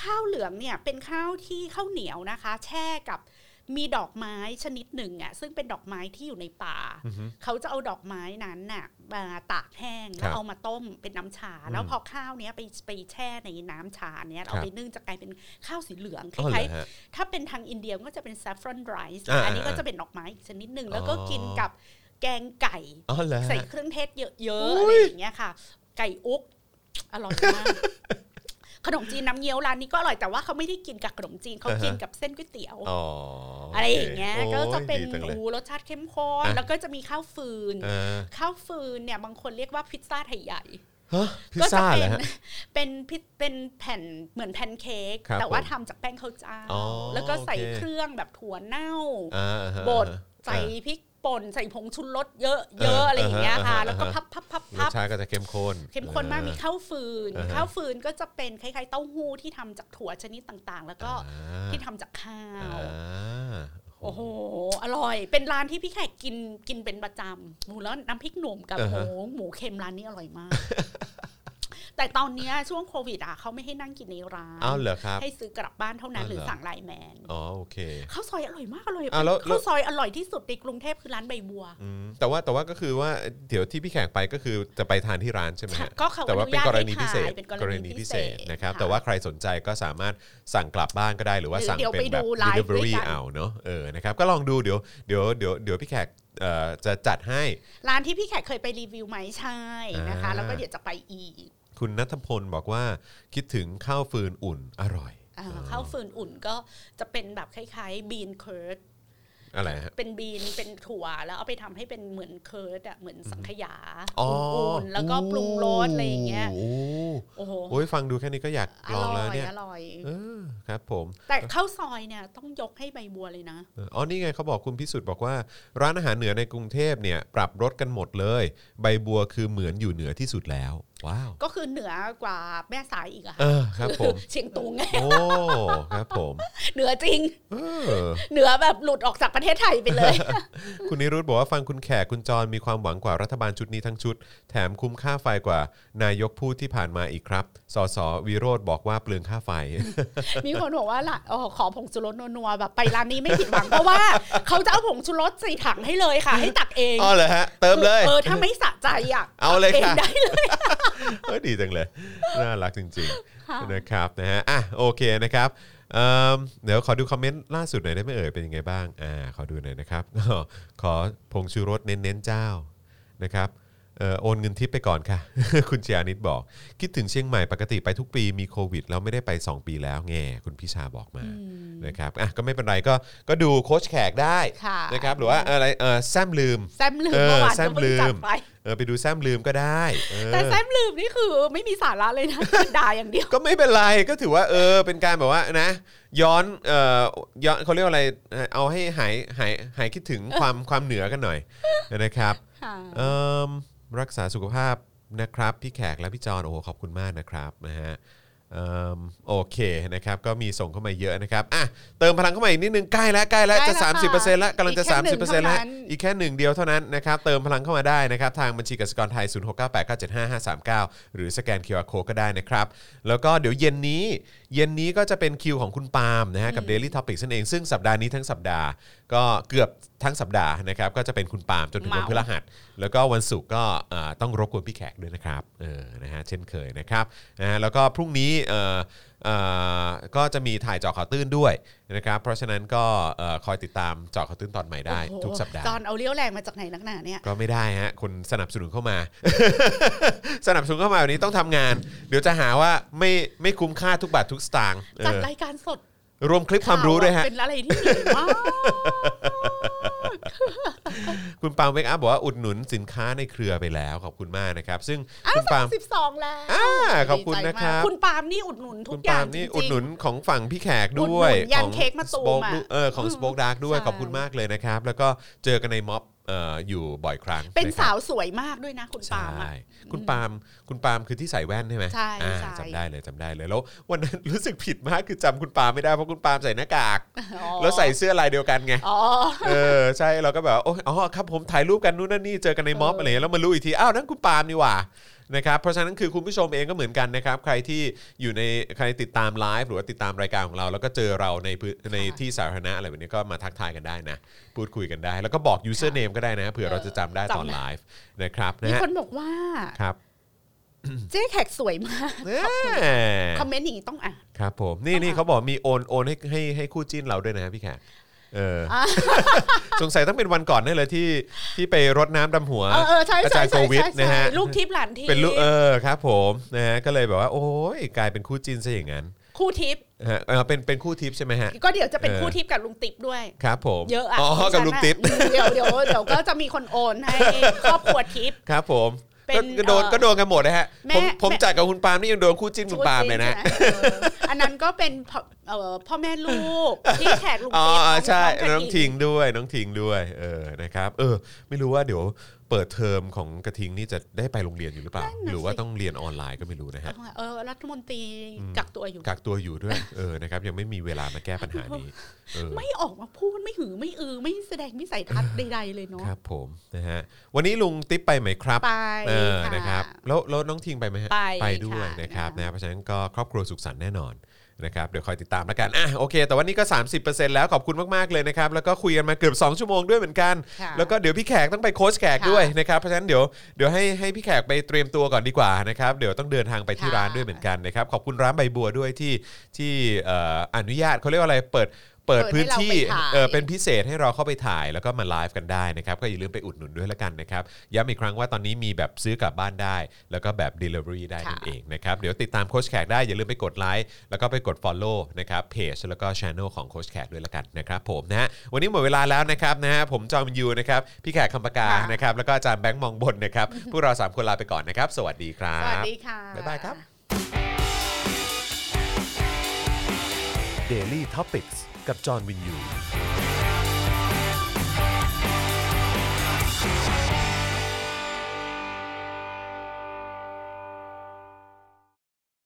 Speaker 3: ข้าวเหลืองเนี่ยเป็นข้าวที่ข้าวเหนียวนะคะ แช่กับมีดอกไม้ชนิดหนึ่งอ่ะซึ่งเป็นดอกไม้ที่อยู่ในป่า
Speaker 2: อือฮึ
Speaker 3: เขาจะเอาดอกไม้นั้นน่ะมาตากแห้ง
Speaker 2: ครั
Speaker 3: แล้ว
Speaker 2: บ
Speaker 3: เอามาต้มเป็นน้ำชา
Speaker 2: อืม
Speaker 3: แล้วพอข้าวเนี้ยไปไปแช่ในน้ำชาเนี้ย
Speaker 2: ครับ
Speaker 3: เอาไปนึ่งจะกลายเป็นข้าวสีเหลืองค
Speaker 2: อ๋อเหร
Speaker 3: ล้าย
Speaker 2: อฮะ
Speaker 3: ๆถ้าเป็นทางอินเดียก็จะเป็น saffron rice
Speaker 2: อ่า
Speaker 3: อันนี้ก็
Speaker 2: อ่า
Speaker 3: จะเป็นดอกไม้อีกชนิดหนึ่ง
Speaker 2: อ๋อ
Speaker 3: แล้วก็กินกับแกงไก่
Speaker 2: อ๋อเหรอ
Speaker 3: ใส่
Speaker 2: ฮะ
Speaker 3: เครื่องเทศเยอะๆ
Speaker 2: อุ๊ย
Speaker 3: อะไรอย่างเงี้ยค่ะ ไก่อุ๊กอร่อย มาก ขนมจีนน้ำเงี้ยวร้านนี้ก็อร่อยแต่ว่าเขาไม่ได้กินกับขนมจีนเขากินกับเส้นก๋วยเตี๋ยว
Speaker 2: อ๋ออ
Speaker 3: อะไรอย่างเงี้ย
Speaker 2: โ
Speaker 3: ก็จะเป็น
Speaker 2: ดีจังลย
Speaker 3: หมูรสชาติเข้มข้น
Speaker 2: อ่ะ
Speaker 3: แล้วก็จะมีข้าวฟืน
Speaker 2: เออ
Speaker 3: ข้าวฟืนเนี่ยบางคนเรียกว่าพิซซ่าไทยใหญ่
Speaker 2: ฮะพิซ
Speaker 3: ก็จะ
Speaker 2: ซ่า
Speaker 3: เป็
Speaker 2: เหรอน ฮะ
Speaker 3: เป็นพิซเป็นแผ่นเหมือนแพนเค้ก
Speaker 2: ครับ
Speaker 3: แต่ว่า
Speaker 2: ผม
Speaker 3: ทำจากแป้งข้าวเจ้า
Speaker 2: อ๋อ
Speaker 3: แล้วก็ใส่
Speaker 2: โอเค
Speaker 3: เครื่องแบบถั่วเน่า
Speaker 2: อ่าฮะ
Speaker 3: บด
Speaker 2: อ่าฮะ
Speaker 3: ใส่พริกป่นใส่ผงชุนรสเยอะ
Speaker 2: เอ
Speaker 3: เย
Speaker 2: อ
Speaker 3: อะอะไรอย่างเงี้ยค่ะ
Speaker 2: อ่าฮะ
Speaker 3: แล้วก็พับพับพับ
Speaker 2: รส
Speaker 3: พับ
Speaker 2: ชาติก็จะเข้มข้น
Speaker 3: เข้มข้นมากมีข้าวฟืน
Speaker 2: อ่าฮะ
Speaker 3: ข้าวฟืนก็จะเป็นคล้ายๆเต้าหู้ที่ทำจากถั่วชนิดต่างๆ แล้วก็
Speaker 2: อ่า
Speaker 3: ที่ทำจากข้าว
Speaker 2: อ่า
Speaker 3: โอ้โห อร่อย เป็นร้านที่พี่แขกกินกินเป็นประจำหมูแล้วน้ำพริกหนุ่มกับหมูหมูเค็มร้านนี้อร่อยมาก แต่ตอนเนี้ยช่วงโควิดอ่ะเขาไม่ให้นั่งกินในร้าน
Speaker 2: อ้าวเหรอครับ
Speaker 3: ให้ซื้อกลับบ้านเท่านั้น
Speaker 2: อ๋อ
Speaker 3: ห
Speaker 2: เหรอ
Speaker 3: รือสั่งไลน์แมน
Speaker 2: อ๋อโอเค
Speaker 3: ข้าวซอยอร่อยมากอร่อย
Speaker 2: อ่ะแล้วแล้ว
Speaker 3: ข้าวซอยอร่อยที่สุดในกรุงเทพคือร้านใบบัว
Speaker 2: อืมแต่ว่าแต่ว่าก็คือว่าเดี๋ยวที่พี่แขกไปก็คือจะไปทานที่ร้านใช่ไหมฮะ
Speaker 3: ก็เขา
Speaker 2: แต่ว่าเป็นกรณีพิเศษ
Speaker 3: อนุญาตให้ขายเป็นกรณีพิเศษ
Speaker 2: นะครับ
Speaker 3: ค่ะ
Speaker 2: แต่ว่าใครสนใจก็สามารถสั่งกลับบ้านก็ได้หรือว่า
Speaker 3: หรือ
Speaker 2: สั่ง
Speaker 3: เดี๋ยว
Speaker 2: เป็น
Speaker 3: ไป
Speaker 2: แบ
Speaker 3: ดู
Speaker 2: บ
Speaker 3: ไลฟ์ด้ว
Speaker 2: delivery
Speaker 3: ยกัน
Speaker 2: เอาเนอะเออนะครับก็ลองดูเดี๋ยวเดี๋ยวเดี๋ยวเดี๋ยวพี่แขกเอ่อจะจัดให้
Speaker 3: ร้านที่พี่แขกเคยไปรีวิวไหมใช่นะคะ
Speaker 2: อ่า
Speaker 3: แล้วก็เดี๋ยวจะไปอีก
Speaker 2: คุณนัทพลบอกว่าคิดถึงข้าวฟืนอุ่นอร่อย
Speaker 3: อ่าข้าวฟืนอุ่นก็จะเป็นแบบคล้ายๆบีนเคิร์ด
Speaker 2: อะไรฮะ
Speaker 3: เป็นบีนเป็นถั่วแล้วเอาไปทำให้เป็นเหมือนเคิร์ดอะเหมือนสังขยา
Speaker 2: อ๋อ
Speaker 3: อุ่นๆแล้วก็ปรุงรสอะไรอย่างเงี้ย
Speaker 2: โอ้
Speaker 3: โอ้โห
Speaker 2: โอ้ยฟังดูแค่นี้ก็อยาก
Speaker 3: อ
Speaker 2: ลอง
Speaker 3: ร่
Speaker 2: แล้ว
Speaker 3: อย
Speaker 2: เนี่ย
Speaker 3: อร่อย
Speaker 2: เออครับผม
Speaker 3: แต่ข้าวซอยเนี่ยต้องยกให้ใบบัวเลยนะ
Speaker 2: เอออ๋อนี่ไงเขาบอกคุณพิสุทธิ์บอกว่า ร้านอาหารเหนือในกรุงเทพเนี่ย ปรับรสกันหมดเลย ใบบัวคือเหมือนอยู่เหนือที่สุดแล้ว ว้าว
Speaker 3: ก็คือเหนือกว่าแม่สายอีกอะ
Speaker 2: เออครับผม
Speaker 3: เชียงตุงไง
Speaker 2: โอ้ครับผม
Speaker 3: เหนือจริง
Speaker 2: เออ
Speaker 3: เหนือแบบหลุดออกจากประเทศไทยไปเลย
Speaker 2: คุณนิรุธบอกว่าฟังคุณแขกคุณจรมีความหวังกว่ารัฐบาลชุดนี้ทั้งชุด แถมคุ้มค่าไฟกว่า นายกพูดที่ผ่านมาอีกครับสสวิโรธบอกว่าเปลืองค่าไฟ
Speaker 3: มีคนบอกว่าล่ะอ๋อขอผงชูรสนัวๆแบบไปร้านนี้ไม่ผิดหวังเพราะว่าเขาจะเอาผงชูรสใส่ถังให้เลยค่ะ ให้ตักเอง
Speaker 2: อ๋อเหรอฮะเติมเลย
Speaker 3: เออถ้าไม่สะใจอะ
Speaker 2: เอาเลย
Speaker 3: เอง
Speaker 2: ค่ะ
Speaker 3: ได้เลย
Speaker 2: เฮ้ยดีจังเลย น่ารักจริง
Speaker 3: ค่ะ
Speaker 2: ๆนะครับนะฮะอ่ะโอเคนะครับเอิ่มเดี๋ยวขอดูคอมเมนต์ล่าสุดหน่อยได้ไหมเอ่ยเป็นยังไงบ้างอ่าขอดูหน่อยนะครับ ขอผงชูรสเน้นๆเจ้านะครับเอ่อโอนเงินทิปไปก่อนค่ะ คุณเชียานิดบอก คิดถึงเชียงใหม่ปกติไปทุกปีมีโควิด แล้วไม่ได้ไป 2 ปีแล้วแง่คุณพิชาบอกมานะครับอ่ะก็ไม่เป็นไรก็ก็ดูโค้ชแขกได้
Speaker 3: ค่ะ
Speaker 2: นะครับหรือว่าอะไรเออแซมลืม
Speaker 3: แซมลืม
Speaker 2: เออ
Speaker 3: เมื่อวาน
Speaker 2: แซ
Speaker 3: ก็
Speaker 2: ม
Speaker 3: ไม่ได้
Speaker 2: ลื
Speaker 3: จั
Speaker 2: ม
Speaker 3: บไป
Speaker 2: เออไปดูแซมลืมก็ได้เออ
Speaker 3: แต่แซมลืมนี่คือไม่มีสาระเลยนะ ด่าอย่างเดียว
Speaker 2: ก็ไม่เป็นไรก็ถือว่าเออเป็นการแบบว่านะ ย้อนเอ่อย้อนเขาเรียกว่าอะไรเอ่อเอาให้หายหายหายคิด ถึงความความเหนือกันหน่อยนะครับเอิ่มรักษาสุขภาพนะครับ พี่แขกและพี่จอนโอ้โหขอบคุณมากนะครับนะฮะเอิ่มโอเคนะครับ ก็มีส่งเข้ามาเยอะนะครับอ่ะเติมพลังเข้ามาอีกนิดนึงใกล้แล้วใกล้แล้ว
Speaker 3: ใกล้
Speaker 2: จะ
Speaker 3: แล้วค่ะ
Speaker 2: 30%แล้วกำลังจะ
Speaker 3: อีกแค่หนึ่งเท่า
Speaker 2: 30%
Speaker 3: นั้
Speaker 2: แล้ว
Speaker 3: น
Speaker 2: อีกแค่หนึ่งเดียวเท่านั้นนะครับ เติมพลังเข้ามาได้นะครับ ทางบัญชีกสิกรไทย 0698975539 หรือสแกน QR Code ก็ได้นะครับ แล้วก็เดี๋ยวเย็นนี้ เย็นนี้ก็จะเป็นคิวของคุณปาล์มนะฮะกับ Daily Topic นั่นเอง ซึ่งสัปดาห์นี้ทั้งสัปดาห์ ก็เกือบทั้งสัปดาห์นะครับ ก็จะเป็นคุณปาล์มจนถึงวัน
Speaker 3: เมา
Speaker 2: พฤหัส แล้วก็วันศุกร์ก็เอ่อต้องรบกวนพี่แขกด้วยนะครับเออนะฮะเช่นเคยนะครับนะฮะแล้วก็พรุ่งนี้เอ่อเอ่อก็จะมีถ่ายเจอข่าวตื้นด้วยนะครับ เพราะฉะนั้นก็เอ่อคอยติดตามเจอข่าวตื้นตอนใหม่ได้
Speaker 3: โอ้โห
Speaker 2: ทุกสัปดาห์
Speaker 3: จอนเอาเลี้ยวแรงมาจากไหนนักหนาเนี่ย
Speaker 2: ก็ไม่ได้ฮะคนสนับสนุนเข้า มา สนับสนุนเข้ามาแบบนี้ต้องทำงาน เดี๋ยวจะหาว่าไม่ไม่คุ้มค่าทุกบาททุกสตางค์เอ
Speaker 3: จัด
Speaker 2: อ
Speaker 3: รายการสด
Speaker 2: รวมคลิปความรู้ด้วยฮะ
Speaker 3: เป็นอะไรที่เหนื่อยมาก
Speaker 2: คุณปาล์มเวกอัพบอกว่าอุดหนุนสินค้าในเครือไปแล้ว ขอบคุณมากนะครับ ซึ่ง
Speaker 3: อ้า
Speaker 2: คุณปาล์ม
Speaker 3: สิบสองแล้ว
Speaker 2: อ่าขอบคุณ
Speaker 3: ดีใจมาก
Speaker 2: นะครับ
Speaker 3: คุณปาล์มนี่อุดหนุนทุ
Speaker 2: คุ
Speaker 3: ก
Speaker 2: ณ
Speaker 3: อ
Speaker 2: ปา
Speaker 3: ย่า
Speaker 2: ง ล์มนี่
Speaker 3: จริงๆ
Speaker 2: อุดหนุนของฝั่งพี่แขกด้วย
Speaker 3: อุดหนุนยัน
Speaker 2: ของ
Speaker 3: เค้กมะตูม
Speaker 2: สป็อก
Speaker 3: อะ
Speaker 2: เออของสปอคดาร์กด้วย
Speaker 3: ใช่
Speaker 2: ขอบคุณมากเลยนะครับ แล้วก็เจอกันในม็อบเอ่ออยู่บ่อยครั้ง
Speaker 3: เป็น
Speaker 2: นะครับ
Speaker 3: สาวสวยมากด้วยนะ คุณปาล์มอะ
Speaker 2: ใช่คุณปาล์มคุณปาล์มคือที่ใส่แว่นใช่ไหม
Speaker 3: ใช่
Speaker 2: อ่า
Speaker 3: ใช่
Speaker 2: จำได้เลยจำได้เลยแล้ววัน นั้น รู้สึกผิดมากคือจำคุณปาล์มไม่ได้เพราะคุณปาล์มใส่หน้ากาก
Speaker 3: อ๋อ
Speaker 2: แล้วใส่เสื้อลายเดียวกันไง
Speaker 3: อ๋อ
Speaker 2: เออใช่เราก็แบบว่าโอยอ๋อครับผมถ่ายรูปกันนู่นนั่นนี่เจอกันในม็อบ
Speaker 3: เอออ
Speaker 2: อะไรอย่างเงี้ยแล้วมารู้อีกทีอ้าวนั่นคุณปาล์มนี่หว่านะครับเพราะฉะนั้นคือคุณผู้ชมเองก็เหมือนกันนะครับ ใครที่อยู่ในใครติดตามไลฟ์หรือว่าติดตามรายการของเรา แล้วก็เจอเราในพื้นในที่สาธารณะอะไรแบบนี้ก็มาทักทายกันได้นะ พูดคุยกันได้ แล้วก็บอก username ก็ได้นะเผื่อเราจะจำได้ตอนไลฟ์นะครับนะ
Speaker 3: มี
Speaker 2: ฮะ
Speaker 3: คนบอกว่า
Speaker 2: ครับ
Speaker 3: เจ๊แขกสวยมาก
Speaker 2: แหม่
Speaker 3: คอมเมนต์อย่างนี้ต้องอ่าน
Speaker 2: ครับผมนี่นี่เขาบอกมีโอนโอนให้ให้ให้คู่จิ้นเราด้วยนะฮะพี่แขกเออ สงสัยต้องเป็นวันก่อนแน่เลยที่ที่ไปรดน้ำดำหัว
Speaker 3: เออเออใช่
Speaker 2: อา
Speaker 3: ใช่
Speaker 2: จารย์โค
Speaker 3: ใช่
Speaker 2: วิด
Speaker 3: ใช่
Speaker 2: นะ
Speaker 3: ใช่
Speaker 2: ฮะ
Speaker 3: ลูกทิพย์หลานทิพ
Speaker 2: เป็นลูก
Speaker 3: ย์
Speaker 2: เออครับผมนะฮะก็เลยแบบว่าโอ้ยกลายเป็นคู่จิ้นซะอย่างนั้น
Speaker 3: คู่ทิพย์
Speaker 2: ฮะเออเป็นเป็นคู่ทิปใช่ไหมฮะ
Speaker 3: ก็เดี๋ยวจะเป็น
Speaker 2: เออ
Speaker 3: คู่ทิพย์กับลุงติ๊บด้วย
Speaker 2: ครับผม
Speaker 3: เยอะอ่ะ
Speaker 2: อ๋อ
Speaker 3: ดิฉัน
Speaker 2: กับลูกติ๊บ
Speaker 3: อะเดี๋ยวเดี๋ยวเดี๋ยวก็จะมีคนโอนให้ครอบครัวทิพย์
Speaker 2: ครับผม
Speaker 3: เป็น
Speaker 2: ก็ก็โดนก็โด
Speaker 3: เอ่อ
Speaker 2: นกันหมดนะฮะ
Speaker 3: แม่
Speaker 2: ผมผม
Speaker 3: แม่
Speaker 2: จัดกับคุณปาล์มนี่ยังโดนคู่จิ้นคุณปา ล์มเลยนะ
Speaker 3: จริงๆเอออันนั้นก็เป็นพ่อเอ่อพ่อแม่ลู กที่แขกลุง
Speaker 2: อ๋อ
Speaker 3: เปี๊ยก
Speaker 2: ใช่
Speaker 3: พร้มกั
Speaker 2: น้องทิงด้วยน้องทิงด้วยเออนะครับเออ ไม่รู้ว่าเดี๋ยวเปิดเทอมของกระทิงนี่จะได้ไปโรงเรียนอยู่หรือเปล่า หรือว่าต้องเรียนออนไลน์ก็ไม่รู้นะฮะ
Speaker 3: เออรัฐมนตรี
Speaker 2: อืม
Speaker 3: กักตัวอยู่
Speaker 2: กักตัวอยู่ด้วยเออนะครับยังไม่มีเวลามาแก้ปัญหานี้เออ
Speaker 3: ไม่ออกมาพูดไม่หือไม่อือ ไม่แสดงวิสัยทัศน์ใดๆเลยเนาะ
Speaker 2: ครับผมนะฮะวันนี้ลุงติ๊บไปไหมครับ
Speaker 3: ไป
Speaker 2: เออ
Speaker 3: ค่ะ
Speaker 2: นะครับแล้วแล้วน้องทิงไปไหมฮะ
Speaker 3: ไป
Speaker 2: ด้วย
Speaker 3: ค่ะ
Speaker 2: นะครับ
Speaker 3: นะคะ
Speaker 2: นะเพราะฉะนั้นก็ครอบครัวสุขสันต์แน่นอนนะครับเดี๋ยวคอยติดตามแล้วกันอ่ะโอเค แต่วันนี้ก็ 30%แล้วขอบคุณมากๆเลยนะครับแล้วก็คุยกันมาเกือบ 2 ชั่วโมงด้วยเหมือนกัน
Speaker 3: ค่ะ
Speaker 2: แล้วก็เดี๋ยวพี่แขกต้องไปโค้ชแขก
Speaker 3: ค่ะ
Speaker 2: ด้วยนะครับเพราะฉะนั้นเดี๋ยวเดี๋ยวให้ให้พี่แขกไปเตรียมตัวก่อนดีกว่านะครับเดี๋ยวต้องเดินทางไปที่
Speaker 3: ค่ะ
Speaker 2: ร้านด้วยเหมือนกันนะครับขอบคุณร้านใบบัวด้วยที่ที่เอ่ออนุญาตเขาเรียกว่าอะไรเปิดเปิด
Speaker 3: เปิดให้
Speaker 2: พื้นที่
Speaker 3: เราไปถ่าย
Speaker 2: เออเป็นพิเศษให้เราเข้าไปถ่ายแล้วก็มาไลฟ์กันได้นะครับก็อย่าลืมไปอุดหนุนด้วยละกันนะครับย้ำอีกครั้งว่าตอนนี้มีแบบซื้อกลับบ้านได้ แล้วก็แบบ Delivery ได้นั่นเองนะครับเดี๋ยวติดตามโค้ชแขกได้อย่าลืมไปกดไลค์แล้วก็ไปกด Follow นะครับเพจแล้วก็ช anel ของโค้ชแขกด้วยละกันนะครับผมนะฮะวันนี้หมดเวลาแล้วนะครับนะฮะผมจอมยูนะครับพี่แขกคำปากา
Speaker 3: ค่ะ
Speaker 2: นะครับแล้วก็อาจารย์แบงค์มองบนนะครับ พวกเราสามคนลาไปก่อนนะครับสวัสดีครั
Speaker 3: ส
Speaker 2: บ
Speaker 3: วัสดีค่ะ
Speaker 2: บ๊ายบายครับ
Speaker 1: Daily t o p i c กกับจอห์นวินยู